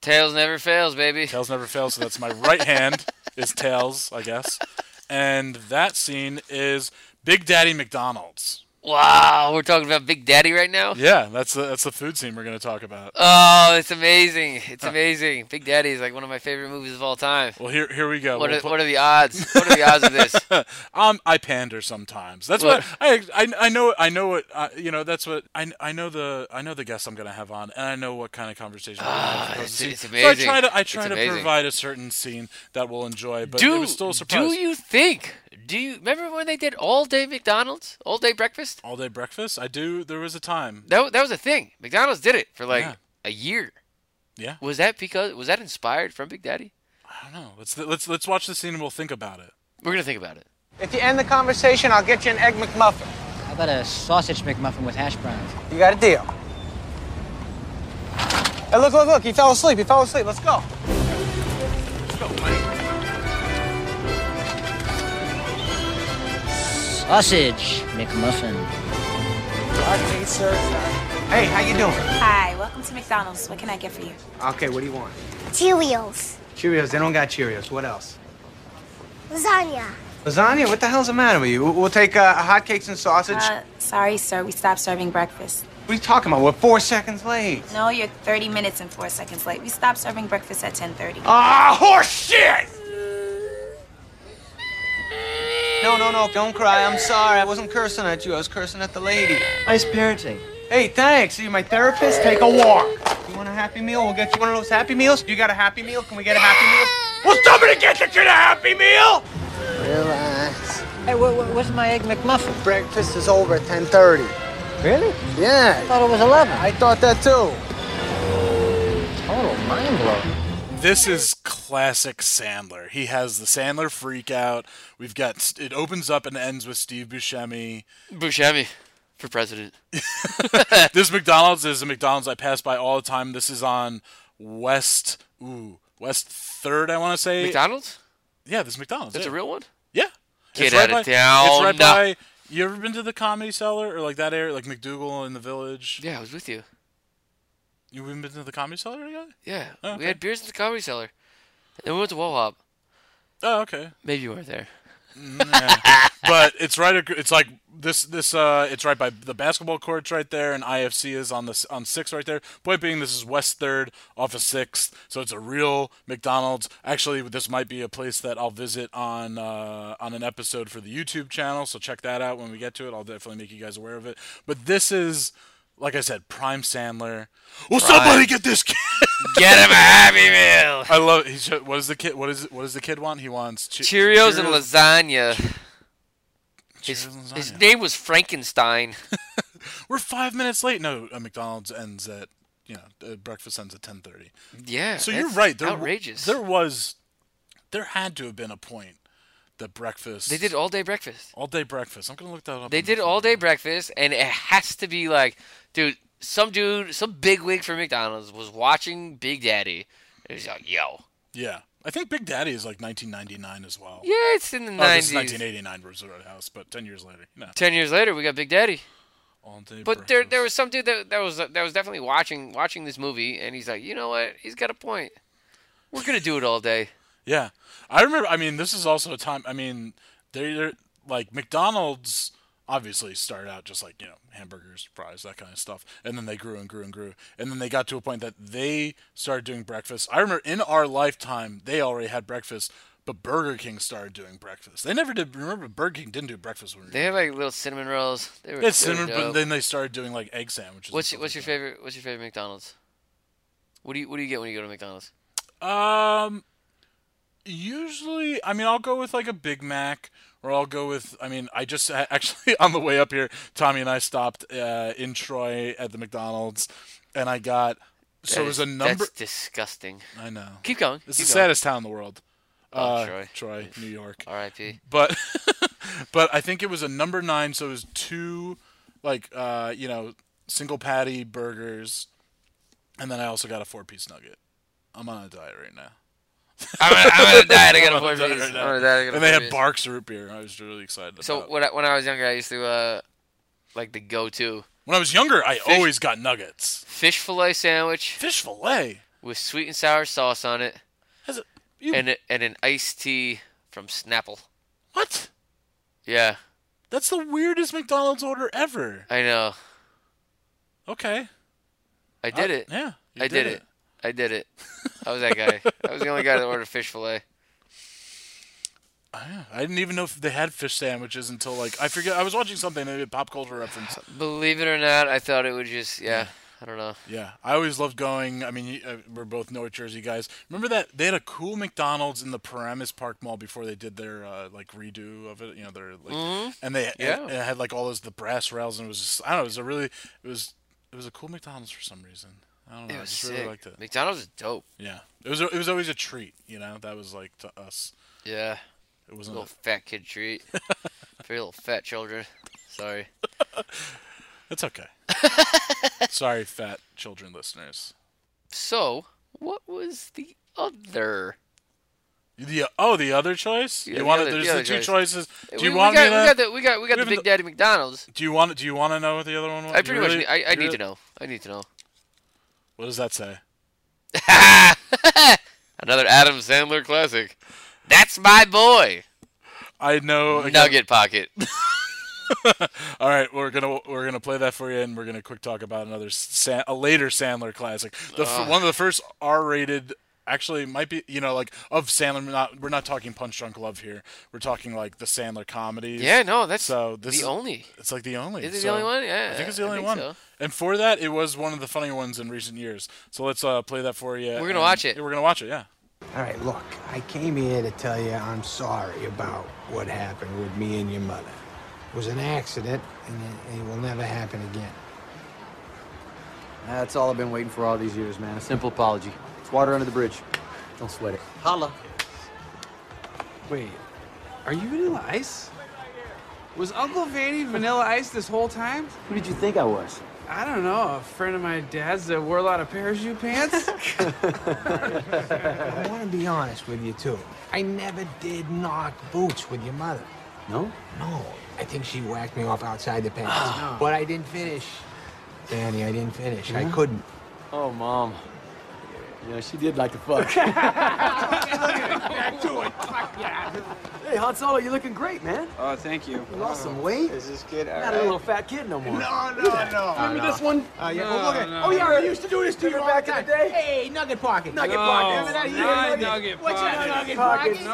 Speaker 3: Tails never fails, baby.
Speaker 1: Tails never fails, so that's my right hand is tails, I guess. And that scene is Big Daddy McDonald's.
Speaker 3: Wow, we're talking about Big Daddy right now?
Speaker 1: Yeah, that's the, that's the food scene we're gonna talk about.
Speaker 3: Oh, it's amazing. It's amazing. Big Daddy is like one of my favorite movies of all time.
Speaker 1: Well, here here we go.
Speaker 3: What
Speaker 1: We'll
Speaker 3: are, what are the odds? What are the odds of [LAUGHS] this?
Speaker 1: [LAUGHS] put- um, I pander sometimes. That's what,
Speaker 3: What?
Speaker 1: I, I I know. I know what uh, you know. That's what I, I know the I know the guests I'm gonna have on, and I know what kind of conversation. Ah,
Speaker 3: it's- it's
Speaker 1: So I
Speaker 3: amazing.
Speaker 1: try to I
Speaker 3: It's
Speaker 1: try to
Speaker 3: amazing.
Speaker 1: provide a certain scene that we'll enjoy, but
Speaker 3: do,
Speaker 1: it was still a surprise.
Speaker 3: do you think? Do you remember when they did all day McDonald's, all day breakfast?
Speaker 1: All day breakfast. I do. There was a time.
Speaker 3: That wa- that was a thing. McDonald's did it for like
Speaker 1: Yeah.
Speaker 3: a year.
Speaker 1: Yeah.
Speaker 3: Was that because was that inspired from Big Daddy?
Speaker 1: I don't know. Let's let's let's watch the scene and we'll think about it.
Speaker 3: We're gonna think about it.
Speaker 8: If you end the conversation, I'll get you an egg McMuffin.
Speaker 9: How about a sausage McMuffin with hash browns?
Speaker 8: You got a deal. Hey, look, look, look. He fell asleep. He fell asleep. Let's go.
Speaker 9: Sausage McMuffin.
Speaker 8: Okay, sir. Hey, how you doing?
Speaker 10: Hi, welcome to McDonald's. What can I get for you?
Speaker 8: Okay, what do you want?
Speaker 11: Cheerios.
Speaker 8: Cheerios. They don't got Cheerios. What else?
Speaker 11: Lasagna.
Speaker 8: Lasagna? What the hell's the matter with you? We'll we'll take uh, hotcakes and sausage.
Speaker 10: Uh, sorry, sir, we stopped serving breakfast.
Speaker 8: what are you talking about? We're four seconds late.
Speaker 10: No, you're 30 minutes and four seconds late. We stopped serving breakfast at 10:30.
Speaker 8: Ah, horse shit! No, no, no. Don't cry. I'm sorry. I wasn't cursing at you. I was cursing at the lady.
Speaker 9: Nice parenting.
Speaker 8: Hey, thanks. Are you my therapist? Take a walk. You want a Happy Meal? We'll get you one of those Happy Meals. You got a Happy Meal? Can we get a Happy Meal? Well, somebody get the kid a Happy Meal!
Speaker 9: Relax. Hey, where, where, where's my egg McMuffin?
Speaker 8: Breakfast is over at 10.30.
Speaker 9: Really?
Speaker 8: Yeah,
Speaker 9: thought it was 11.
Speaker 8: I thought that too.
Speaker 9: Total mind blow.
Speaker 1: This is classic Sandler. He has the Sandler freak out. We've got it opens up and ends with Steve Buscemi.
Speaker 3: Buscemi for president.
Speaker 1: This McDonald's is a McDonald's I pass by all the time. This is on West ooh West Third, I want to say.
Speaker 3: McDonald's?
Speaker 1: Yeah, this McDonald's.
Speaker 3: That's
Speaker 1: yeah.
Speaker 3: a real one.
Speaker 1: yeah.
Speaker 3: Get
Speaker 1: it's right
Speaker 3: outta
Speaker 1: by, It's
Speaker 3: town.
Speaker 1: right by. You ever been to the Comedy Cellar or like that area, like McDougal in the Village?
Speaker 3: Yeah, I was with you.
Speaker 1: You haven't been to the Comedy Cellar yet?
Speaker 3: Yeah,
Speaker 1: Oh, okay.
Speaker 3: we had beers in the comedy cellar, and then we went to Wall Hop.
Speaker 1: Oh, okay.
Speaker 3: Maybe you weren't there.
Speaker 1: but it's right. ac- It's like this. This. Uh, it's right by the basketball courts right there, and IFC is on the s- on six right there. Point being, this is West Third off of Sixth, so it's a real McDonald's. Actually, this might be a place that I'll visit on uh, on an episode for the YouTube channel. So check that out when we get to it. I'll definitely make you guys aware of it. But this is. Like I said, Prime Sandler. Will somebody get this kid? [LAUGHS]
Speaker 3: Get him a Happy Meal.
Speaker 1: I love. He's, what does the kid? What is? What does the kid want? He wants che-
Speaker 3: Cheerios, and lasagna. His,
Speaker 1: Cheerios and lasagna.
Speaker 3: his name was Frankenstein.
Speaker 1: We're five minutes late. No, uh, McDonald's ends at you know uh, breakfast ends at ten thirty. [LAUGHS]
Speaker 3: yeah.
Speaker 1: So you're
Speaker 3: that's
Speaker 1: right. There, w-
Speaker 3: outrageous.
Speaker 1: There was, there had to have been a point that breakfast.
Speaker 3: They did all day breakfast.
Speaker 1: all day breakfast. I'm gonna look that up.
Speaker 3: They
Speaker 1: on
Speaker 3: did
Speaker 1: the
Speaker 3: all
Speaker 1: phone.
Speaker 3: day breakfast, and it has to be like, dude, some dude, some bigwig from McDonald's was watching Big Daddy. And he's like, yo.
Speaker 1: Yeah, I think Big Daddy is like 1999 as well.
Speaker 3: Yeah, it's in the
Speaker 1: Oh, this is
Speaker 3: 90s.
Speaker 1: 1989 versus Red House, but ten years later, you know,
Speaker 3: Ten years later, we got Big Daddy.
Speaker 1: all day.
Speaker 3: But there, there
Speaker 1: breakfast.
Speaker 3: was some dude that, that was that was definitely watching watching this movie, and he's like, you know what? He's got a point. We're gonna do it all day.
Speaker 1: Yeah, I remember. I mean, this is also a time. I mean, they're, they're like McDonald's. Obviously, started out just like you know hamburgers, fries, that kind of stuff, and then they grew and grew and grew, and then they got to a point that they started doing breakfast. I remember in our lifetime they already had breakfast, but Burger King started doing breakfast. They never did. Remember, Burger King didn't do breakfast when we were
Speaker 3: They had like little cinnamon rolls. They were,
Speaker 1: They had
Speaker 3: they were
Speaker 1: cinnamon, but
Speaker 3: dope.
Speaker 1: then they started doing like egg sandwiches. and
Speaker 3: What's
Speaker 1: stuff
Speaker 3: what's your
Speaker 1: like
Speaker 3: favorite? What's your favorite McDonald's? What do you what do you get when you go to McDonald's?
Speaker 1: that. Um, Usually, I mean, I'll go with like a Big Mac, or I'll go with. I mean, I just [LAUGHS] a- actually on the way up here, Tommy and I stopped uh, in Troy at the McDonald's, and I got. So
Speaker 3: That
Speaker 1: it was
Speaker 3: is-
Speaker 1: a number.
Speaker 3: That's disgusting.
Speaker 1: I know.
Speaker 3: Keep going.
Speaker 1: It's
Speaker 3: keep
Speaker 1: the
Speaker 3: going.
Speaker 1: saddest town in the world.
Speaker 3: Oh,
Speaker 1: uh,
Speaker 3: Troy.
Speaker 1: Troy, New York.
Speaker 3: R.I.P.
Speaker 1: But, [LAUGHS] but I think it was a number nine, so it was two, like uh, you know, single patty burgers, and then I also got a four piece nugget. I'm on a diet right now.
Speaker 3: I'm on a- I'm on a diet, I got a
Speaker 1: I'm on
Speaker 3: four-piece,
Speaker 1: diet right
Speaker 3: I'm
Speaker 1: now.
Speaker 3: on a diet, I got a
Speaker 1: And they had
Speaker 3: four-piece.
Speaker 1: Barks root beer. I was really excited.
Speaker 3: So
Speaker 1: about.
Speaker 3: when I, when I was younger, I used to uh, like the go-to.
Speaker 1: when I was younger, I
Speaker 3: Fish-
Speaker 1: always got nuggets.
Speaker 3: fish fillet sandwich.
Speaker 1: Fish fillet
Speaker 3: with sweet and sour sauce on it.
Speaker 1: Has it- you-
Speaker 3: And a, and an iced tea from Snapple.
Speaker 1: What?
Speaker 3: Yeah,
Speaker 1: That's the weirdest McDonald's order ever.
Speaker 3: I know.
Speaker 1: Okay.
Speaker 3: I did
Speaker 1: I-
Speaker 3: it.
Speaker 1: yeah, you
Speaker 3: I
Speaker 1: did
Speaker 3: did,
Speaker 1: it.
Speaker 3: it. I did it. I was that guy. I was the only guy that ordered fish fillet.
Speaker 1: Yeah, I didn't even know if they had fish sandwiches until like I forget. I was watching something maybe a pop culture reference.
Speaker 3: Believe it or not, I thought it would just yeah. I don't know.
Speaker 1: Yeah, I always loved going. I mean, you- uh, we're both North Jersey guys. Remember that they had a cool McDonald's in the Paramus Park Mall before they did their uh, like redo of it. You know, their like,
Speaker 3: Mhm.
Speaker 1: and they
Speaker 3: Yeah.
Speaker 1: it, it had like all those the brass rails and it was just I don't know. It was a really it was it was a cool McDonald's for some reason. I don't know.
Speaker 3: It
Speaker 1: I
Speaker 3: was
Speaker 1: just
Speaker 3: sick.
Speaker 1: Oh, really liked it.
Speaker 3: McDonald's is dope.
Speaker 1: Yeah, it was a, it was always a treat. You know, that was like to us. [LAUGHS]
Speaker 3: Yeah.
Speaker 1: It wasn't
Speaker 3: a little fat
Speaker 1: [LAUGHS]
Speaker 3: kid treat for your little fat children. Sorry.
Speaker 1: It's
Speaker 3: [LAUGHS]
Speaker 1: okay. Sorry, fat children listeners.
Speaker 3: So what was the other?
Speaker 1: The oh, the other choice.
Speaker 3: Yeah,
Speaker 1: you
Speaker 3: the
Speaker 1: want
Speaker 3: other-
Speaker 1: There's
Speaker 3: the
Speaker 1: the,
Speaker 3: other
Speaker 1: two
Speaker 3: choice.
Speaker 1: choices.
Speaker 3: Hey,
Speaker 1: Do you
Speaker 3: we,
Speaker 1: want
Speaker 3: we got,
Speaker 1: me to?
Speaker 3: we got the we got we got the
Speaker 1: haven't
Speaker 3: Big Daddy McDonald's.
Speaker 1: do you want? Do you want to know what the other one was?
Speaker 3: I
Speaker 1: You
Speaker 3: pretty
Speaker 1: really-
Speaker 3: much need, I,
Speaker 1: you
Speaker 3: I need
Speaker 1: really-
Speaker 3: to know. I need
Speaker 1: [LAUGHS]
Speaker 3: to know.
Speaker 1: What does that say?
Speaker 3: Another Adam Sandler classic. That's my boy.
Speaker 1: I know. again-
Speaker 3: Nugget pocket.
Speaker 1: All right, we're gonna we're gonna play that for you, and we're gonna quick talk about another Sa- a later Sandler classic. The f-
Speaker 3: Ugh.
Speaker 1: one of the first R-rated. Actually, might be you know like of Sandler. We're not we're not talking Punch Drunk Love here. We're talking like the Sandler comedies.
Speaker 3: Yeah, no, that's
Speaker 1: so this
Speaker 3: the
Speaker 1: is-
Speaker 3: only.
Speaker 1: It's like the only.
Speaker 3: Is it the
Speaker 1: so
Speaker 3: only one? Yeah,
Speaker 1: I think it's the
Speaker 3: I
Speaker 1: only
Speaker 3: think
Speaker 1: one.
Speaker 3: so.
Speaker 1: And for that, it was one of the funny ones in recent years. So let's uh, play that for you.
Speaker 12: We're gonna
Speaker 1: and-
Speaker 12: watch it.
Speaker 1: yeah, We're gonna watch it. Yeah.
Speaker 12: All right, look, I came here to tell you I'm sorry about what happened with me and your mother. It was an accident, and it, and it will never happen again.
Speaker 13: That's all I've been waiting for all these years, man. A simple apology. It's water under the bridge. Don't sweat it. Holla.
Speaker 14: Wait, are you Vanilla Ice? Was Uncle Vanny Vanilla Ice this whole time?
Speaker 13: Who did you think I was?
Speaker 14: I don't know. A friend of my dad's that wore a lot of parachute
Speaker 13: [LAUGHS]
Speaker 14: pants.
Speaker 12: I want to be honest with you, too. I never did knock boots with your mother. No? No. I think she whacked me off outside the pants.
Speaker 13: [GASPS] Oh.
Speaker 12: But I didn't finish. Danny, I didn't finish. I
Speaker 13: Yeah?
Speaker 12: couldn't.
Speaker 13: Oh, mom. Yeah, she did like to
Speaker 12: [LAUGHS]
Speaker 13: fuck. [LAUGHS]
Speaker 14: Back to it. Fuck yeah.
Speaker 13: hey, Han Solo, you're looking great, man.
Speaker 14: Oh, thank you.
Speaker 13: You lost some weight. Is this kid Not a little fat kid no more.
Speaker 12: No,
Speaker 13: [LAUGHS]
Speaker 12: no, no.
Speaker 13: Remember
Speaker 12: no.
Speaker 13: this one?
Speaker 12: Uh, yeah.
Speaker 13: No,
Speaker 12: well, look at-
Speaker 13: no.
Speaker 12: oh, yeah, I used to do this to you
Speaker 13: Remember
Speaker 12: all
Speaker 13: back in the
Speaker 12: time. Hey, Nugget Pocket.
Speaker 13: Nugget
Speaker 12: No,
Speaker 13: Pocket.
Speaker 12: Remember that? You
Speaker 14: not
Speaker 12: had
Speaker 14: Nugget
Speaker 12: What's your
Speaker 14: Pocket.
Speaker 12: Nugget
Speaker 13: Pocket,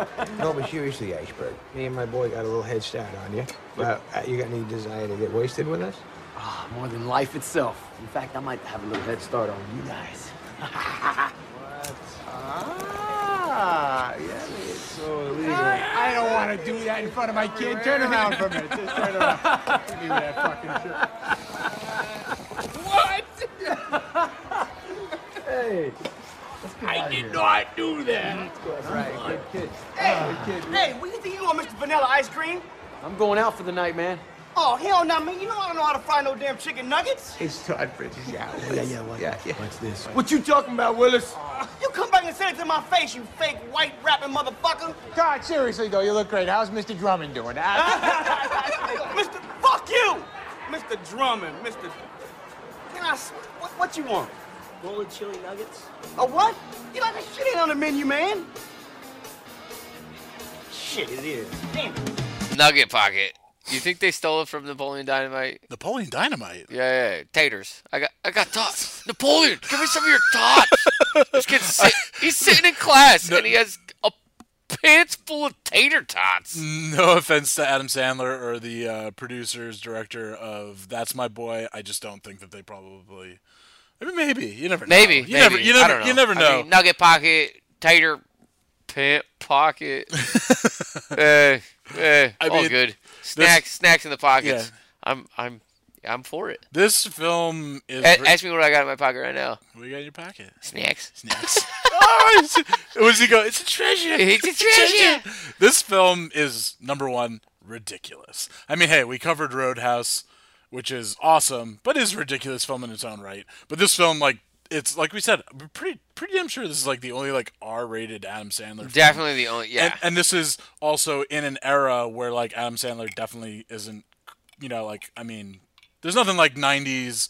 Speaker 12: Pocket?
Speaker 13: no.
Speaker 12: No, but seriously, Iceberg, me and my boy got a little head start on you. But uh, you got any desire to get wasted with us?
Speaker 13: Ah, more than life itself. In fact, I might have a little head start on you guys.
Speaker 12: Ah, yeah, it's so illegal. I don't want to do that in front of my kid. Turn around for a minute. Just turn around. Give me that fucking shirt.
Speaker 14: What?
Speaker 13: hey.
Speaker 12: I did not do that.
Speaker 13: That's right. Good kid.
Speaker 12: Hey,
Speaker 13: Good kid.
Speaker 12: hey, what do you think you are, Mr. Vanilla Ice Cream?
Speaker 13: I'm going out for the night, man.
Speaker 12: Oh, hell no, man. You know I don't know how to fry no damn chicken nuggets. It's Todd Bridges, yeah. Yeah, yeah, what, yeah, yeah. What's this? What you talking about, Willis?
Speaker 15: You come back and say it to my face, you fake white rapping motherfucker!
Speaker 12: God, seriously, though, you look great. How's Mr. Drummond
Speaker 15: [LAUGHS]
Speaker 12: doing? Uh,
Speaker 15: Mr. Fuck you! Mr. Drummond, Mr. Can I. s- What, what you want? Bowl of chili nuggets? A what? You like that shit ain't on the menu, man! Shit, it is. Damn it.
Speaker 3: Nugget pocket. You think they stole it from Napoleon Dynamite?
Speaker 1: Napoleon Dynamite.
Speaker 3: Yeah, yeah, yeah. taters. I got, I got tots. Napoleon, give me some of your tots.
Speaker 1: [LAUGHS]
Speaker 3: this kid's sit, he's sitting in class and he has a pants full of tater tots.
Speaker 1: No offense to Adam Sandler or the uh, producers, director of That's My Boy. I just don't think that they probably. I mean, maybe you never.
Speaker 3: Maybe,
Speaker 1: know.
Speaker 3: maybe.
Speaker 1: you never. You
Speaker 3: I
Speaker 1: never.
Speaker 3: don't
Speaker 1: You never
Speaker 3: I
Speaker 1: know.
Speaker 3: mean, nugget pocket, tater, pant
Speaker 1: [LAUGHS]
Speaker 3: pocket. eh, eh,
Speaker 1: I
Speaker 3: all
Speaker 1: mean,
Speaker 3: good.
Speaker 1: this-
Speaker 3: Snacks, snacks in the pockets.
Speaker 1: Yeah.
Speaker 3: I'm, I'm, I'm for it.
Speaker 1: This film is.
Speaker 3: A- ask me what I got in my pocket right now.
Speaker 1: What do you got in your pocket?
Speaker 3: Snacks.
Speaker 1: Snacks. oh, it's, [LAUGHS] what does he go? [LAUGHS] It's a treasure.
Speaker 3: It's a treasure.
Speaker 1: This film is number one ridiculous. I mean, hey, we covered Roadhouse, which is awesome, but is a ridiculous film in its own right. But this film, like, it's like we said, we're pretty pretty damn sure this is like the only like R-rated Adam Sandler. film.
Speaker 3: Definitely the only- yeah.
Speaker 1: And, and this is also in an era where like Adam Sandler definitely isn't, you know, like I mean, there's nothing like '90s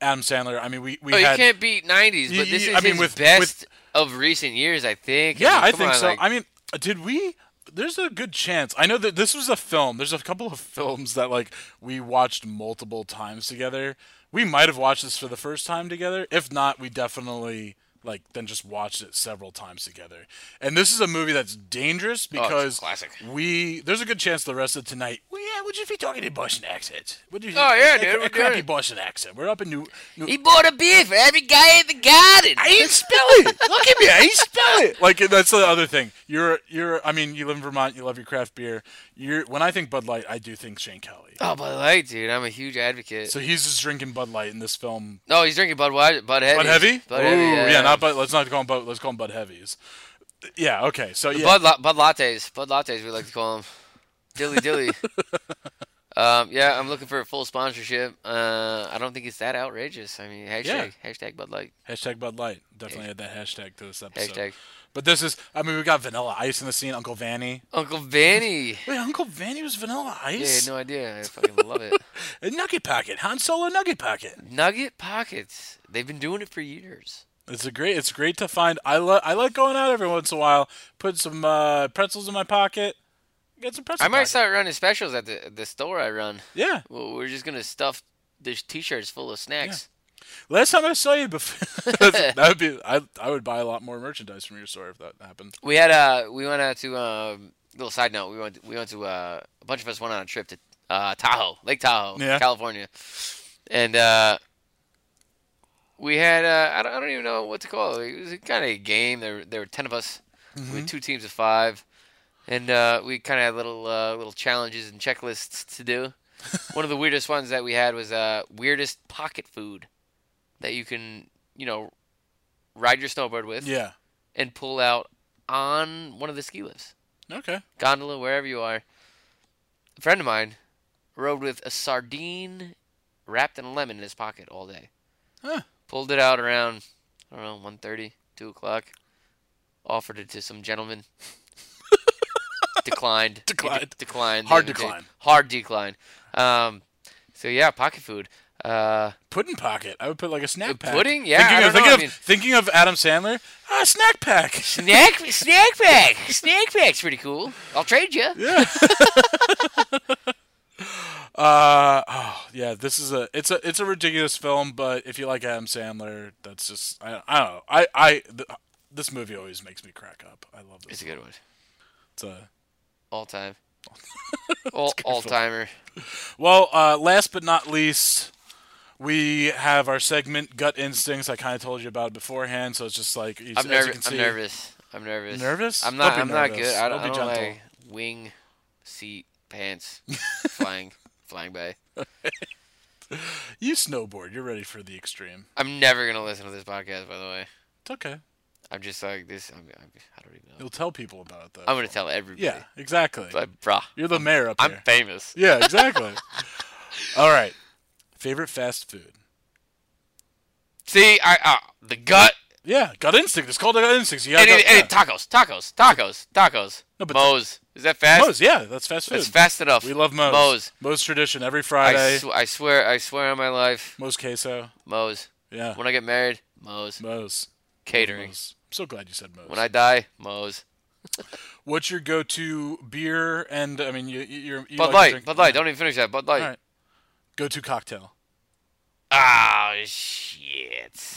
Speaker 1: Adam Sandler. I mean, we we
Speaker 3: oh,
Speaker 1: had
Speaker 3: you can't beat '90s,
Speaker 1: You-
Speaker 3: but this
Speaker 1: you-
Speaker 3: is
Speaker 1: I mean,
Speaker 3: his
Speaker 1: with-
Speaker 3: best
Speaker 1: with-
Speaker 3: of recent years, I think.
Speaker 1: Yeah, I
Speaker 3: mean, come
Speaker 1: think
Speaker 3: on,
Speaker 1: so.
Speaker 3: like-
Speaker 1: I mean, did we? There's a good chance. I know that this was a film. There's a couple of [LAUGHS] films that like we watched multiple times together. We might have watched this for the first time together. If not, we definitely like then just watched it several times together. And this is a movie that's dangerous
Speaker 3: Oh, it's a
Speaker 1: because
Speaker 3: classic.
Speaker 1: we there's a good chance the rest of tonight. Well, yeah, would you be talking in Boston accent? Would you?
Speaker 3: Oh, yeah,
Speaker 1: a-
Speaker 3: dude,
Speaker 1: a,
Speaker 3: we're
Speaker 1: a crappy
Speaker 3: doing it.
Speaker 1: Boston accent. We're up in New. New
Speaker 3: he bought a beer for every guy in the garden.
Speaker 1: I didn't spell it. Look at me. I didn't spell it. Like that's the other thing. You're you're. I mean, you live in Vermont. You love your craft beer. You're. When I think Bud Light, I do think Shane Kelly.
Speaker 3: Oh, Bud Light, dude. I'm a huge advocate.
Speaker 1: So he's just drinking Bud Light in this film.
Speaker 3: no, he's drinking Bud White, Bud Heavy.
Speaker 1: Bud Heavy.
Speaker 3: Bud Heavy.
Speaker 1: Ooh,
Speaker 3: Yeah,
Speaker 1: Not Bud. Let's not call him Bud. Let's call him Bud Heavies. Yeah. Okay. So
Speaker 3: The
Speaker 1: yeah.
Speaker 3: Bud, la- Bud lattes. Bud lattes, we like to call them. Dilly
Speaker 1: [LAUGHS]
Speaker 3: dilly. um, yeah, I'm looking for a full sponsorship. Uh, I don't think it's that outrageous. I mean, hashtag
Speaker 1: Yeah.
Speaker 3: hashtag Bud Light.
Speaker 1: Hashtag Bud Light. Definitely add that hashtag to this episode.
Speaker 3: Hashtag.
Speaker 1: But this is. I mean, we got Vanilla Ice in the scene. Uncle Vanny.
Speaker 3: Uncle Vanny.
Speaker 1: Wait, Uncle Vanny was Vanilla
Speaker 3: Yeah, I
Speaker 1: Ice.
Speaker 3: had no idea. I fucking
Speaker 1: [LAUGHS]
Speaker 3: love it.
Speaker 1: Nugget Pocket. Han Solo Nugget Pocket.
Speaker 3: Nugget pockets. They've been doing it for years.
Speaker 1: It's a great. It's great to find. I love. I like going out every once in a while. Put some uh, pretzels in my pocket. Get some pretzels.
Speaker 3: I might start running specials at the the store I run.
Speaker 1: Yeah.
Speaker 3: Well, we're just gonna stuff these t-shirts full of snacks.
Speaker 1: Last time I saw you before, [LAUGHS]
Speaker 3: [LAUGHS]
Speaker 1: that would be. I I would buy a lot more merchandise from your store if that happened.
Speaker 3: We had uh we went out to um little side note we went we went to uh a bunch of us went on a trip to uh Tahoe Lake Tahoe
Speaker 1: Yeah.
Speaker 3: California, and uh we had uh I don't, I don't even know what to call it. It was kind of a game. There there were ten of us with
Speaker 1: Mhm.
Speaker 3: two teams of five, and uh, we kind of had little uh, little challenges and checklists
Speaker 1: [LAUGHS]
Speaker 3: to do. One of the weirdest ones that we had was uh weirdest pocket food that you can you know ride your snowboard with
Speaker 1: Yeah.
Speaker 3: and pull out on one of the ski lifts.
Speaker 1: Okay.
Speaker 3: Gondola, wherever you are. A friend of mine rode with a sardine wrapped in a lemon in his pocket all day.
Speaker 1: Huh.
Speaker 3: Pulled it out around, I don't know, 1.30, 2 o'clock. Offered it to
Speaker 1: [LAUGHS]
Speaker 3: some gentleman. declined. He de-
Speaker 1: Declined.
Speaker 3: declined. the
Speaker 1: Hard
Speaker 3: invitation.
Speaker 1: decline.
Speaker 3: Hard decline. Um, so, yeah, pocket food.
Speaker 1: [LAUGHS]
Speaker 3: Uh,
Speaker 1: Pudding pocket. I would put like a snack pack.
Speaker 3: pudding? Yeah,
Speaker 1: Thinking
Speaker 3: I
Speaker 1: of,
Speaker 3: don't know,
Speaker 1: thinking
Speaker 3: I
Speaker 1: of
Speaker 3: mean-
Speaker 1: thinking of Adam Sandler. Ah, snack pack. [LAUGHS]
Speaker 3: snack, snack pack. Snack pack's pretty cool. I'll trade you.
Speaker 1: Yeah. Uh oh yeah, this is a it's a it's a ridiculous film, but if you like Adam Sandler, that's just I, I don't know I I th- this movie always makes me crack up. I love this.
Speaker 3: It's a good one.
Speaker 1: It's uh, a
Speaker 3: All
Speaker 1: [LAUGHS]
Speaker 3: time. all all timer.
Speaker 1: well. Uh, last but not least, we have our segment gut instincts. I kind of told you about beforehand, so it's just like you,
Speaker 3: I'm
Speaker 1: as you can
Speaker 3: nervous.
Speaker 1: see,
Speaker 3: I'm nervous. I'm nervous.
Speaker 1: Nervous?
Speaker 3: I'm not.
Speaker 1: Don't
Speaker 3: I'm
Speaker 1: be
Speaker 3: not
Speaker 1: nervous.
Speaker 3: good. I don't,
Speaker 1: Don't
Speaker 3: I
Speaker 1: be
Speaker 3: don't
Speaker 1: gentle.
Speaker 3: like wing, seat,
Speaker 1: [LAUGHS]
Speaker 3: pants, flying, flying by.
Speaker 1: You snowboard. You're ready for the extreme.
Speaker 3: I'm never gonna listen to this podcast. By the way,
Speaker 1: It's okay.
Speaker 3: I'm just like this. I'm, I'm, I don't even know.
Speaker 1: You'll tell people about it though.
Speaker 3: I'm gonna tell everybody.
Speaker 1: Yeah, exactly.
Speaker 3: But bruh,
Speaker 1: You're the mayor up
Speaker 3: I'm
Speaker 1: there.
Speaker 3: famous.
Speaker 1: Yeah,
Speaker 3: [LAUGHS]
Speaker 1: exactly. All right. Favorite fast food.
Speaker 3: See, I uh, the gut
Speaker 1: Yeah, gut instinct. It's called a gut instinct. You gotta
Speaker 3: and,
Speaker 1: go-
Speaker 3: it,
Speaker 1: yeah.
Speaker 3: and tacos, tacos, tacos, tacos.
Speaker 1: No, but
Speaker 3: Moe's. Is that fast?
Speaker 1: Moe's, yeah, that's fast food.
Speaker 3: That's fast enough.
Speaker 1: We love Moe's.
Speaker 3: Moe's.
Speaker 1: Moe's tradition every
Speaker 3: I,
Speaker 1: Friday.
Speaker 3: sw- I swear, I swear on my life,
Speaker 1: Moe's queso.
Speaker 3: Moe's.
Speaker 1: Yeah.
Speaker 3: When I get married, Moe's.
Speaker 1: Moe's.
Speaker 3: Catering.
Speaker 1: I'm so glad you said Moe's.
Speaker 3: When I die, Moe's.
Speaker 1: What's your go-to beer? And I mean, you, you- you're you like
Speaker 3: Bud
Speaker 1: to
Speaker 3: Light,
Speaker 1: drink-
Speaker 3: Bud Light.
Speaker 1: yeah.
Speaker 3: Don't even finish that. Bud Light.
Speaker 1: All right. Go-to cocktail.
Speaker 3: Ah, shit.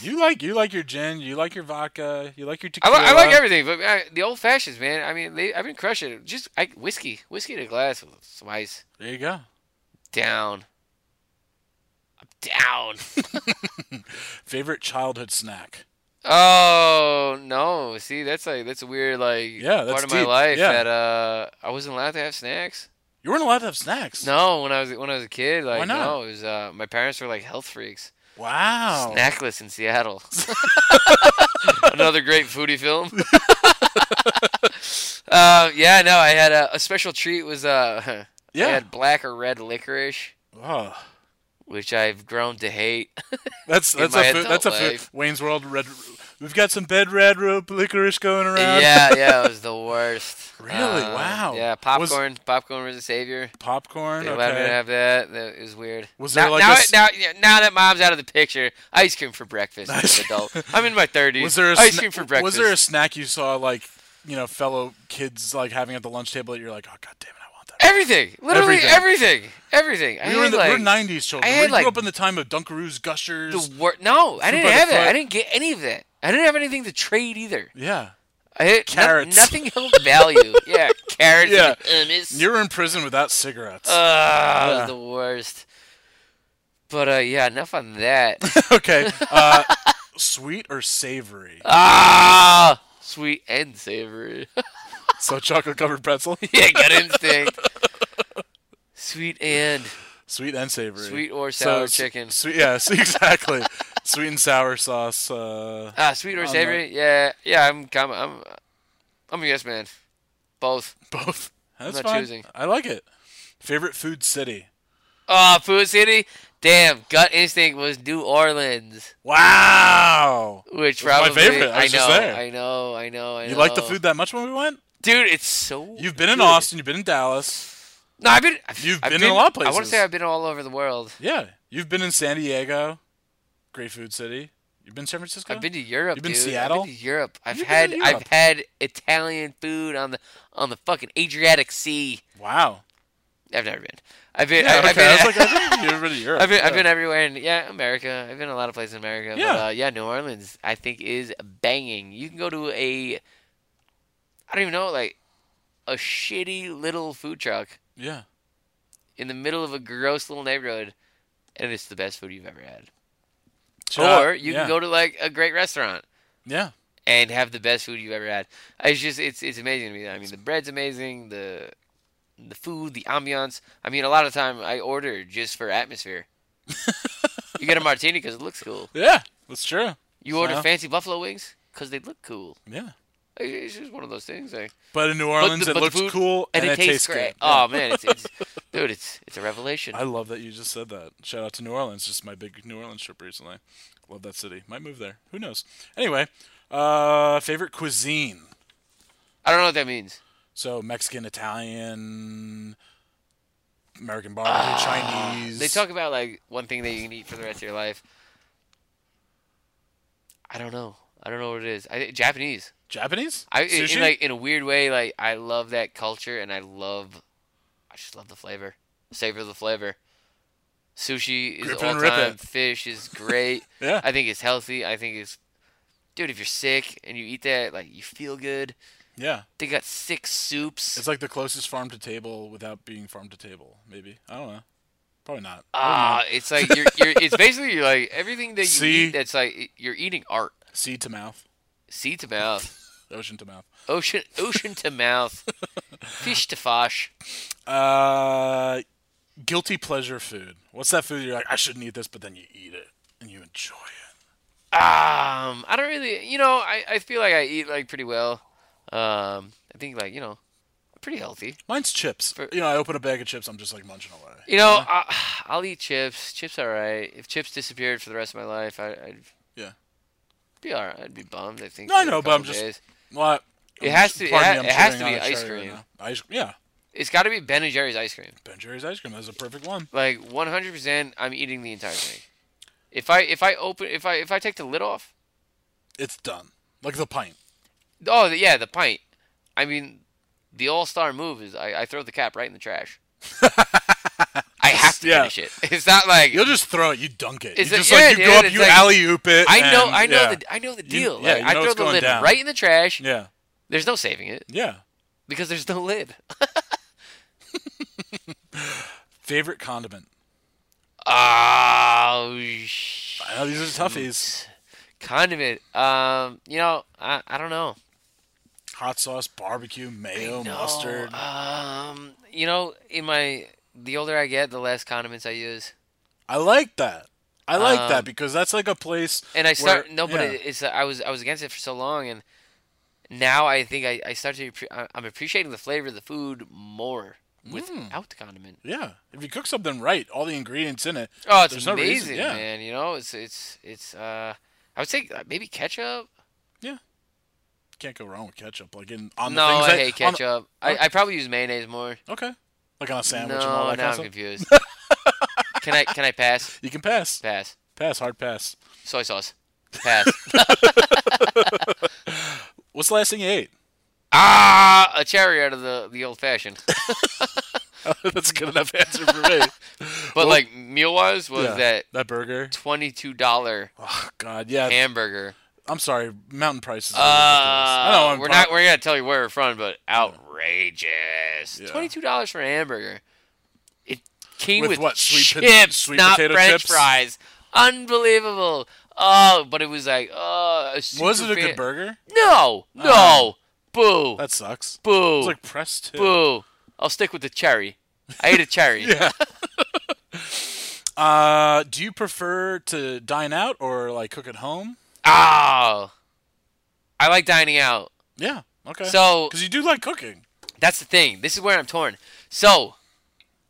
Speaker 1: You like you like your gin. You like your vodka. You like your
Speaker 3: I,
Speaker 1: tequila.
Speaker 3: li- I like everything, but uh the old fashions, man. I mean, they, I've been crushing it. Just I, whiskey, whiskey in a glass with some ice.
Speaker 1: There you go.
Speaker 3: Down. I'm down.
Speaker 1: [LAUGHS] Favorite childhood snack.
Speaker 3: Oh no! See, that's like that's a weird like
Speaker 1: Yeah, that's
Speaker 3: part of my
Speaker 1: deep.
Speaker 3: life
Speaker 1: Yeah.
Speaker 3: that uh I wasn't allowed to have snacks.
Speaker 1: You weren't allowed to have snacks.
Speaker 3: No, when I was when I was a kid, like
Speaker 1: not?
Speaker 3: no, it was uh my parents were like health freaks.
Speaker 1: Wow.
Speaker 3: Snackless in Seattle. [LAUGHS] Another great
Speaker 1: [LAUGHS]
Speaker 3: foodie film. uh, yeah, no, I had a, a special treat was uh [LAUGHS]
Speaker 1: Yeah.
Speaker 3: I had black or red licorice,
Speaker 1: Oh,
Speaker 3: which I've grown to hate. [LAUGHS]
Speaker 1: that's
Speaker 3: in
Speaker 1: that's
Speaker 3: my
Speaker 1: a food,
Speaker 3: adult
Speaker 1: that's a food.
Speaker 3: life.
Speaker 1: Wayne's World red. We've got some bed red rope licorice going around.
Speaker 3: Yeah, yeah, it was the worst.
Speaker 1: Really?
Speaker 3: Uh,
Speaker 1: Wow.
Speaker 3: Yeah,
Speaker 1: Was-
Speaker 3: popcorn. popcorn was a savior.
Speaker 1: Popcorn.
Speaker 3: They allowed me to
Speaker 1: okay.
Speaker 3: have that. That was weird.
Speaker 1: Was
Speaker 3: now,
Speaker 1: there like
Speaker 3: now,
Speaker 1: a s-
Speaker 3: now, yeah, now that mom's out of the picture, ice cream for
Speaker 1: [LAUGHS]
Speaker 3: breakfast. As an adult, I'm in my 30s.
Speaker 1: Was there a
Speaker 3: ice
Speaker 1: sna-
Speaker 3: cream for breakfast?
Speaker 1: Was there a snack you saw like you know fellow kids like having at the lunch table that you're like, oh god damn it,
Speaker 3: everything? Literally
Speaker 1: Everything.
Speaker 3: everything. Everything. I
Speaker 1: we were, in
Speaker 3: had,
Speaker 1: the,
Speaker 3: like,
Speaker 1: we're 90s children.
Speaker 3: I had
Speaker 1: we
Speaker 3: like
Speaker 1: grew up in the time of Dunkaroos, Gushers.
Speaker 3: the wor- No, I
Speaker 1: Fruit
Speaker 3: didn't
Speaker 1: by the
Speaker 3: have that. I
Speaker 1: foot.
Speaker 3: didn't get any of that. I didn't have anything to trade either.
Speaker 1: yeah.
Speaker 3: I had no-
Speaker 1: Carrots.
Speaker 3: nothing held
Speaker 1: [LAUGHS]
Speaker 3: value. yeah, carrots.
Speaker 1: Yeah.
Speaker 3: And hummus.
Speaker 1: You were in prison without cigarettes.
Speaker 3: Uh, Ugh, that
Speaker 1: Yeah.
Speaker 3: was the worst. But uh, yeah, enough on
Speaker 1: [LAUGHS]
Speaker 3: that.
Speaker 1: [LAUGHS]
Speaker 3: [LAUGHS]
Speaker 1: okay. Uh, sweet or savory?
Speaker 3: ah, sweet and savory. [LAUGHS]
Speaker 1: So chocolate covered pretzel.
Speaker 3: yeah, gut instinct. Sweet and
Speaker 1: Sweet and savory.
Speaker 3: Sweet or
Speaker 1: So
Speaker 3: sour
Speaker 1: s-
Speaker 3: chicken.
Speaker 1: Sweet.
Speaker 3: [LAUGHS]
Speaker 1: Yes, exactly. sweet and sour sauce. Uh,
Speaker 3: ah, sweet or
Speaker 1: on
Speaker 3: savory. Yeah, yeah. I'm, I'm, I'm, I'm a yes man. Both.
Speaker 1: Both. the- That's
Speaker 3: I'm not
Speaker 1: fine.
Speaker 3: choosing.
Speaker 1: I like it. Favorite food city.
Speaker 3: Oh, Food City. Damn, gut instinct was New Orleans,
Speaker 1: Wow.
Speaker 3: which
Speaker 1: It was my
Speaker 3: probably
Speaker 1: favorite. I was
Speaker 3: know,
Speaker 1: just there.
Speaker 3: I know, I know, I know.
Speaker 1: You liked the food that much when we went?
Speaker 3: dude. It's so.
Speaker 1: You've been in
Speaker 3: good.
Speaker 1: Austin. You've been in Dallas.
Speaker 3: No, I've been.
Speaker 1: You've
Speaker 3: I've
Speaker 1: been, in a lot of places.
Speaker 3: I want to say I've been all over the world.
Speaker 1: Yeah, you've been in San Diego, great food city. You've been in San Francisco.
Speaker 3: I've been to Europe.
Speaker 1: You've been
Speaker 3: dude.
Speaker 1: Seattle?
Speaker 3: I've been to Europe. I've
Speaker 1: You've
Speaker 3: had
Speaker 1: been to
Speaker 3: I've
Speaker 1: Europe.
Speaker 3: had Italian food on the on the fucking Adriatic Sea.
Speaker 1: Wow.
Speaker 3: I've never been. I've been.
Speaker 1: Yeah,
Speaker 3: I- I've,
Speaker 1: okay, I was
Speaker 3: been [LAUGHS]
Speaker 1: like, I think you've been to Europe,
Speaker 3: I've been, I've
Speaker 1: yeah.
Speaker 3: been everywhere, and yeah, America. I've been a lot of places in America. But,
Speaker 1: Yeah.
Speaker 3: uh, yeah, New Orleans, I think, is banging. You can go to a, I don't even know, like, a shitty little food truck
Speaker 1: Yeah.
Speaker 3: in the middle of a gross little neighborhood, and it's the best food you've ever had.
Speaker 1: Sure,
Speaker 3: Or you
Speaker 1: yeah.
Speaker 3: can go to like a great restaurant
Speaker 1: Yeah.
Speaker 3: and have the best food you've ever had. It's just it's it's amazing to me. I mean, the bread's amazing, the the food, the ambiance. I mean, a lot of time I order just
Speaker 1: [LAUGHS]
Speaker 3: for atmosphere. you get a martini because it looks cool.
Speaker 1: Yeah, that's true.
Speaker 3: You order
Speaker 1: So-
Speaker 3: fancy buffalo wings because they look cool.
Speaker 1: Yeah.
Speaker 3: Like, It's just one of those things. Like,
Speaker 1: But in New
Speaker 3: the-
Speaker 1: Orleans, it
Speaker 3: but the
Speaker 1: looks
Speaker 3: food-
Speaker 1: cool and, it, tastes,
Speaker 3: great.
Speaker 1: good.
Speaker 3: Oh
Speaker 1: Yeah.
Speaker 3: man,
Speaker 1: [LAUGHS]
Speaker 3: it's, it's dude, it's it's a revelation.
Speaker 1: I love that you just said that. Shout out to New Orleans. Just my big New Orleans trip recently. Love that city. Might move there. Who knows? Anyway, uh, favorite cuisine.
Speaker 3: I don't know what that means.
Speaker 1: So Mexican, Italian, American barbecue, Chinese.
Speaker 3: Ah. They talk about like one thing that you can eat for the rest of your life. I don't know. I don't know what it is. I Japanese.
Speaker 1: Japanese.
Speaker 3: I in,
Speaker 1: Sushi?
Speaker 3: in like in a weird way like I love that culture and I love I just love the flavor. Savor the flavor. Sushi is
Speaker 1: Grip it
Speaker 3: all
Speaker 1: and rip
Speaker 3: time.
Speaker 1: it.
Speaker 3: Fish is great.
Speaker 1: [LAUGHS] Yeah.
Speaker 3: [LAUGHS] I think it's healthy. I think it's Dude, if you're sick and you eat that, like you feel good.
Speaker 1: Yeah.
Speaker 3: They got six soups.
Speaker 1: It's like the closest farm to table without being farm to table. Maybe I don't know. Probably not.
Speaker 3: Ah, it's like you're,
Speaker 1: [LAUGHS]
Speaker 3: you're it's basically like everything that
Speaker 1: oh
Speaker 3: you
Speaker 1: See?
Speaker 3: eat that's like you're eating art.
Speaker 1: seed to mouth,
Speaker 3: Sea to mouth,
Speaker 1: ocean to mouth.
Speaker 3: ocean ocean to mouth,
Speaker 1: [LAUGHS]
Speaker 3: fish to fosh.
Speaker 1: Uh, guilty pleasure food. What's that food you're like I shouldn't eat this, but then you eat it and you enjoy it.
Speaker 3: Um, I don't really, you know, I, I feel like I eat like pretty well. Um, I think like you know, pretty healthy.
Speaker 1: Mine's chips. you know, I open a bag of chips, I'm just like munching away.
Speaker 3: You know, I, [SIGHS] I'll eat chips. Chips, all right. If chips disappeared for the rest of my life, I, I'd
Speaker 1: Yeah.
Speaker 3: be all right. I'd be bummed. I think.
Speaker 1: No, I
Speaker 3: for a
Speaker 1: know, but I'm
Speaker 3: couple
Speaker 1: just.
Speaker 3: days.
Speaker 1: Well, I-
Speaker 3: It has to. It,
Speaker 1: pardon
Speaker 3: ha-
Speaker 1: me, I'm
Speaker 3: it has
Speaker 1: chewing
Speaker 3: to
Speaker 1: on
Speaker 3: be
Speaker 1: a
Speaker 3: ice
Speaker 1: cherry right
Speaker 3: cream.
Speaker 1: now. ice, yeah,
Speaker 3: It's got to be Ben and Jerry's ice cream.
Speaker 1: Ben Jerry's ice cream. That's a perfect one.
Speaker 3: Like 100%, I'm eating the entire thing. If I if I open if I if I take the lid off,
Speaker 1: It's done. Like the pint.
Speaker 3: Oh the- yeah, the pint. I mean, the all-star move is I, I throw the cap right in
Speaker 1: [LAUGHS]
Speaker 3: the trash. I have to
Speaker 1: Yeah.
Speaker 3: finish it. It's not like
Speaker 1: You'll just throw it. You dunk it.
Speaker 3: It's
Speaker 1: you
Speaker 3: a-
Speaker 1: just
Speaker 3: yeah,
Speaker 1: like you
Speaker 3: dude,
Speaker 1: go up,
Speaker 3: it's
Speaker 1: you
Speaker 3: like-
Speaker 1: alley oop it.
Speaker 3: I know,
Speaker 1: and-
Speaker 3: I know,
Speaker 1: yeah.
Speaker 3: the, I know the
Speaker 1: You-
Speaker 3: deal.
Speaker 1: yeah,
Speaker 3: Like,
Speaker 1: you
Speaker 3: I
Speaker 1: know
Speaker 3: throw
Speaker 1: it's
Speaker 3: the
Speaker 1: going
Speaker 3: lid
Speaker 1: down.
Speaker 3: right in the trash.
Speaker 1: Yeah,
Speaker 3: There's no saving it
Speaker 1: yeah.
Speaker 3: because there's no lid.
Speaker 1: Favorite condiment.
Speaker 3: Oh, sh-
Speaker 1: I know these are toughies.
Speaker 3: Condiment. Um, you know, I, I don't know.
Speaker 1: Hot sauce, barbecue, mayo,
Speaker 3: know.
Speaker 1: mustard.
Speaker 3: Um, you know, in my the older I get, the less condiments I use.
Speaker 1: I like that. I like
Speaker 3: Um,
Speaker 1: that because that's like a place.
Speaker 3: And I start
Speaker 1: where,
Speaker 3: no, but
Speaker 1: yeah.
Speaker 3: it, it's I was I was against it for so long, and now I think I, I start to appre- I- I'm appreciating the flavor of the food more
Speaker 1: Mm.
Speaker 3: without the condiment.
Speaker 1: yeah, if you cook something right, all the ingredients in it.
Speaker 3: Oh, it's
Speaker 1: there's no reason-
Speaker 3: amazing,
Speaker 1: yeah.
Speaker 3: man. You know, it's it's it's. Uh, I would say uh, maybe ketchup.
Speaker 1: Can't go wrong with ketchup. Like in on
Speaker 3: no,
Speaker 1: the things
Speaker 3: I
Speaker 1: that-
Speaker 3: hate
Speaker 1: on the-
Speaker 3: ketchup. I, I probably use mayonnaise more.
Speaker 1: Okay. Like on a sandwich and
Speaker 3: No,
Speaker 1: all that
Speaker 3: now
Speaker 1: kind of
Speaker 3: I'm
Speaker 1: stuff?
Speaker 3: confused. [LAUGHS] can I can I pass?
Speaker 1: You can pass.
Speaker 3: Pass.
Speaker 1: Pass. Hard pass.
Speaker 3: Soy sauce.
Speaker 1: [LAUGHS]
Speaker 3: Pass.
Speaker 1: What's the last thing you ate? [LAUGHS]
Speaker 3: ah, a cherry out of the the old fashioned.
Speaker 1: That's a good enough
Speaker 3: [LAUGHS]
Speaker 1: answer for me.
Speaker 3: But
Speaker 1: Well,
Speaker 3: like meal wise was
Speaker 1: yeah,
Speaker 3: that
Speaker 1: that burger Oh,
Speaker 3: twenty two dollar
Speaker 1: God, yeah.
Speaker 3: hamburger.
Speaker 1: I'm sorry, mountain prices.
Speaker 3: Uh,
Speaker 1: Are ridiculous. I know I'm
Speaker 3: we're
Speaker 1: pro-
Speaker 3: not we're gonna tell you where we're from, but outrageous. Twenty two dollars for a hamburger. It came
Speaker 1: With
Speaker 3: with,
Speaker 1: what, sweet pot-
Speaker 3: chips,
Speaker 1: sweet
Speaker 3: not
Speaker 1: potato
Speaker 3: French
Speaker 1: chips?
Speaker 3: fries. Unbelievable. Oh, but it was like oh.
Speaker 1: Was it a good burger? Ah.
Speaker 3: No, no. Boo.
Speaker 1: That sucks.
Speaker 3: Boo.
Speaker 1: It's like pressed too.
Speaker 3: Boo. I'll stick with the cherry. I ate a
Speaker 1: [LAUGHS]
Speaker 3: cherry.
Speaker 1: Yeah. Uh, do you prefer to dine out or like cook at home?
Speaker 3: Oh. I like dining out.
Speaker 1: Yeah. Okay.
Speaker 3: So
Speaker 1: because you do like cooking.
Speaker 3: That's the thing. This is where I'm torn. So,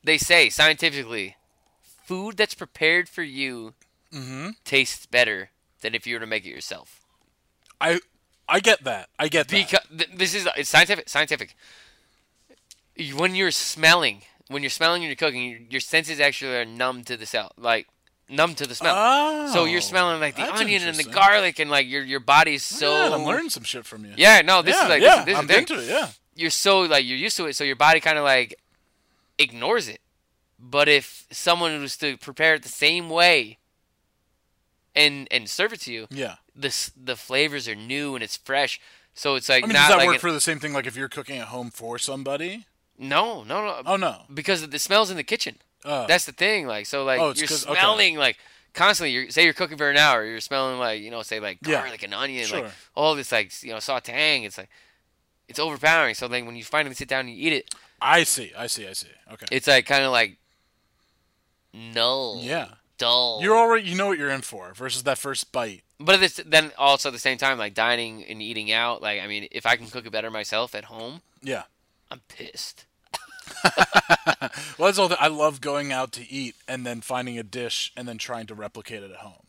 Speaker 3: they say scientifically, food that's prepared for you
Speaker 1: Mm-hmm.
Speaker 3: tastes better than if you were to make it yourself.
Speaker 1: I I get that. I get that.
Speaker 3: Because th- this is it's scientific. Scientific. You- When you're smelling, when you're smelling and you're cooking, your, your senses actually are numb to the smell, like numb to the smell. so
Speaker 1: Oh,
Speaker 3: you're smelling like the
Speaker 1: that's
Speaker 3: onion and the
Speaker 1: interesting. Oh,
Speaker 3: garlic, and like your your body's so.
Speaker 1: God, I'm learning some shit from you.
Speaker 3: Yeah, no, this
Speaker 1: Yeah,
Speaker 3: is like
Speaker 1: yeah,
Speaker 3: this, this
Speaker 1: I'm
Speaker 3: is the thing.
Speaker 1: into it, yeah.
Speaker 3: you're so like you're used to it, so your body kind of like ignores it. But if someone was to prepare it the same way and and serve it to you,
Speaker 1: Yeah.
Speaker 3: the s- the flavors are new and it's fresh, so it's like
Speaker 1: I mean,
Speaker 3: not
Speaker 1: does that
Speaker 3: like
Speaker 1: work
Speaker 3: an-
Speaker 1: for the same thing? Like if you're cooking at home for somebody?
Speaker 3: no, no, no.
Speaker 1: Oh no.
Speaker 3: because of the smells in the kitchen.
Speaker 1: Oh.
Speaker 3: That's the thing. Like so, like
Speaker 1: Oh, it's
Speaker 3: you're
Speaker 1: 'cause- okay.
Speaker 3: smelling like constantly. You're say you're cooking for an hour. You're smelling like you know, say like
Speaker 1: Yeah.
Speaker 3: garlic and onion,
Speaker 1: Sure.
Speaker 3: like all this like you know sautéing. It's like it's overpowering. So then when you finally sit down and you eat it,
Speaker 1: I see. I see. I see. Okay.
Speaker 3: it's like kind of like null.
Speaker 1: Yeah.
Speaker 3: dull.
Speaker 1: You're already. You know what you're in for versus that first bite.
Speaker 3: But at this, then also at the same time, like dining and eating out. Like I mean, if I can cook it better myself at home,
Speaker 1: Yeah.
Speaker 3: I'm pissed.
Speaker 1: Well, that's all. That, I love going out to eat and then finding a dish and then trying to replicate it at home.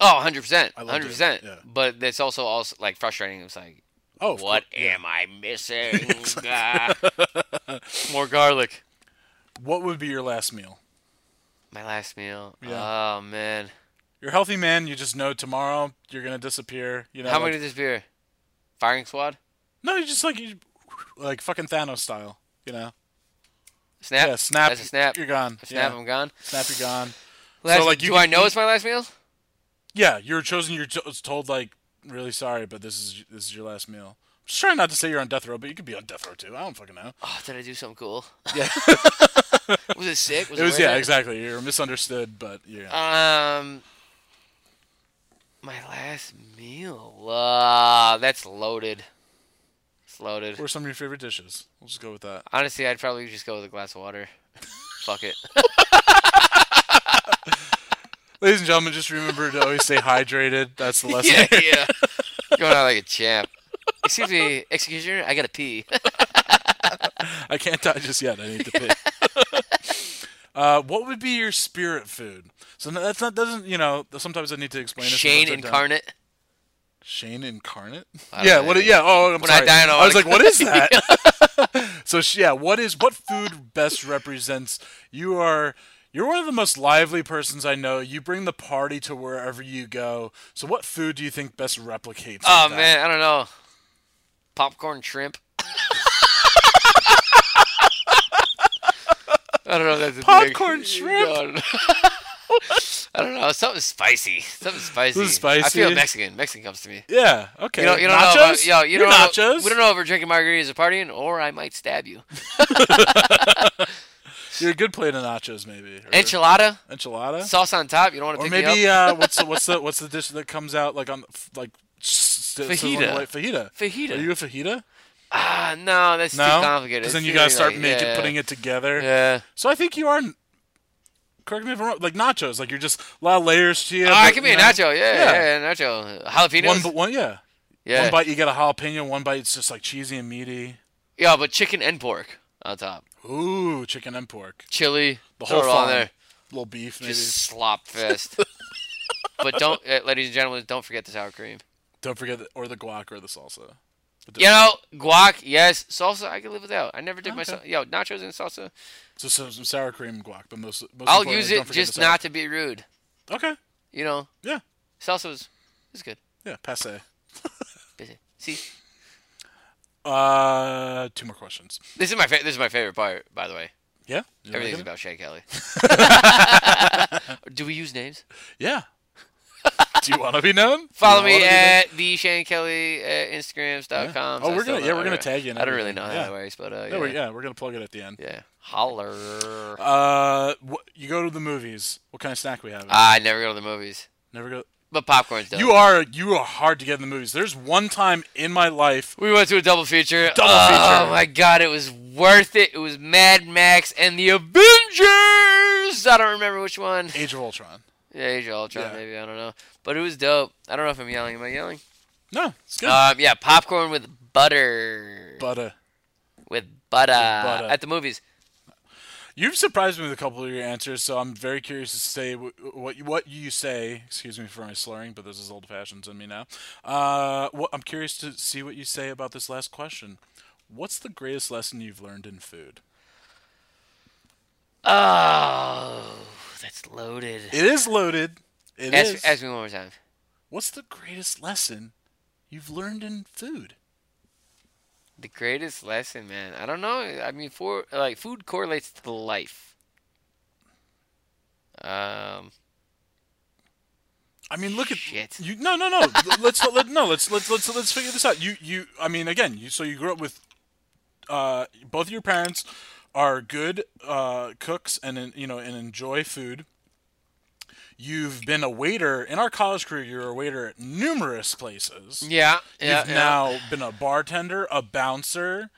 Speaker 3: Oh, 100 percent,
Speaker 1: I love
Speaker 3: hundred
Speaker 1: doing it,
Speaker 3: percent.
Speaker 1: yeah.
Speaker 3: But that's also also like frustrating. It's like,
Speaker 1: Oh, of
Speaker 3: what
Speaker 1: course, yeah.
Speaker 3: am I
Speaker 1: [LAUGHS]
Speaker 3: missing? Ah. [LAUGHS] More garlic.
Speaker 1: What would be your last meal?
Speaker 3: My last meal.
Speaker 1: Yeah.
Speaker 3: Oh man,
Speaker 1: You're a healthy man. You just know tomorrow you're gonna disappear. You know.
Speaker 3: how
Speaker 1: like,
Speaker 3: many of this beer? Firing squad.
Speaker 1: No, you just like you, like fucking Thanos style. You know.
Speaker 3: Snap.
Speaker 1: Yeah. Snap.
Speaker 3: That's a snap.
Speaker 1: You're gone.
Speaker 3: A snap.
Speaker 1: Yeah.
Speaker 3: I'm gone.
Speaker 1: Snap. You're gone.
Speaker 3: Last,
Speaker 1: so like, you
Speaker 3: do
Speaker 1: can
Speaker 3: I know
Speaker 1: eat-
Speaker 3: it's my last meal?
Speaker 1: Yeah, you were chosen. You're to- told like, really sorry, but this is this is your last meal. I'm just trying not to say you're on death row, but you could be on death row too. I don't fucking know.
Speaker 3: Oh, did I do something cool?
Speaker 1: Yeah.
Speaker 3: [LAUGHS] was it sick? Was
Speaker 1: it
Speaker 3: it,
Speaker 1: was
Speaker 3: worth
Speaker 1: yeah,
Speaker 3: it?
Speaker 1: exactly. You're misunderstood, but yeah.
Speaker 3: Um, my last meal. Wow, that's loaded. It's loaded.
Speaker 1: what are some of your favorite dishes? We'll just go with that.
Speaker 3: Honestly, I'd probably just go with a glass of water. Fuck it.
Speaker 1: Ladies and gentlemen, just remember to always
Speaker 3: [LAUGHS]
Speaker 1: stay hydrated. That's the lesson. [LAUGHS]
Speaker 3: yeah, yeah. Going out like a champ. Excuse me, executioner. I gotta pee.
Speaker 1: I can't die just yet. I need to pee. uh, what would be your spirit food? So no- that's not doesn't you know. Sometimes I need to explain. this, sometimes
Speaker 3: Shane
Speaker 1: I don't.
Speaker 3: incarnate.
Speaker 1: Shane incarnate.
Speaker 3: I don't
Speaker 1: Yeah.
Speaker 3: know
Speaker 1: What?
Speaker 3: what it
Speaker 1: Yeah.
Speaker 3: is.
Speaker 1: Oh, I'm
Speaker 3: When I
Speaker 1: sorry.
Speaker 3: die, I don't
Speaker 1: was like,
Speaker 3: wanna-
Speaker 1: what
Speaker 3: [LAUGHS]
Speaker 1: is that? [LAUGHS] so sh- yeah, what is what food best represents you are. You're one of the most lively persons I know. You bring the party to wherever you go. So, what food do you think best replicates?
Speaker 3: Oh
Speaker 1: that?
Speaker 3: man, I don't know. Popcorn shrimp. [LAUGHS] I don't know. If that's a thing.
Speaker 1: Popcorn shrimp?
Speaker 3: No, I don't know. [LAUGHS] I don't know. Something spicy. Something spicy. I
Speaker 1: spicy?
Speaker 3: feel Mexican. Mexican comes to me.
Speaker 1: Yeah. Okay.
Speaker 3: You don't, you don't
Speaker 1: nachos?
Speaker 3: know. About, yo, you
Speaker 1: You're
Speaker 3: don't know.
Speaker 1: nachos.
Speaker 3: We don't know if we're drinking margaritas or partying, or I might stab you.
Speaker 1: You're a good plate of nachos, maybe. or-
Speaker 3: Enchilada?
Speaker 1: Enchilada.
Speaker 3: Sauce on top. You don't want to
Speaker 1: Or
Speaker 3: pick
Speaker 1: maybe
Speaker 3: me
Speaker 1: uh,
Speaker 3: up? [LAUGHS]
Speaker 1: what's the, what's the what's the dish that comes out like on like s- s- sizzling
Speaker 3: Fajita.
Speaker 1: away? Fajita.
Speaker 3: Fajita.
Speaker 1: Are you a fajita?
Speaker 3: Ah, no, that's
Speaker 1: no,
Speaker 3: too complicated.
Speaker 1: Because then
Speaker 3: It's
Speaker 1: you gotta
Speaker 3: really
Speaker 1: start
Speaker 3: like-
Speaker 1: making
Speaker 3: yeah.
Speaker 1: putting it together.
Speaker 3: Yeah.
Speaker 1: So I think you are. Correct me if I'm wrong. Like nachos, like you're just a lot of layers to you.
Speaker 3: All right,
Speaker 1: but,
Speaker 3: give me
Speaker 1: you
Speaker 3: a
Speaker 1: know,
Speaker 3: nacho. Yeah, yeah, nacho. Jalapenos.
Speaker 1: One, but one, yeah.
Speaker 3: Yeah.
Speaker 1: One bite you get a jalapeno. One bite it's just like cheesy and meaty.
Speaker 3: Yeah, but chicken and pork on top.
Speaker 1: Ooh, chicken and pork.
Speaker 3: Chili.
Speaker 1: The
Speaker 3: throw
Speaker 1: whole
Speaker 3: it all
Speaker 1: farm.
Speaker 3: in there.
Speaker 1: Little beef, maybe.
Speaker 3: Just
Speaker 1: [LAUGHS]
Speaker 3: slop fest. but don't, uh, ladies and gentlemen, don't forget the sour cream.
Speaker 1: Don't forget the, or the guac or the salsa. But
Speaker 3: You know, guac, yes. Salsa, I can live without. I never did my
Speaker 1: Okay.
Speaker 3: salsa. Yo, nachos and salsa.
Speaker 1: So some, some sour cream and guac, but most, most
Speaker 3: I'll
Speaker 1: importantly,
Speaker 3: use
Speaker 1: don't
Speaker 3: it
Speaker 1: forget
Speaker 3: just
Speaker 1: the sour
Speaker 3: not to be rude.
Speaker 1: Okay.
Speaker 3: You know.
Speaker 1: Yeah.
Speaker 3: Salsa was is good.
Speaker 1: Yeah, passe.
Speaker 3: Busy. See,
Speaker 1: Uh, two more questions.
Speaker 3: this is my fa- this is my favorite part, by the way.
Speaker 1: Yeah? You liking
Speaker 3: Everything's
Speaker 1: it?
Speaker 3: about
Speaker 1: [LAUGHS]
Speaker 3: Shay Kelly. [LAUGHS] Do we use names?
Speaker 1: Yeah. [LAUGHS] Do you want to be known?
Speaker 3: [LAUGHS] Follow
Speaker 1: Do you
Speaker 3: me
Speaker 1: wanna be known?
Speaker 3: at the Shane Kelly at Instagrams.com.
Speaker 1: Yeah.
Speaker 3: So
Speaker 1: Oh,
Speaker 3: I
Speaker 1: we're
Speaker 3: still
Speaker 1: gonna
Speaker 3: don't-
Speaker 1: yeah,
Speaker 3: I
Speaker 1: we're gonna
Speaker 3: don't-
Speaker 1: tag you. and
Speaker 3: I don't really know
Speaker 1: everything.
Speaker 3: how
Speaker 1: yeah.
Speaker 3: that works, but uh,
Speaker 1: No, we're,
Speaker 3: yeah.
Speaker 1: yeah, we're gonna plug it at the end.
Speaker 3: Yeah. Holler.
Speaker 1: Uh, wh- you go to the movies. What kind of snack we have?
Speaker 3: I never go to the movies.
Speaker 1: Never go.
Speaker 3: But popcorn's Uh, dope.
Speaker 1: You are you are hard to get in the movies. There's one time in my life
Speaker 3: We went to a double feature.
Speaker 1: Double
Speaker 3: oh
Speaker 1: feature.
Speaker 3: my god, it was worth it. It was Mad Max and the Avengers. I don't remember which one.
Speaker 1: Age of Ultron.
Speaker 3: Yeah, Age of Ultron,
Speaker 1: Yeah.
Speaker 3: maybe. I don't know. But it was dope. I don't know if I'm yelling. Am
Speaker 1: [LAUGHS]
Speaker 3: I yelling?
Speaker 1: No, it's good. uh,
Speaker 3: Um, yeah, popcorn with butter.
Speaker 1: butter.
Speaker 3: With butter.
Speaker 1: butter.
Speaker 3: At the movies.
Speaker 1: You've surprised me with a couple of your answers, so I'm very curious to say wh- what you- what you say. Excuse me for my slurring, but this is old fashions in me now. Uh, what, I'm curious to see what you say about this last question. What's the greatest lesson you've learned in food?
Speaker 3: Oh, that's loaded.
Speaker 1: It is loaded. It is.
Speaker 3: ask, ask me one more time.
Speaker 1: What's the greatest lesson you've learned in food?
Speaker 3: The greatest lesson, man. I don't know. I mean, for like food correlates to life. Um,
Speaker 1: I mean, look at you. No, no, no. L- let's let, no. Let's let's let's let's figure this out. You you. I mean, again, you. So you grew up with, uh, both of your parents are good uh, cooks and en- you know and enjoy food. You've been a waiter in our college career. You're a waiter at numerous places.
Speaker 3: Yeah, yeah,
Speaker 1: You've
Speaker 3: yeah.
Speaker 1: now been a bartender, a bouncer.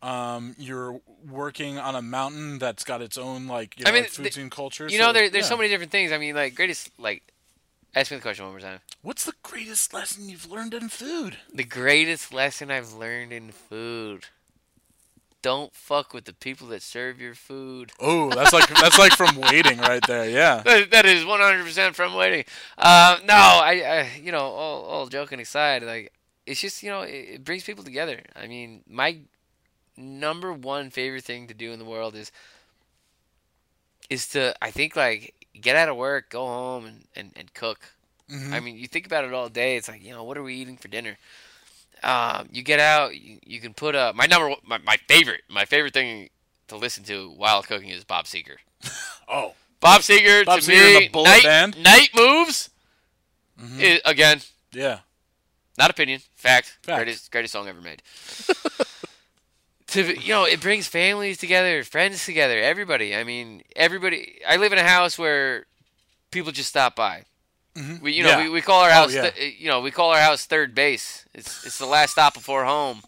Speaker 1: Um, you're working on a mountain that's got its own like you know,
Speaker 3: I mean,
Speaker 1: like, food
Speaker 3: th-
Speaker 1: scene culture.
Speaker 3: you
Speaker 1: so,
Speaker 3: know, there, there's
Speaker 1: yeah.
Speaker 3: so many different things. I mean, like greatest like. Ask me the question one more time.
Speaker 1: What's the greatest lesson you've learned in food?
Speaker 3: The greatest lesson I've learned in food. Don't fuck with the people that serve your food.
Speaker 1: Oh, that's like that's like from waiting right there. Yeah.
Speaker 3: That, that is 100% from waiting. Uh, no, I, I, you know, all, all joking aside, like, it's just, you know, it, it brings people together. I mean, my number one favorite thing to do in the world is, is to, I think, like, get out of work, go home, and, and, and cook.
Speaker 16: Mhm.
Speaker 3: I mean, you think about it all day. It's like, you know, what are we eating for dinner? Um, you get out, you, you can put up, my number, one- my, my favorite, my favorite thing to listen to while cooking is Bob Seeger.
Speaker 1: Oh.
Speaker 3: Bob Seger
Speaker 1: Bob
Speaker 3: to
Speaker 1: Seger and
Speaker 3: me,
Speaker 1: the Mm-hmm. Bullet
Speaker 3: night,
Speaker 1: Band.
Speaker 3: night moves. i- again,
Speaker 1: Yeah.
Speaker 3: not opinion, fact.
Speaker 1: Fact.
Speaker 3: Greatest greatest song ever made. [LAUGHS] to be- you know, it brings families together, friends together, everybody. I mean, everybody. I live in a house where people just stop by.
Speaker 1: Mhm.
Speaker 3: We, you know,
Speaker 1: Yeah.
Speaker 3: we, we call our
Speaker 1: Oh,
Speaker 3: house,
Speaker 1: yeah.
Speaker 3: th- you know, we call our house third base. It's it's the last stop
Speaker 1: [LAUGHS]
Speaker 3: before home.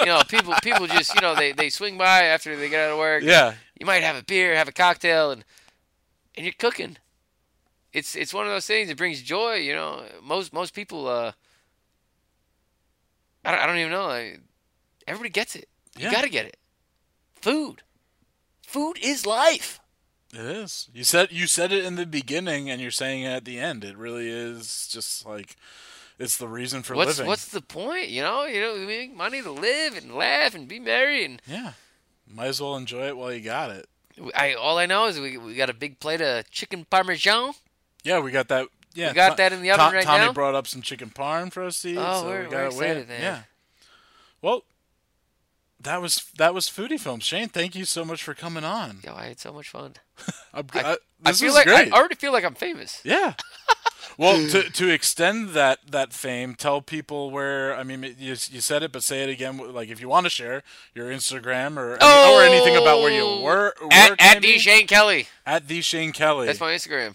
Speaker 3: you know, people people just you know they, they swing by after they get out of work.
Speaker 1: Yeah.
Speaker 3: you might have a beer, have a cocktail, and and you're cooking. It's it's one of those things. It brings joy. You know, most most people. Uh, I don't, I don't even know. I, everybody gets it. You
Speaker 1: Yeah.
Speaker 3: gotta get it. Food. Food is life.
Speaker 1: It is. You said you said it in the beginning, and you're saying it at the end. It really is just like it's the reason for
Speaker 3: what's
Speaker 1: living.
Speaker 3: what's the point? You know, you know, we make money to live and laugh and be merry and
Speaker 1: yeah. Might as well enjoy it while you got it.
Speaker 3: I all I know is we we got a big plate of chicken parmesan.
Speaker 1: Yeah, we got that. Yeah,
Speaker 3: We got
Speaker 1: Tom-
Speaker 3: that in the oven
Speaker 1: Tom-
Speaker 3: right
Speaker 1: Tommy
Speaker 3: now?
Speaker 1: brought up some chicken parm for us to eat,
Speaker 3: Oh,
Speaker 1: so
Speaker 3: we're-
Speaker 1: we
Speaker 3: we're
Speaker 1: got
Speaker 3: excited, man.
Speaker 1: Yeah. Well, that was that was foodie films. Shane, thank you so much for coming on.
Speaker 3: Yo, I had so much fun.
Speaker 1: I'm, g- I,
Speaker 3: I, I
Speaker 1: this
Speaker 3: feel
Speaker 1: was
Speaker 3: like
Speaker 1: great.
Speaker 3: [LAUGHS] I already feel like I'm famous.
Speaker 1: Yeah. Well, to to extend that that fame, tell people where. I mean, it- you you said it, but say it again. Like if you want to share your Instagram or any- or anything about where you were.
Speaker 3: Oh. At,
Speaker 1: work,
Speaker 3: at
Speaker 1: maybe?
Speaker 3: D Shane Kelly.
Speaker 1: At the Shane Kelly.
Speaker 3: That's my Instagram.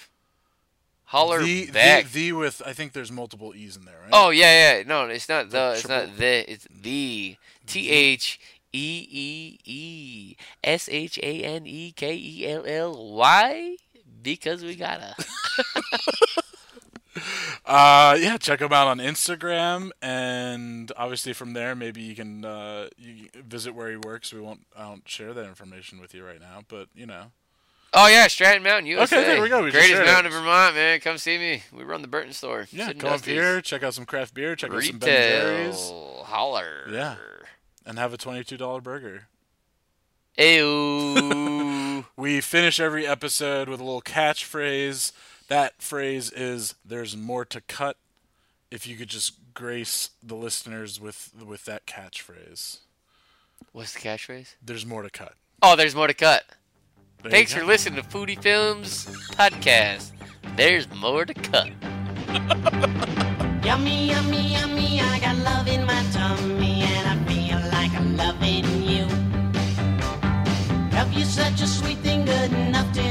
Speaker 3: Holler
Speaker 1: the, the-
Speaker 3: back.
Speaker 1: The, with I think there's multiple e's in there, right?
Speaker 3: Oh yeah, yeah. No, it's not the. It's
Speaker 1: triple-
Speaker 3: not the. It's the. T H E E E S H A N E K E L L Y. Because we gotta.
Speaker 1: Uh, yeah, check them out on Instagram, and obviously from there, maybe you can uh, you can visit where he works. We won't I won't share that information with you right now, but you know.
Speaker 3: [LAUGHS] Oh yeah, Stratton Mountain, USA.
Speaker 1: there we go. We just
Speaker 3: Greatest
Speaker 1: shared
Speaker 3: mountain
Speaker 1: it.
Speaker 3: in Vermont, man. Come see me. We run the Burton store.
Speaker 1: Yeah,
Speaker 3: Sid
Speaker 1: go up
Speaker 3: Dusty's.
Speaker 1: here, check out some craft beer, check out some Ben and Jerry's.
Speaker 3: Retail holler.
Speaker 1: Yeah, and have a twenty-two dollar burger.
Speaker 3: Ew.
Speaker 1: we finish every episode with a little catchphrase. That phrase is "There's more to cut." If you could just grace the listeners with with that catchphrase.
Speaker 3: [LAUGHS] What's the catchphrase?
Speaker 1: There's more to cut.
Speaker 3: Oh, there's more to cut.
Speaker 1: There you
Speaker 3: Thanks
Speaker 1: go.
Speaker 3: for listening to Foodie Films podcast. There's more to cut.
Speaker 16: Yummy, yummy, yummy, I got love in my tummy and I feel like I'm loving you. Love you such a sweet thing, good enough to